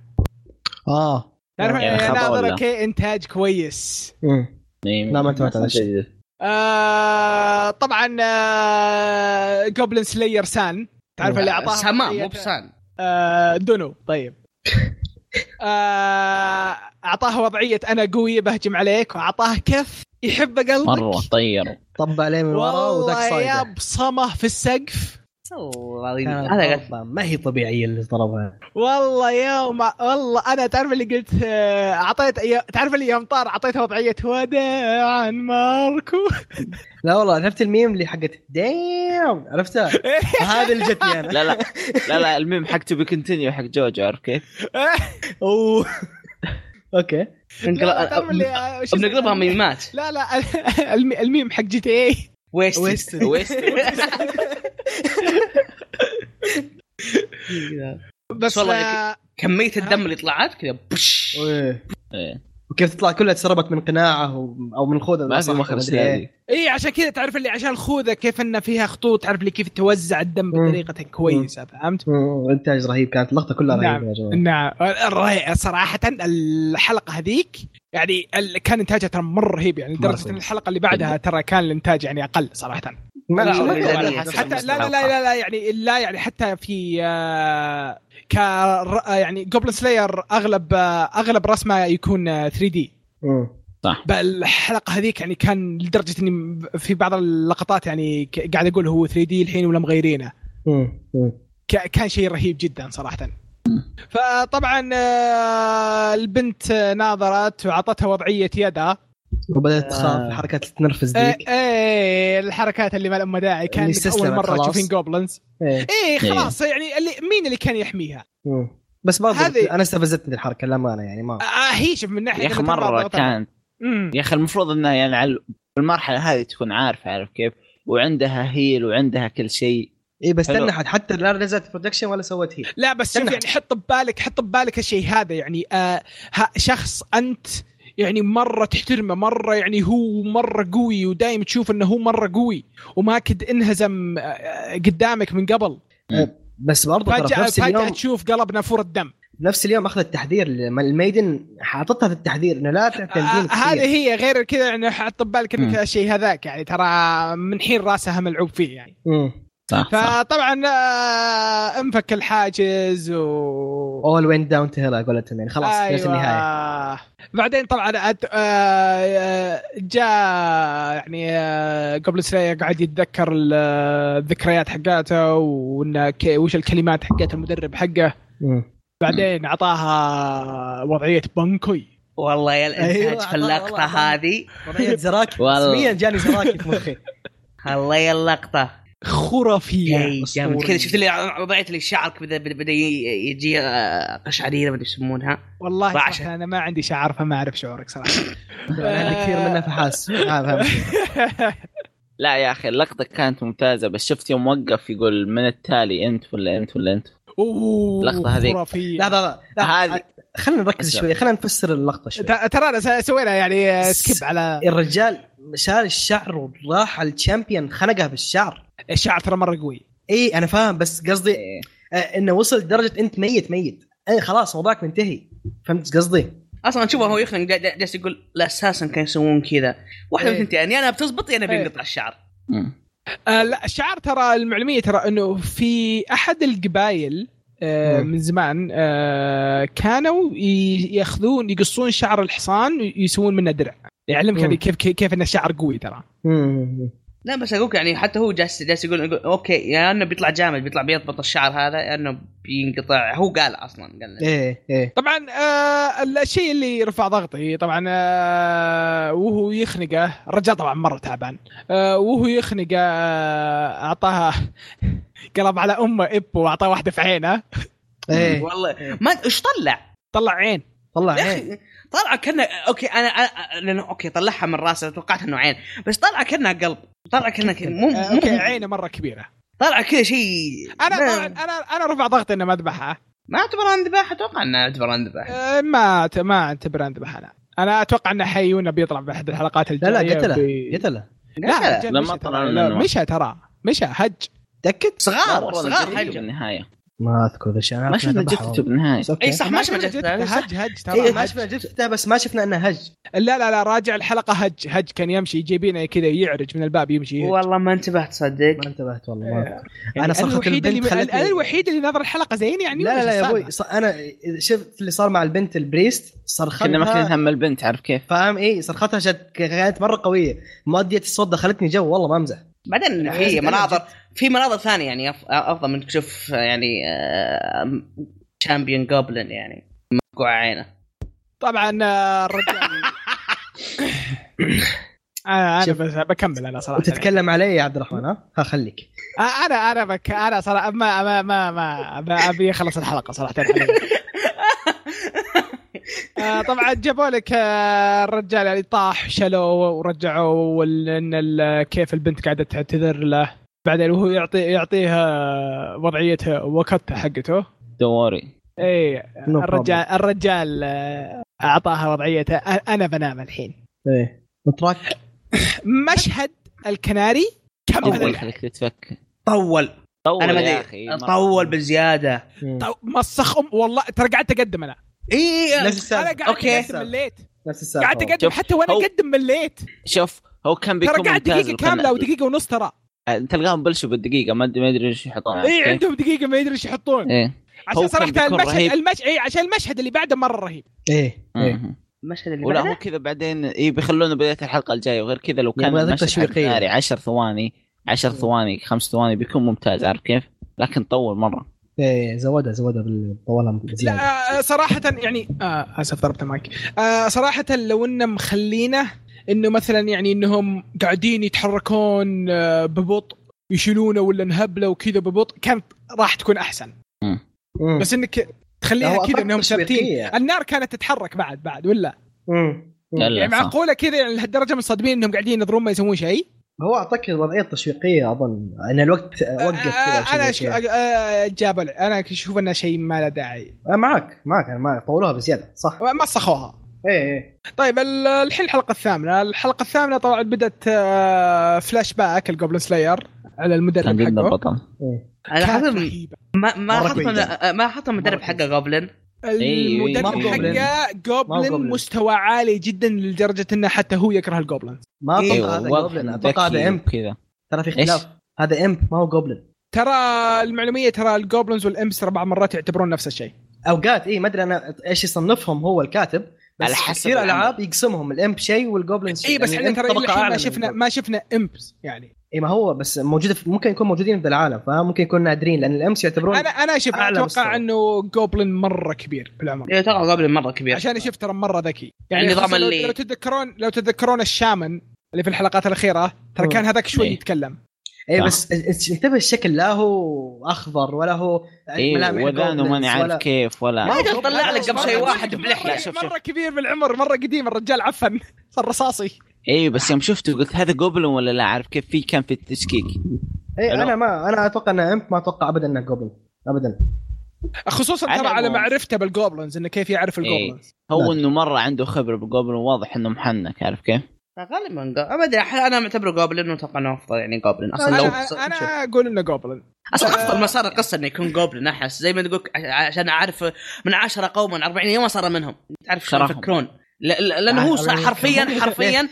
S3: اه
S1: تعرف
S4: يعني
S1: آه،
S4: خطأ
S1: لا،
S4: ولا؟
S1: ترى كي انتاج كويس
S3: مم.
S4: إيه،
S3: لا، ما انتبهت على الشيء.
S4: جديد.
S1: آه طبعا آه جوبلن سلاير سان
S4: نعم.
S1: تعرف اللي اعطاها
S2: سما
S1: وضعية-
S2: مو بسان
S1: آه دونو طيب آه اعطاه وضعيه انا قوي بهجم عليك واعطاه كف يحب قلبك
S4: مره طير
S3: طب عليه من ورا وذاك
S1: والله يا
S3: صايده
S1: بصمه في السقف
S2: والله العظيم.
S3: كانت
S2: هذا قلت
S3: ضربة ما هي طبيعيه اللي ضربها
S1: والله يا ما والله انا تعرف اللي قلت آه، اعطيت يا- تعرف اللي يوم طار اعطيته وضعيه وداعا ماركو
S3: لا والله عرفت الميم اللي حقت دام عرفتها يعني. هذا اللي جتني انا
S4: لا لا لا لا الميم حق تبي كونتينيو حق جوجو عارف كيف؟
S3: اوه اوكي
S1: لا، تعرف اللي،
S2: بنقلب-
S1: آه، شو اسمه؟
S2: بنقلبها ميمات
S1: لا لا الم- الميم حق جي تي إيه. اي
S2: ويست
S3: ويست
S4: ويست
S1: بس
S2: والله
S1: آه،
S2: كميه الدم اللي طلعت كذا بش
S3: إيه.
S4: إيه.
S3: وكيف تطلع كلها تسربت من قناعه و- او من خوذه
S4: ما في
S3: صح،
S4: مخرج
S3: مدري إيه.
S4: ثاني
S1: اي عشان كذا تعرف اللي عشان الخوذه كيف ان فيها خطوط تعرف اللي كيف توزع الدم
S3: مم.
S1: بطريقه كويسه فهمت؟
S3: مم، انتاج رهيب كانت اللقطه كلها
S1: نعم.
S3: رهيبه يا جماعه
S1: نعم الرهي- صراحه الحلقه هذيك يعني ال- كان انتاجها ترى مره رهيب يعني لدرجه
S3: مرة.
S1: ان الحلقه اللي بعدها ترى كان الانتاج يعني اقل صراحه
S3: ما
S2: لا،
S3: في
S2: والله
S3: شيء.
S2: لا،
S3: على
S2: لا،
S3: حسب
S1: حتى لا لا لا لا, لا يعني لا يعني حتى في آه، ك ر- آه، يعني جوبلن سلاير اغلب آه، اغلب رسمه يكون آه، 3 دي
S3: مم.
S1: الحلقه هذيك يعني كان لدرجه اني في بعض اللقطات يعني ك- قاعد اقول هو 3 دي الحين ولا مغيرينه
S3: مم. مم.
S1: ك- كان شيء رهيب جدا صراحه فطبعا آه، البنت ناظرت وعطتها وضعيه يدها
S3: وبدات تخاف حركات تنرفز
S1: إيه،
S3: ذيك
S1: إيه، الحركات اللي ما لها داعي كان
S3: اللي
S1: اول
S3: استسلمت
S1: مره
S3: خلاص.
S1: تشوفين جوبلنز
S3: إيه.
S1: اي خلاص يعني اللي مين اللي كان يحميها
S3: مم. بس برضه
S1: هذه-
S3: انا استفزتني الحركه للامانه يعني ما
S1: آه، هي شوف من ناحيه
S4: يا اخي
S1: إنها
S4: مره
S1: تنضغط.
S4: كان
S1: أمم.
S4: يا اخي المفروض انها يعني على المرحله هذه تكون عارفه عارف كيف؟ وعندها هيل وعندها كل شيء
S3: اي إيه، بس
S4: حلو.
S3: تنحت حتى لا نزلت برودكشن ولا سوت هي
S1: لا بس شوف
S3: تمنع.
S1: يعني حط ببالك حط ببالك الشيء هذا يعني آه ها- شخص انت يعني مره تحترمه مره يعني هو مره قوي ودايم تشوف انه هو مره قوي وما كد انهزم آه، آه، قدامك من قبل
S3: بس برضه ترى في
S1: فجاه
S3: نفس
S1: فجاه
S3: اليوم
S1: تشوف قلب نافور الدم
S3: نفس اليوم اخذت تحذير لما الميدن حاطتها في التحذير انه لا تعتمدين
S1: آه،
S3: كثير.
S1: هذه هي غير كذا يعني حط ببالك انك
S4: مم.
S1: الشيء هذاك يعني ترى من حين راسها ملعوب فيه يعني
S3: مم.
S4: صح, صح.
S1: فطبعا آه، انفك الحاجز و
S3: اول وين داون تو هيل قولتهم يعني خلاص أيوة. النهايه
S1: بعدين طبعا أت- آه، آه، جاء يعني آه، قبل شوية قاعد يتذكر ال- آه، الذكريات حقاته وانه ك- وش الكلمات حقت المدرب حقه
S3: مم.
S1: بعدين اعطاها وضعيه بنكوي
S2: والله يا الانتاج
S3: أيوة،
S2: في اللقطه
S3: والله.
S2: هذه
S3: وضعية زراكي
S4: والله.
S3: اسميا جاني زراكي في مخي
S2: الله يا اللقطه
S1: خرافيه
S2: يا جامد كذا شفت اللي وضعت اللي الشعر كذا بدا بدا ي- يجي آه، قشعريره ما ادري إيش يسمونها
S1: والله
S2: بعشق.
S1: صراحة انا ما عندي شعر فما اعرف شعورك صراحه
S3: انا عندي كثير منها فحاس آه، فهمت.
S4: لا يا اخي اللقطه كانت ممتازه بس شفت يوم وقف يقول من التالي انت ولا انت ولا انت
S1: اوه
S4: اللقطة هذيك.
S1: خرافيه
S3: لا لا لا, لا.
S4: هذه-
S3: خلينا نركز
S4: بس-
S3: شوي خلينا نفسر اللقطه شوي
S1: ت- ترى أنا س- سوينا يعني سكيب على
S3: الرجال شال الشعر وراح على الشامبيون خنقه بالشعر
S1: الشعر ترى مره قوي
S3: اي انا فاهم بس قصدي
S4: إيه.
S3: آه، انه وصل لدرجه انت ميت ميت اي خلاص موضوعك منتهي فهمت قصدي؟
S2: اصلا شوفه هو يخنق جا- جا- جالس يقول لا اساسا كانوا يسوون كذا واحده
S1: إيه.
S2: من الثنتين يا انا بتزبط يا انا
S1: إيه.
S2: بينقطع الشعر
S4: مم.
S1: آه لا الشعر ترى المعلوميه ترى انه في احد القبائل آه
S3: مم.
S1: من زمان آه كانوا ي- ياخذون يقصون شعر الحصان ويسوون منه درع يعلمك
S3: مم.
S1: يعني كيف كيف, كيف ان الشعر قوي ترى
S2: لا بس اقولك يعني حتى هو جالس جالس يقول, يقول اوكي يا انه بيطلع جامد بيطلع بيضبط الشعر هذا يا انه بينقطع هو قال اصلا قال
S3: ايه ايه
S1: طبعا آه الشيء اللي رفع ضغطي طبعا آه وهو يخنقه الرجال طبعا مره تعبان آه وهو يخنقه آه اعطاها قلب على امه اب واعطاه واحده في عينه إيه.
S3: ايه
S2: والله ما أد- ايش طلع؟
S1: طلع عين
S3: طلع
S2: يا
S3: عين
S2: اخي طلع كنا اوكي انا انا لانه اوكي طلعها من راسه توقعت انه عين بس طلع كنا قلب طلع كنا كذا، مو
S1: آه اوكي
S2: مو-
S1: عينه مره كبيره
S2: طلع كذا شيء
S1: انا
S2: ما-
S1: طبعا انا انا رفع ضغطي انه ما اذبحها
S2: ما اعتبرها انذباح اتوقع انها اعتبرها انذباح
S1: آه، ما أت- ما اعتبر اذبح انا انا اتوقع انه حيونا بيطلع باحد الحلقات
S3: لا
S1: الجايه
S3: لا قتله
S1: وبي-
S3: قتله
S1: لا الرجال
S4: لما
S1: مشى
S4: طلع
S1: ترى.
S4: لنا
S1: لا،
S4: إنه-
S1: مشى ترى مشى هج
S3: تاكد
S2: صغار
S4: والله
S2: صغار
S4: قريب
S2: حجم
S4: بالنهايه
S3: ما اذكر ذا الشيء
S4: ما شفنا جثته بالنهايه
S2: اي إيه، صح ما شفنا
S1: جثته
S2: جثة.
S1: هج هج ترى
S3: اي
S1: هج.
S3: ما شفنا جثته بس ما شفنا انه هج
S1: لا لا لا راجع الحلقه هج هج كان يمشي يجيبينه كذا يعرج من الباب يمشي هج.
S2: والله ما انتبهت صدق
S3: ما انتبهت والله ما أذكر.
S1: يعني
S3: انا صرخه
S1: الوحيد
S3: البنت
S1: اللي
S3: خلتني
S1: انا الوحيد اللي نظر الحلقه زين يعني
S3: لا لا
S1: ولا
S3: لا
S1: شو السالفة؟
S3: يا ابوي ص- انا شفت اللي صار مع البنت البريست صرختها
S4: كنا ماخذين هم البنت عارف كيف
S3: فاهم ايه صرختها جد كانت مره قويه مؤديه الصوت دخلتني جو والله ما امزح
S2: بعدين
S3: حسيت
S2: في
S3: أنا
S2: مناظر في مناظر ثانيه يعني أف- افضل من تشوف يعني تشامبيون جوبلن يعني مقوع عينه
S1: طبعا آه، الرجال انا انا
S3: شوف.
S1: بس بكمل انا صراحه
S3: وتتكلم علي يا عبد الرحمن ها ها خليك
S1: آه، انا انا بك انا صراحه ما ما ما, ما, ما ابي اخلص الحلقه صراحه آه، طبعا جابوا لك آه، الرجال اللي طاح شلوه ورجعوه وال- ان ال- كيف البنت قاعده تعتذر له بعدين وهو يعطي يعطيها وضعيته وكتة حقته
S4: دوري
S1: اي
S3: No
S1: الرجال الرجال آه، اعطاها وضعيته أ- انا بنام الحين
S3: ايه نتراك
S1: مشهد الكناري
S4: اول
S1: كمل
S4: خليك تتفكر
S2: طول
S4: طول
S2: انا ما
S4: يا
S2: ادري
S4: اخي مرة.
S2: طول بزياده
S1: طو- مسخ ام والله ترى قعدت اقدم انا
S2: اي اي
S3: نفس
S1: انا
S3: السالفه
S1: قاعد
S2: أوكي.
S1: اقدم مليت
S3: نفس السالفه
S1: قاعد
S3: والله.
S1: اقدم حتى وانا
S4: هو-
S1: اقدم مليت
S4: شوف هو كان بيكون
S1: ترى قاعد
S4: ممتاز
S1: دقيقه
S4: لو كان-
S1: كامله ودقيقه ونص ترى
S4: تلقاهم بلشوا بالدقيقه ما أدري- ما ادري ايش يحطون عارف
S1: اي
S4: كيف؟
S1: إيه، عندهم دقيقه ما يدري ايش يحطون
S4: ايه آه، هو
S1: عشان
S4: كان
S1: صراحه
S4: بيكون رهيب.
S1: المشهد المش... اي عشان المشهد اللي بعده مره رهيب
S3: ايه ايه
S4: مهم.
S2: المشهد اللي
S4: ولا هو
S2: بعده
S4: كذا بعدين إيه، اي بيخلونا بدايه الحلقه الجايه وغير كذا لو كان
S3: يبغى ذاك
S4: المشهد
S3: تشويقية.
S4: حق ناري 10 ثواني 10 ثواني خمس ثواني بيكون ممتاز عارف كيف؟ لكن طول مره
S3: ايه زودها زودها بال- طولها زياده
S1: لا آه، صراحه يعني آه اسف ضربت المايك آه صراحه لو انه مخلينه انه مثلا يعني انهم قاعدين يتحركون آه ببطء يشيلونه ولا نهبله وكذا ببطء كانت راح تكون احسن
S3: مم.
S1: بس انك
S3: لا، هو
S1: تخليها كذا
S3: أطلق
S1: انهم ثابتين
S3: تشويقية.
S1: النار كانت تتحرك بعد بعد ولا
S3: مم. مم.
S4: يلا. لا،
S1: يعني
S4: صح.
S1: معقوله كذا يعني لهالدرجه منصدمين انهم قاعدين ينظرون ما يسوون شيء
S3: هو اعطاك وضعيه تشويقيه اظن ان الوقت آه، وقف كذا
S1: آه، انا
S3: وشيء
S1: أش...
S3: كذا.
S1: آه، جاب انا اشوف انه شيء ما له داعي
S3: آه، معك معك انا معك طولوها بزياده صح
S1: مسخوها
S3: ايه ايه
S1: طيب ال- أه، الحين الحلقه الثامنه الحلقه الثامنه طبعا بدات آه، فلاش باك الجوبلن سلاير على
S4: كان
S1: المدرب
S4: جدا
S1: حقه
S4: بطل
S3: إيه.
S2: انا
S1: كانت
S2: حاطط
S1: رهيبة.
S2: ما ما
S3: مرة
S2: حاطط
S3: كويسة.
S2: ما حاطط المدرب
S3: مرة
S2: حقه
S3: كويسة.
S2: جوبلن
S4: إيه، إيه،
S1: المدرب
S4: ما هو جوبلن.
S1: حقه
S3: ما هو
S1: جوبلن
S3: جوبلن.
S1: مستوى عالي جدا لدرجه انه حتى هو يكره الجوبلن
S3: ما اتوقع
S4: ايوه
S3: هذا
S4: واضح
S3: جوبلن
S4: إنه
S3: اتوقع
S4: ذكي
S3: هذا امب
S4: وكذا
S3: ترى في
S4: إيش؟
S3: اختلاف هذا امب ما هو جوبلن
S1: ترى المعلوميه ترى الجوبلنز والامس ترى بعض مرات يعتبرون نفس الشيء
S3: اوقات اي إيه، ما ادري انا ايش يصنفهم هو الكاتب بس
S4: على حسب
S3: كثير
S4: العمل.
S3: العاب يقسمهم الامب شيء والجوبلن شيء
S1: اي إيه، بس
S3: يعني
S1: احنا ترى
S3: الإمب طبقة
S1: إلى الحين
S3: أعلى
S1: ما
S3: من
S1: شفنا
S3: الجوبلن.
S1: ما شفنا امبس يعني
S3: اي ما هو بس موجود في ممكن يكون موجودين في العالم فممكن يكون نادرين لان الامس يعتبرون
S1: انا انا شوف أنا
S3: أعلى
S1: اتوقع
S3: مستوى.
S1: انه جوبلن مره كبير في العمر
S2: إيه، ترى جوبلن مره كبير
S1: عشان اشوف ترى مره ذكي يعني
S2: النظام
S1: خاصة لو-
S2: اللي-
S1: لو تتذكرون لو تتذكرون الشامان اللي في الحلقات الاخيره ترى كان هذاك شوي
S4: إيه.
S1: يتكلم
S3: اي بس ات- انتبه الشكل لا هو اخضر ولا هو
S4: اي
S3: ملامح
S4: وذانه
S3: goblins
S4: إيه، ماني عارف
S3: ولا-
S4: كيف
S2: ما
S4: ولا
S2: أدري، طلع لك قبل شيء واحد
S1: مره,
S2: بلحية.
S4: شوف- شوف.
S1: مرة كبير بالعمر مره قديم الرجال عفن صار رصاصي
S4: اي إيه، بس يوم شفته قلت هذا جوبلن ولا لا عارف كيف في كان في التشكيك
S3: اي
S4: ألو.
S3: انا إيه، ما انا اتوقع انه امب ما اتوقع ابدا انه جوبلن ابدا
S1: خصوصا
S4: على
S1: ترى على
S4: العموم.
S1: معرفته بالجوبلنز انه كيف يعرف
S4: إيه.
S1: الجوبلنز
S4: هو
S3: لا.
S4: انه مره عنده خبره بالجوبلن واضح انه محنك عارف كيف؟
S2: غالبا جو- ما ادري أح- انا معتبره جوبلن واتوقع انه افضل يعني جوبلن اصلا لو
S1: انا انا اقول انه جوبلن
S2: اصلا افضل مسار القصه انه يكون جوبلن احس زي ما تقول عشان اعرف من عشرة قوما 40 يوم صار منهم تعرف شلون
S4: شراهم.
S2: يفكرون ل- ل- لانه هو صار
S3: على-
S2: حرفيا حرفيا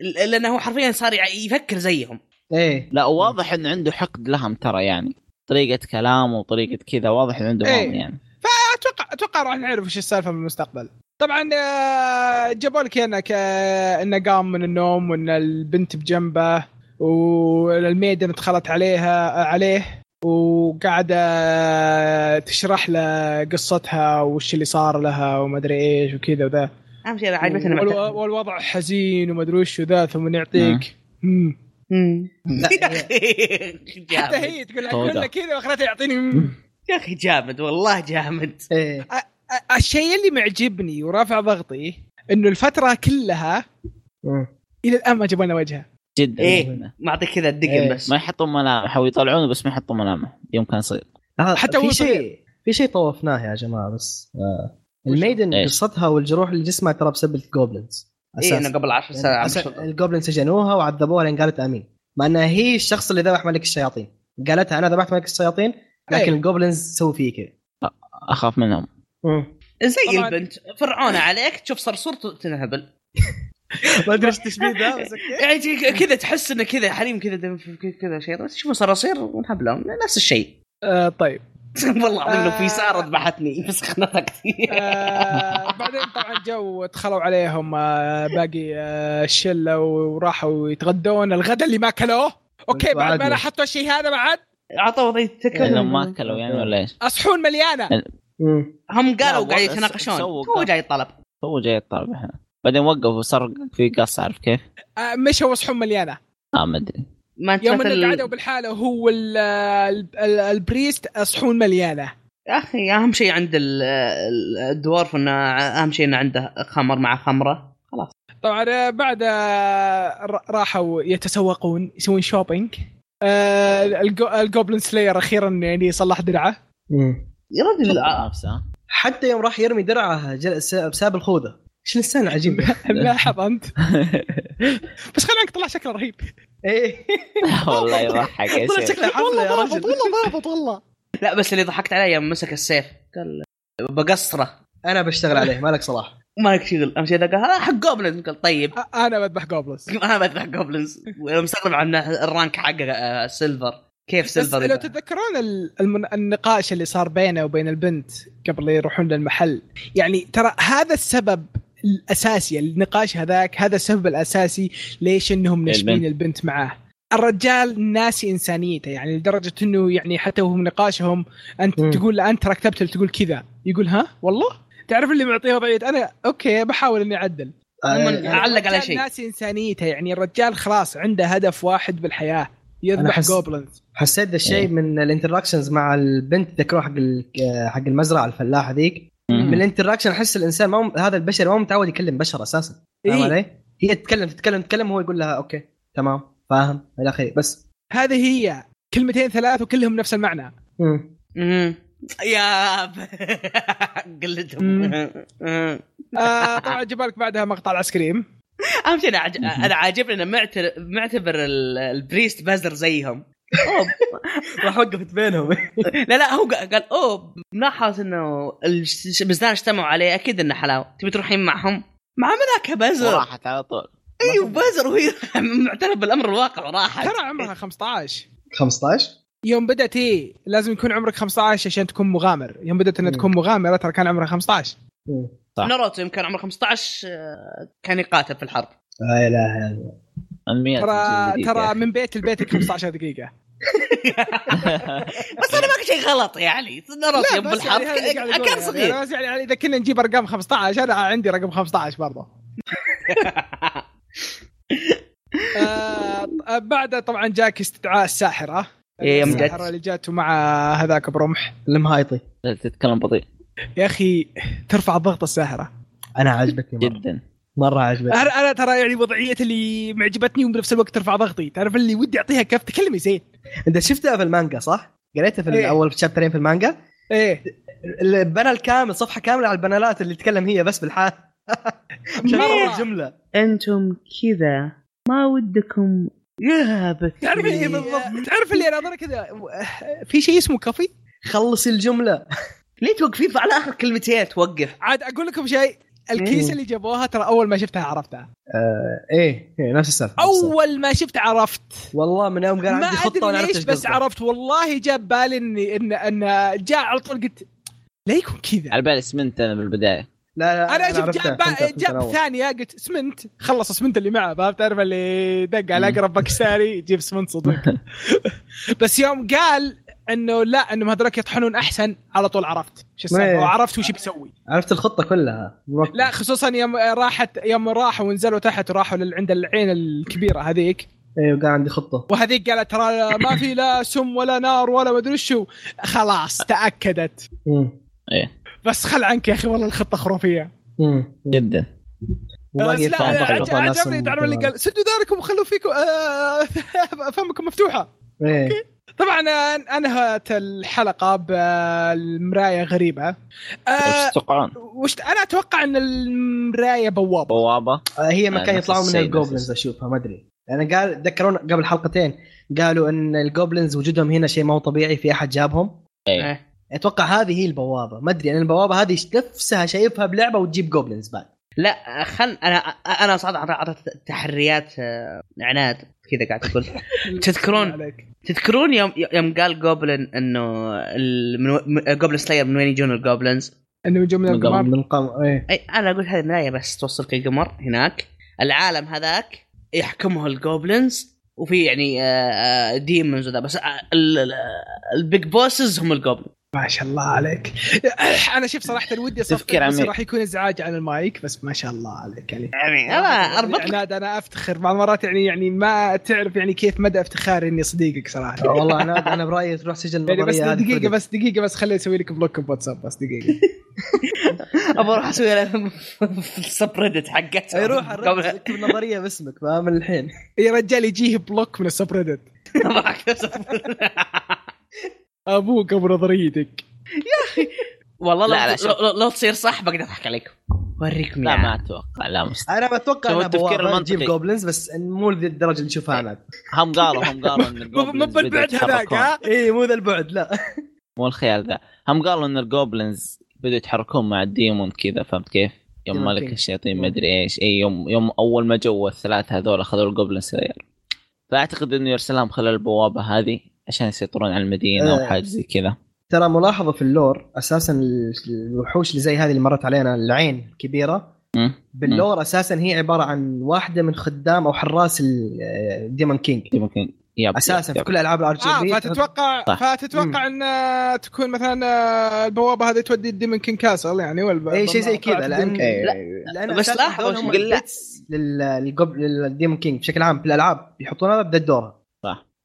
S2: ل- لانه هو حرفيا صار يع- يفكر زيهم
S3: ايه
S4: لا واضح انه عنده حقد لهم ترى يعني طريقه كلامه وطريقه كذا واضح انه عنده
S1: إيه.
S4: وضع يعني
S1: اتوقع اتوقع راح نعرف ايش السالفه في المستقبل طبعا آه، جابوا لك هنا ك- انه قام من النوم وان البنت بجنبه والميدن دخلت عليها عليه وقاعده تشرح له قصتها وش اللي صار لها وما ادري ايش وكذا وذا
S2: اهم شيء عجبتني
S1: والو-
S2: المعتقد.
S1: والوضع حزين وما ادري وش وذا ثم يعطيك مم.
S2: مم.
S3: لا،
S2: يا أخي،
S1: حتى
S2: جامد.
S1: هي تقول لك
S4: طودة.
S1: كله كذا واخرتها يعطيني مم.
S2: يا اخي جامد والله جامد
S3: ايه
S1: أ- الشيء اللي معجبني ورافع ضغطي انه الفتره كلها
S3: مم.
S1: الى الان ما جابوا لنا وجهها
S4: جدا
S2: ايه معطيك كذا الدقن
S3: إيه.
S2: بس
S4: ما يحطون ملامح او يطلعونه بس ما يحطون ملامح يمكن يصير
S3: آه،
S1: حتى هو
S3: في
S1: صغير.
S3: شيء في شيء طوفناه يا جماعه بس آه. الميدن
S4: إيش؟
S3: قصتها والجروح اللي جسمها ترى بسبب الجوبلنز
S1: إيه،
S2: اي انه قبل 10
S3: يعني
S2: سنوات
S3: عشان الجوبلين سجنوها وعذبوها لان قالت امين مع انها هي الشخص اللي ذبح ملك الشياطين قالتها انا ذبحت ملك الشياطين لكن
S1: أي.
S3: الجوبلينز سووا فيه كذا
S4: اخاف منهم
S2: زي
S1: طبعاً.
S2: البنت فرعونه عليك تشوف صرصور تنهبل
S3: ما ادري ايش التشبيه ده بس اوكي
S2: يعني ك- كذا تحس انه كذا حريم كذا دم- ك- كذا شيء تشوفوا صراصير ونهبلهم نفس الشيء
S1: آه طيب
S2: والله العظيم لو
S1: آه.
S2: في ساره ذبحتني بس خنتها كثير
S1: آه بعدين طبعا جو دخلوا عليهم آه باقي آه الشله وراحوا يتغدون الغداء اللي ما كلوه اوكي بعد ما انا
S3: وعادوا.
S1: حطوا الشيء هذا بعد
S2: عطوا وضعيه
S1: إيه.
S4: انهم
S2: تكلم
S4: ما اكلوا يعني ولا ايش؟
S1: اصحون مليانه
S3: مم.
S2: هم
S4: لا،
S2: قالوا
S4: والله
S2: قاعد يتناقشون
S4: سووا
S2: هو
S4: قال.
S2: جاي طلب
S4: هو جاي الطلب هنا بعدين وقفوا صار في قص عارف كيف؟
S1: آه مشوا اصحون مليانه
S4: اه ما ادري
S2: ما انت
S1: يوم انه قعدوا
S2: مثل
S1: بالحاله هو ال- آه، ال- ال- البريست اصحون مليانه
S2: يا اخي اهم شيء عند ال- ال- الدوارف انه اهم شيء انه عنده خمر مع خمره خلاص
S1: طبعا آه، بعد آه، ر- راحوا يتسوقون يسوون شوبينج آه، الجو- الجوبلin سلاير اخيرا يعني صلح درعه
S3: مم.
S2: يا رجل آه،
S4: نفسه
S3: حتى يوم راح يرمي درعه جل- س- بساب الخوذه ايش الانسان العجيب ده؟
S1: ملاحظ انت بس خلي عنك طلع شكله رهيب
S3: ايه
S4: والله يضحك يا
S3: طلع
S4: شيخ
S3: شكله حفله يا
S1: ضابط
S3: رجل
S1: والله ضابط والله
S2: لا بس اللي ضحكت عليه يوم مسك السيف قال بقصره
S3: انا بشتغل عليه مالك صلاح
S2: مالك شغل اهم شيء ذا قال "آه، حق جوبلن قال طيب
S1: أ- انا بذبح جوبلس
S2: انا بذبح جوبلنز مستغرب عن الرانك حقه آه، سيلفر كيف
S1: بس
S2: سيلفر
S1: لو
S2: إذا-
S1: تتذكرون ال- المن- النقاش اللي صار بينه وبين البنت قبل لا يروحون للمحل يعني ترى هذا السبب الاساسي النقاش هذاك هذا السبب الاساسي ليش انهم ناشبين
S4: البنت.
S1: البنت معاه الرجال ناسي انسانيته يعني لدرجه انه يعني حتى وهم نقاشهم انت
S3: مم.
S1: تقول لا انت ركبت تقول كذا يقول ها والله تعرف اللي معطيه وضعيه انا اوكي بحاول اني اعدل
S2: عموماً، علق
S3: آه،
S2: على
S1: يعني الرجال
S2: شيء
S1: ناسي انسانيته يعني الرجال خلاص عنده هدف واحد بالحياه
S3: أنا
S1: يذبح
S3: أحس-
S1: جوبلنز
S3: حسيت ذا
S4: إيه.
S3: الشيء من الانتراكشنز مع البنت ذكروها حق ال- آه، حق المزرعه الفلاحه ذيك من الانتراكشن احس الانسان ما هو- هذا البشر ما هو متعود يكلم بشر اساسا فاهم
S1: إيه.
S3: علي؟ هي تتكلم تتكلم تتكلم هو يقول لها اوكي تمام فاهم الى اخره بس
S1: هذه هي كلمتين ثلاث وكلهم نفس المعنى
S3: مم.
S2: مم. يا ب- قلتهم مم.
S1: آه طبعا جبالك بعدها مقطع الايس كريم
S2: اهم شيء انا عاج- انا عاجبني انه معتر- معتبر ال- البريست بازر زيهم اوه
S3: راح وقفت بينهم
S2: لا لا هو قال قال، اوه ملاحظ انه البزدان اجتمعوا عليه اكيد انه حلاوه تبي تروحين معهم مع مناك بزر
S4: وراحت على طول
S2: ايوه بزر وهي معترف بالامر الواقع وراحت
S1: ترى عمرها 15
S3: 15
S1: يوم بدات هي لازم يكون عمرك 15 عشان تكون مغامر يوم بدات انها
S3: مم.
S1: تكون مغامره ترى كان عمرها 15
S4: صح.
S2: ناروتو يمكن عمره 15 آه، كان يقاتل في الحرب
S3: لا اله الا الله
S4: المية
S1: ترى
S4: تجي يعني.
S1: ترى
S4: جديد
S1: من بيت لبيتك 15 دقيقه
S4: يا أخي.
S2: بس انا ما قلت شيء غلط يعني ناروتو يوم
S1: بس
S2: بالحرب
S1: يعني هذا اللي قاعد أقوله
S2: كان
S1: يعني. أنا
S2: صغير
S1: بس يعني اذا كنا نجيب ارقام 15 انا عندي رقم 15 برضه آه آه، بعدها طبعا جاك استدعاء الساحره
S2: إيه، يوم جت.
S1: الساحره اللي جاته مع هذاك برمح
S3: المهايطي
S4: لا تتكلم بطيء
S1: يا اخي ترفع ضغط الساحره
S3: انا عجبتني مرة.
S4: جدا
S3: مره عجبتني
S1: انا أنا ترى يعني وضعيه اللي معجبتني وبنفس الوقت ترفع ضغطي تعرف اللي ودي اعطيها كف تكلمي زين
S3: انت شفتها في المانجا صح؟ قريتها في
S1: إيه.
S3: اول شابترين في المانجا
S1: ايه
S3: البنى الكامل صفحه كامله على البنالات اللي تتكلم هي بس بالحال عشان
S1: مرة.
S3: تخلص جمله
S2: انتم كذا ما ودكم يا
S1: تعرف اللي
S2: بكي
S1: يعني بالضبط تعرف اللي انا أضرب كذا في شيء اسمه كافي
S3: خلص الجمله
S2: ليه توقفين على اخر كلمتين توقف
S1: عاد اقول لكم شيء الكيسه
S3: إيه.
S1: اللي جابوها ترى اول ما شفتها عرفتها
S3: آه ايه إيه، نفس السالفه نفس السالفة.
S1: اول ما شفت عرفت
S3: والله من يوم كان
S1: ما
S3: عندي خطه
S1: ادري
S3: وانا
S1: ليش
S3: عرفت ايش
S1: بس
S3: قصدك.
S1: عرفت والله جاب بالي اني ان ان جاء على طول قلت لا يكون كذا
S4: على بالي سمنت انا بالبدايه
S3: لا لا
S1: انا شفت
S3: عرفتها،
S1: جاب با-
S3: فهمتها، فهمتها
S1: جاب
S3: الأول.
S1: ثانيه قلت سمنت خلص سمنت اللي معه فاهم تعرف اللي دق على
S4: مم.
S1: اقرب باكستاني يجيب سمنت صدق بس يوم قال انه لا انهم هذولك يطحنون احسن على طول عرفت شو السالفه
S3: إيه.
S1: وعرفت وش بيسوي
S3: عرفت الخطه كلها
S1: لا خصوصا يوم راحت يوم راحوا ونزلوا تحت وراحوا لل- عند العين الكبيره هذيك
S3: ايوه كان عندي خطه
S1: وهذيك قالت ترى ما في لا سم ولا نار ولا ما ادري شو خلاص تاكدت
S3: مم.
S4: إيه.
S1: بس خل عنك يا اخي والله الخطه خرافيه
S3: مم.
S4: جدا
S1: بس
S3: وما
S1: لا
S4: ينفع
S1: أنا
S4: نطلع
S1: عج- عجبني تعرف اللي قال سدوا داركم وخلوا فيكم آه، افهمكم مفتوحه
S3: ايه
S1: طبعا آه، انهت الحلقه بالمرايه غريبه آه،
S4: ايش تتوقعون؟
S1: وش انا اتوقع ان المرايه بوابه
S4: بوابه
S3: آه، هي
S4: آه،
S3: مكان
S4: نفس
S3: يطلعوا منها
S4: الشيء، نفس
S3: الجوبلنز اشوفها ما ادري انا قال ذكرونا قبل حلقتين قالوا ان الجوبلنز وجودهم هنا شيء ما هو طبيعي في احد جابهم
S4: إيه.
S2: إيه.
S3: اتوقع هذه هي البوابه ما ادري انا البوابه هذه نفسها شايفها بلعبه وتجيب جوبلنز بعد
S2: لا خل انا انا صعب اعطيت تحريات آه، عناد كذا قاعد اقول تذكرون-
S1: عليك.
S2: تذكرون يوم يوم قال جوبلن انه ال- من و- من- جوبلن سلاير من وين يجون الجوبلنز؟
S1: انه من جمله
S4: من قبل.
S1: القمر
S3: من القمر ايه
S2: اي انا اقول هذه مرايه بس توصلك القمر هناك العالم هذاك يحكمه الجوبلنز وفي يعني ديمونز وذا بس آه، ال- ال- البيج بوسز هم الجوبلن
S1: ما شاء الله عليك انا شوف صراحه ودي
S4: تفكير
S1: اصفق بس
S4: عميق.
S1: راح يكون ازعاج على المايك بس ما شاء الله عليك يعني
S2: يعني انا اربط لك
S1: عناد انا افتخر بعض المرات يعني يعني ما تعرف يعني كيف مدى افتخاري اني صديقك صراحه
S3: آه، والله انا انا برايي تروح سجل
S1: يعني بس
S3: النظريه هذه
S1: دقيقة
S3: كلها.
S1: بس دقيقة بس خليني اسوي لك بلوك بواتساب بس دقيقة
S2: ابغى اروح اسوي لها في السبريدت حقتها
S1: إيه،
S3: اي روح الرقم، اكتب نظريه باسمك فاهم الحين
S1: يا رجال يجيه بلوك من السبريدت ابوك ابو نظريتك
S2: والله
S4: لا، لا،
S2: لو,
S4: شوف.
S2: لو, لو تصير صح بقدر اضحك عليكم يعني. اوريكم
S4: لا
S3: يعني.
S2: يا
S4: ما اتوقع لا مستحيل
S3: انا بتوقع
S4: شوف
S3: انها
S4: التفكير
S3: بوابه تجيب
S4: المنطقي.
S3: جوبلنز بس مو لذي الدرجه اللي نشوفها انا
S4: هم قالوا هم قالوا ان
S1: مو مو
S4: الجوبلينز بدأوا
S1: بالبعد هذاك
S4: يتحركون.
S1: ها
S3: اي مو ذا البعد لا
S4: مو الخيال ذا هم قالوا ان الجوبلينز بدوا يتحركون مع الديمون كذا فهمت كيف؟ يوم
S3: ديمون
S4: ملك
S3: كينج.
S4: الشياطين ما ادري ايش اي يوم يوم اول ما جو الثلاثه هذول اخذوا الجوبلين سلاير فاعتقد انه يرسلهم خلال البوابه هذه عشان يسيطرون على المدينه
S3: آه.
S4: او حاجه زي كذا
S3: ترى ملاحظه في اللور اساسا ال- الوحوش اللي زي هذه اللي مرت علينا العين الكبيره
S4: مم.
S3: باللور اساسا هي عباره عن واحده من خدام او حراس الديمون كينج
S4: ديمون كينج يب
S3: اساسا
S4: يب
S3: في كل العاب الار جي
S1: آه
S3: بي
S1: فتتوقع
S3: طيب.
S4: صح.
S1: فتتوقع ان آه، تكون مثلا آه، البوابة هذه تودي الديمن كين كاسل يعني ولا
S3: اي إيه، شيء زي كذا لان
S4: لا،
S3: لان
S2: بس
S3: أساساً
S2: لاحظوا
S3: هذول هم
S2: شو- لا.
S3: البيتس لل- للقب- للديمون كينج بشكل عام في الالعاب يحطون هذا بدأ دورها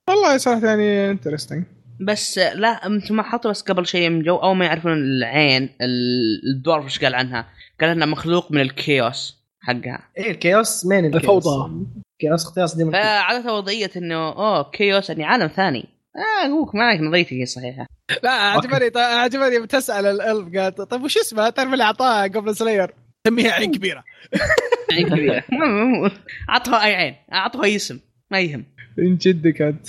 S1: والله صراحة يعني انترستنج
S2: بس لا انتم ما حطوا بس قبل شيء من جو اول ما يعرفون العين ال- الدورف ايش قال عنها؟ قال انها مخلوق من الكيوس حقها
S3: اي الكيوس مين الكيوس؟
S1: الفوضى.
S3: كيوس اختياس ديمون كينج
S2: فعادتها وضعيه انه اوه كيوس يعني عالم ثاني اه اقولك ما عليك نظريتي هي صحيحه
S1: لا عجبني طيب عجبني بتسال الالف قالت طيب وش اسمها؟ تعرف اللي اعطاها قبل سلاير سميها عين كبيره
S2: عين كبيره ما- ما- ما- عطها اي عين اعطها اي اسم ما يهم
S1: من جدك انت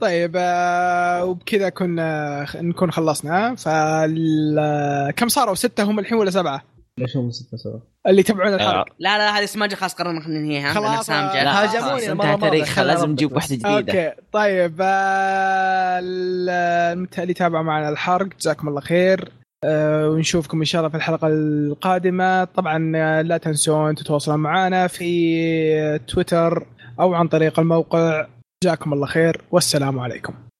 S1: طيب آه، وبكذا كنا نكون خلصنا فكم صاروا ستة هم الحين ولا سبعة
S3: ليش هم ستة سوا؟
S1: اللي يتابعون
S4: آه،
S1: الحلقة
S2: لا لا هذه سماجه خلاص قررنا خلينا ننهيها
S1: خلاص،
S2: لأنها سامجة.
S1: لا،
S3: هاجموني
S4: خلاص،
S3: المرة
S4: انتهى
S3: الماضية،
S4: تاريخها
S3: خلينا
S4: لازم
S3: نربط
S4: نجيب
S3: بس.
S4: واحده جديده
S1: اوكي طيب آه، ال- المت- اللي تابعوا معنا الحرق جزاكم الله خير آه، ونشوفكم ان شاء الله في الحلقه القادمه طبعا آه، لا تنسون تتواصلون معنا في تويتر او عن طريق الموقع جزاكم الله خير والسلام عليكم